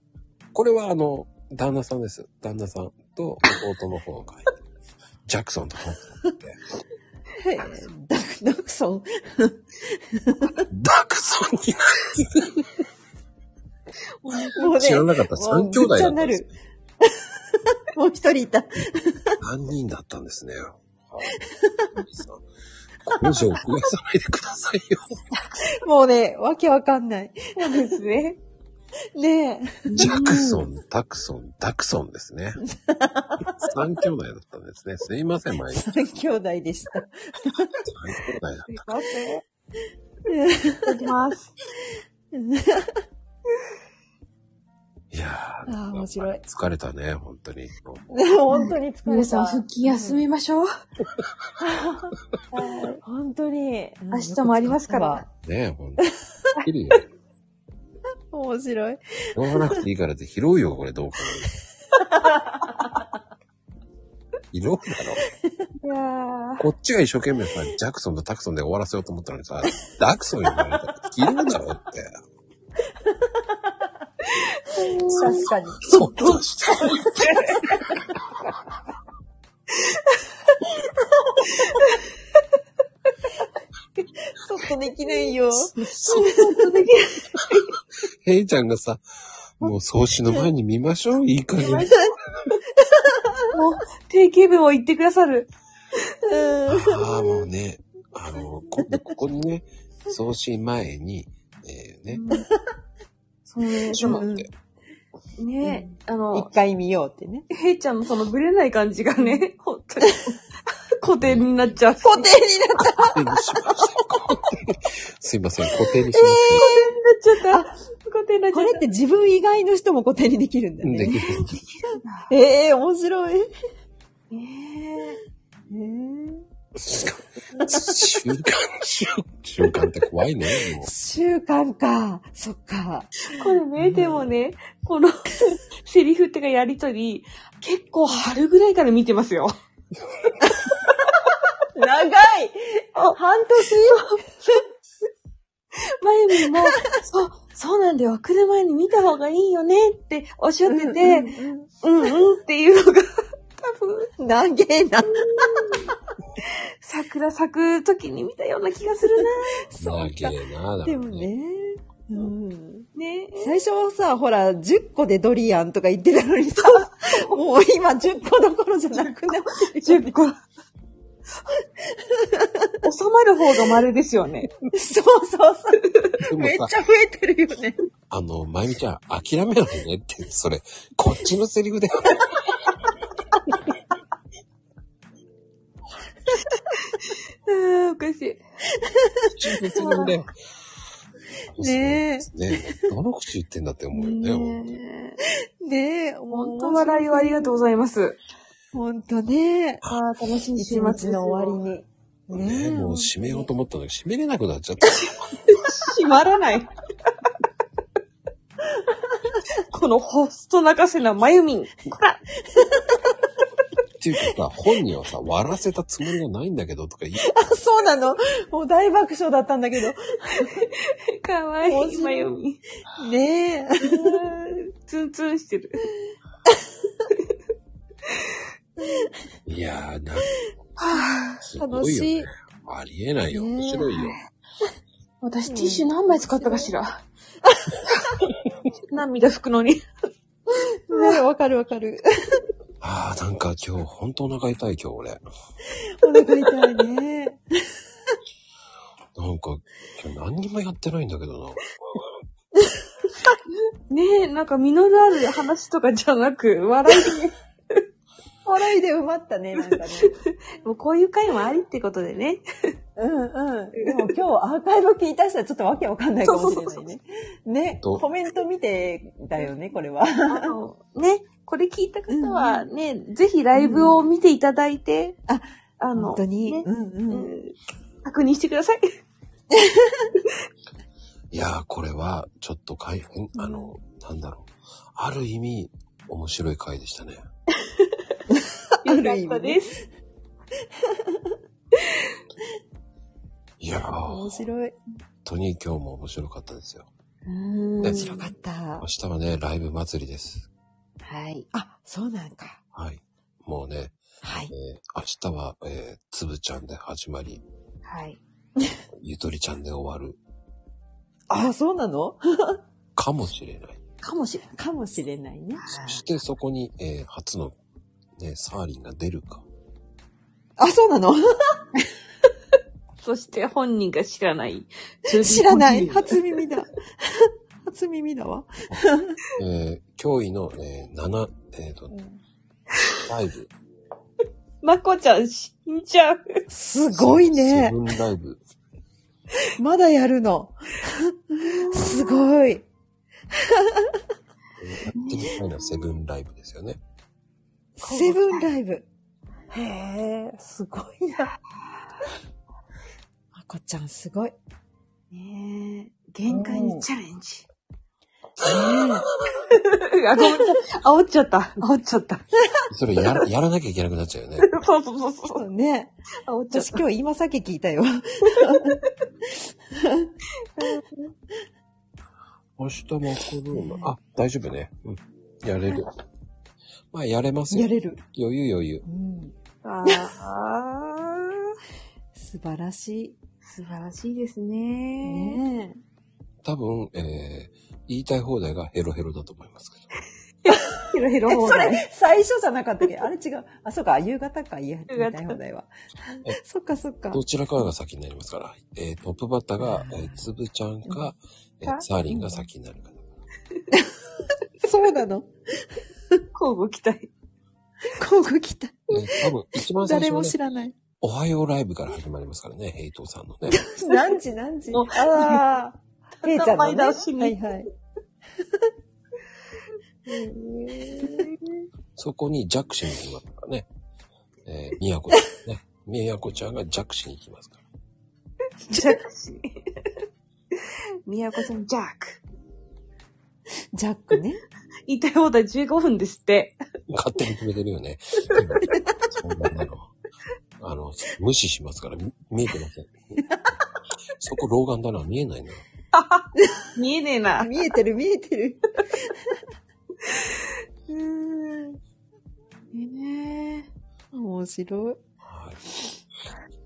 これはあの、旦那さんです。旦那さんと弟の方がいて。ジャクソンとタクソン。ン。ダクダクソン。ダクソンにもうね知らなかった三兄弟だったんでもうぐっちゃになるもう一人いた。何人だったんですね。これ以上増やさないでくださいよ。もうね、わけわかんない。そうですね。ねえ。ジャクソン、タクソン、ダクソンですね。三兄弟だったんですね。すいません、前に。三三兄弟でした。兄弟だ。すいません。いただきます。いやああ、面白い。ー、疲れたね、本当に。本当に疲れた。皆さん、復帰休みましょう。本当に。明日もありますから。ねえ、ほんと。切るよ。 面白い。しょうがなくていいからって拾うよ、これ、どうかな。拾うだろ。いやーこっちが一生懸命さ、ジャクソンとタクソンで終わらせようと思ったのにさ、ダクソンに言われたら、拾うだろって。確かに。そうそうしておいて。そっとできないよ。そっとできない。ヘイちゃんがさ、もう創始の前に見ましょう、いい加減。もう、定型文を言ってくださる。ああ、もうね、あの、今度ここにね、送信前に、えー、ね、そうね、でも、ねあの、一回見ようってね。ヘイちゃんのそのブレない感じがね、本当に、 固定になっちゃう。固定になっちゃう。固定にしました。すいません、固定にします。固定になっちゃった。固 定になっちゃった。これって自分以外の人も固定にできるんだよね。できる。ええ面白い。えええー習慣、習習慣って怖いね、もう。習慣か。そっか。これね、でもね、このセリフってかやりとり、結構春ぐらいから見てますよ。長いあ半年前に も、そう、そうなんだよ。来る前に見た方がいいよねっておっしゃってて、うんうんっていうのが、多分、長えな。桜咲く時に見たような気がするな。なげえな、だかでらもね。うん、ね最初はさ、ほら、10個でドリアンとか言ってたのにさ、もう今10個どころじゃなくなって10個。収まる方が丸ですよね。そうそうでそう。もさめっちゃ増えてるよ ね。あの、まゆみちゃん、諦めないでねって、それ、こっちのセリフだよ。ああ、おかしい。セリフだよ。ねねどの口言ってんだって思うよね。え。ねえ、本当笑いをありがとうございます。本当ね。ああ、楽しみ一日の終わりに。ねえもう締めようと思ったんだけど、締めれなくなっちゃった。閉まらない。 このホスト泣かせなまゆみん。こらっていうかさ、本人はさ、笑わせたつもりがないんだけどとか言いあ、そうなのもう大爆笑だったんだけど。かわい面い、白まいゆみ。ねえ。ツンツンしてる。いやー、なんすご楽いよ、しいね。。ありえないよ。面白いよ。私、ティッシュ何枚使ったかし ら。涙拭くのに。ねわかるわかる。ああ、なんか今日、ほんとお腹痛い今日俺。なんかお腹痛いね。今日何にもやってないんだけどな。ねえ、なんか実のある話とかじゃなく、笑いで。笑いで埋まったね、なんかね。 もうこういう回もありってことでね。うんうん。でも今日アーカイブ聞いた人はちょっとわけわかんないかもしれないね。ね、そうコメント見てだよね、これは。あの、ね、これ聞いた方はね、ぜひライブを見ていただいて、あ、あの、本当に。ねうんうん。確認してくだ さい。いやー、これは、ちょっと大変、あの、なんだろう。ある意味、面白い回でしたね。ある意よかった味、ね。です。いやー、本面白い。当に今日も面白かったですよ。うん。ね面白かった明。日はね、ライブ祭りです。はい。あ、そうなんか。はい。もうね、はい。えー明日は、えーつぶちゃんで始まり、はい。ゆとりちゃんで終わるあ、そうなのかもしれない。かもしれない。かもしれないね。そしてそこに、えー初の、ね、サーリンが出るか。あ、そうなのそして本人が知らない。知らない。初耳だ。初耳だわ。えー驚異の、えー、7、えっ、と、ライブ。まこちゃん死んじゃう。 すごいねセ。ブンライブ。まだやるの。すごい。 2回のセブンライブですよね。セブンライブ。へえ、すごいな。まこちゃんすごい。ねえ、限界にチャレンジ。あ、ごめんなさい。煽っちゃった。煽っちゃった。それ やらやらなきゃいけなくなっちゃうよね。そうそうそうそう。ね。私今日今さっき聞いたよ。明日も来るの。あ、大丈夫ね。うん。やれる。まあ、やれますよ。やれる。余裕余裕。あ素晴らしい。素晴らしいですね。ね多分、えー、言いたい放題がヘロヘロだと思いますけど。ヘロヘロ放題それ、最初じゃなかったっけあれ違う。あ、そうか、夕方か、言いたい放題は。そっかそっか。どちらかが先になりますから。えー、トップバッターが、えー、つぶちゃんか、えー、サーリンが先になるかそうなの交互期待。交互期待。ら。ね、多分、一番最誰初はもね、知らない。おはようライブから始まりますからね、ヘイトさんのね。何時何時だんだんああ。ペイちゃんの、ね。前倒しにはいはい。そこにジャックしに行きますからね。えー、みやこちゃんね。 みやこちゃんがジャックしに行きますから。ジャックし。みやこさん、ジャック。ジャックね。言いたい放題15分ですって。勝手に決めてるよね。 そんなの。あの、無視しますから、み見えてません。 そこ老眼だな、見えないな。見えねえな。見えてる見えてる。うーん。ねえ。面白い。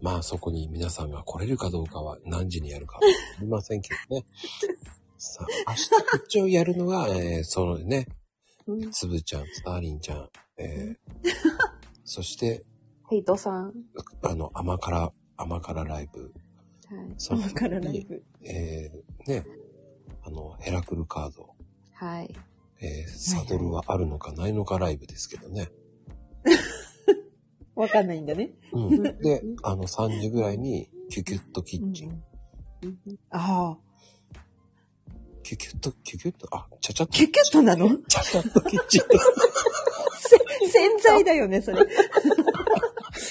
まあそこに皆さんが来れるかどうかは何時にやるかは言いませんけどね。 さあ、明日一応やるのが、えー、そのね、つぶちゃん、スターリンちゃん、えー、そして、ヘイトさん。はあの、甘辛、甘辛ライブ、い。そう甘辛ライブ。えー、ね、あの、ヘラクルカード、はい。えー、サドルはあるのかないのかライブですけどね。わかんないんだね。うん。で、あの、3時ぐらいに、キュキュッとキッチン。ああ。キュキュッと、キュキュッと、あ、ちゃちゃっと。キュキュッとな のちゃちゃっとキッチン。せ洗剤だよね、そ れ。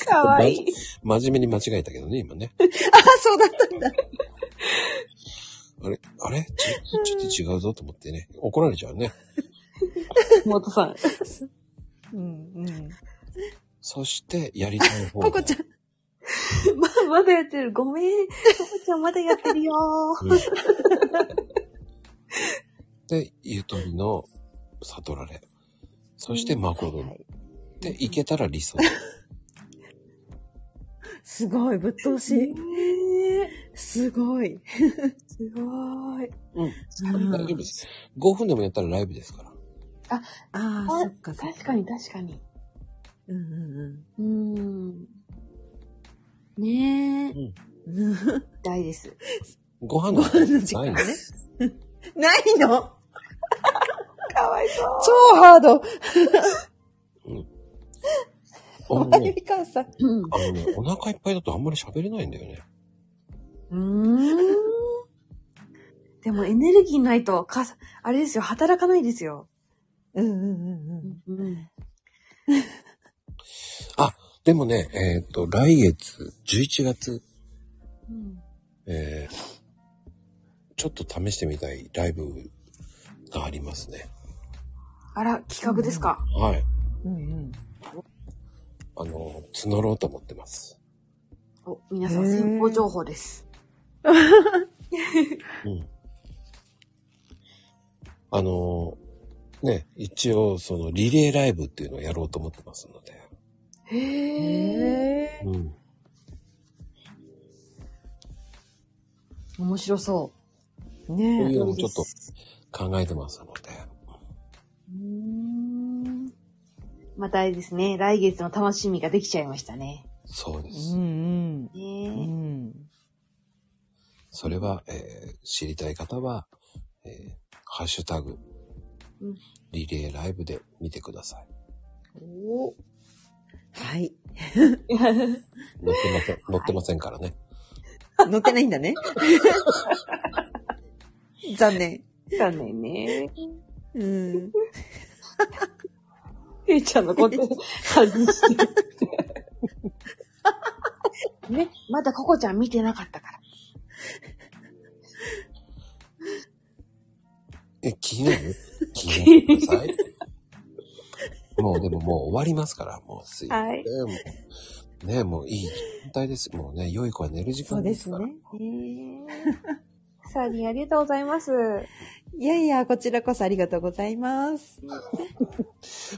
かわいい。ま真面目に間違えたけどね、今ね。あ、そうだったんだ。あれ、あれちょっとちょっと違うぞと思ってね。怒られちゃうね。元さ ん。うんうん。そして、やりたい方。こちゃん。ま、まだやってる。ごめん。ここちゃんまだやってるようんで、ゆとりの悟られ。そして、マコドン。で、行けたら理想。すごい、ぶっ通し。すごい。すごーい。うん。大丈夫です。5分でもやったらライブですから。あ、ああ、そっか。確かに確かに。うんううーんん。ねえ。うん。大です。ご飯の時間ないのない のかわいそう。超ハード。あのあゆねみかんさん。あのね、お腹いっぱいだとあんまり喋れないんだよね。うーん。でもエネルギーないと、かさ、あれですよ、働かないですよ。うんうんうんうん。うん。あ、でもね、えっ、と、来月、11月、えー、ちょっと試してみたいライブがありますね。あら、企画ですか。はい。うんうん。あの、募ろうと思ってます。お、皆さん先行情報です。あの、ね、一応、その、リレーライブっていうのをやろうと思ってますので。へえ。うん。面白そう。そうねいうのもちょっと考えてますので。うーんまたあれですね、来月の楽しみができちゃいましたね。そうです。うんねえそれは、えー知りたい方は、えーハッシュタグうん、リレーライブで見てください。おはい。載ってません、載ってませんからね。乗ってないんだね。残念。残念ね。うん。ていちゃんのこと、外して。ね、まだココちゃん見てなかったから。え、気にな る気になるください。もうでももう終わりますから、もうすいません。はいもうね、もういい状態です。もうね、良い子は寝る時間ですから。サーリン、ありがとうございます。いやいや、こちらこそありがとうございます。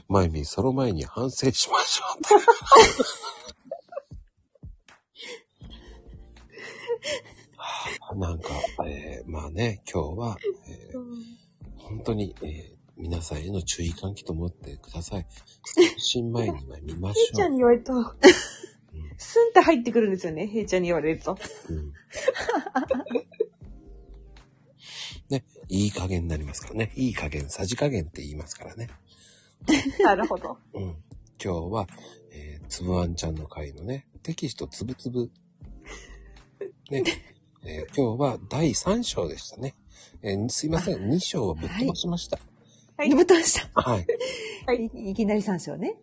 まゆみ、その前に反省しましょう。 なんか、えーまあね、今日は、えー本当に、えー皆さんへの注意喚起と思ってください。新前には見ましヘイちょゃんう。に言われると、スンって入ってくるんですよね、ヘイちゃんに言われると。ね、いい加減になりますからね。いい加減、さじ加減って言いますからね。なるほど。うん。今日は、えーつぶあんちゃんの会のね、テキストつぶつぶ。ね、えー今日は第3章でしたね。えーすいません、2章はぶっ飛ばしました。はい。ぶっ飛ばした。はい。はい。いきなり3章ね。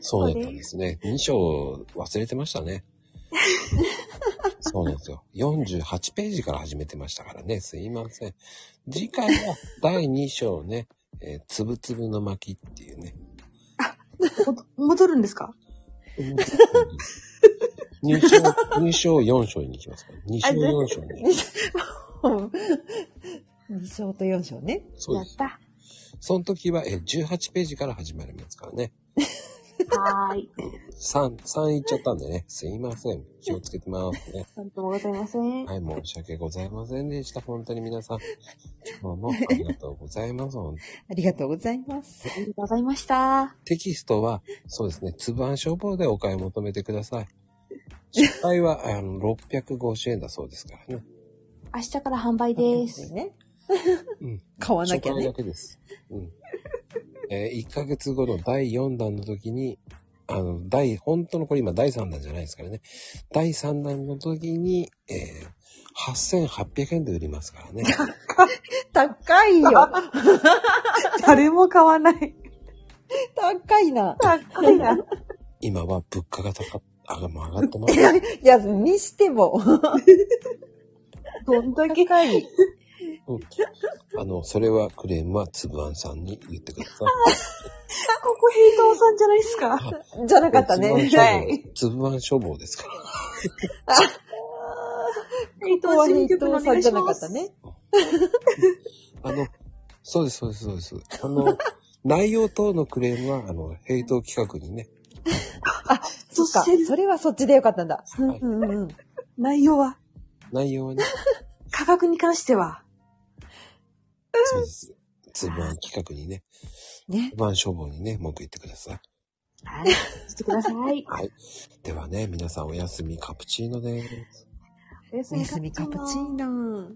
そうだったんですね。2章忘れてました ね。そうなんですよ。48ページから始めてましたからね。すいません。次回は第2章ね、えーつぶつぶの巻っていうね。戻るんですか入賞、入賞4章に行きますから。2章あね4章に。 2章と4章ね。そうです。やった。その時は、えー、18ページから始まりますからね。はーい。 3、3いっちゃったんでね。すいません。気をつけてますね。なんともございません。はい、申し訳ございませんでした。本当に皆さん。今日もありがとうございます。本当にありがとうございます。ありがとうございました。テキストは、そうですね、つぶあん消防でお買い求めてください。失敗は、あの、650円だそうですからね。明日から販売です。ね。買わなきゃね初回だけです。うん。え1ヶ月後の第4弾の時に、あの、第、本当のこれ今第3弾じゃないですからね。第3弾の時に、えー、8800円で売りますか らね。高 いよ。誰も買わない。高いな。高いな。今は物価が高、あが、もう上がってます。いや、にしても。どんだけ高い。あの、それはクレームはつぶあんさんに言ってくださここヘイトーさんじゃないですかじゃい。つぶあん消防。つぶあん消防ですから。ヘイトー新曲のお願いします。ね。あの、そうです、そうです、そうです。あの、内容等のクレームは、あの、ヘイト企画にね、そっか。それはそっちでよかったんだ。うんうんうん。内容は内容はね、価格に関しては。そうです。つぶあん企画にね、ねつぶあん消防にね、文句言ってください。はい。してくださ い。はい。ではね、皆さんおやすみ、カプチーノです。おやすみカプチーノ。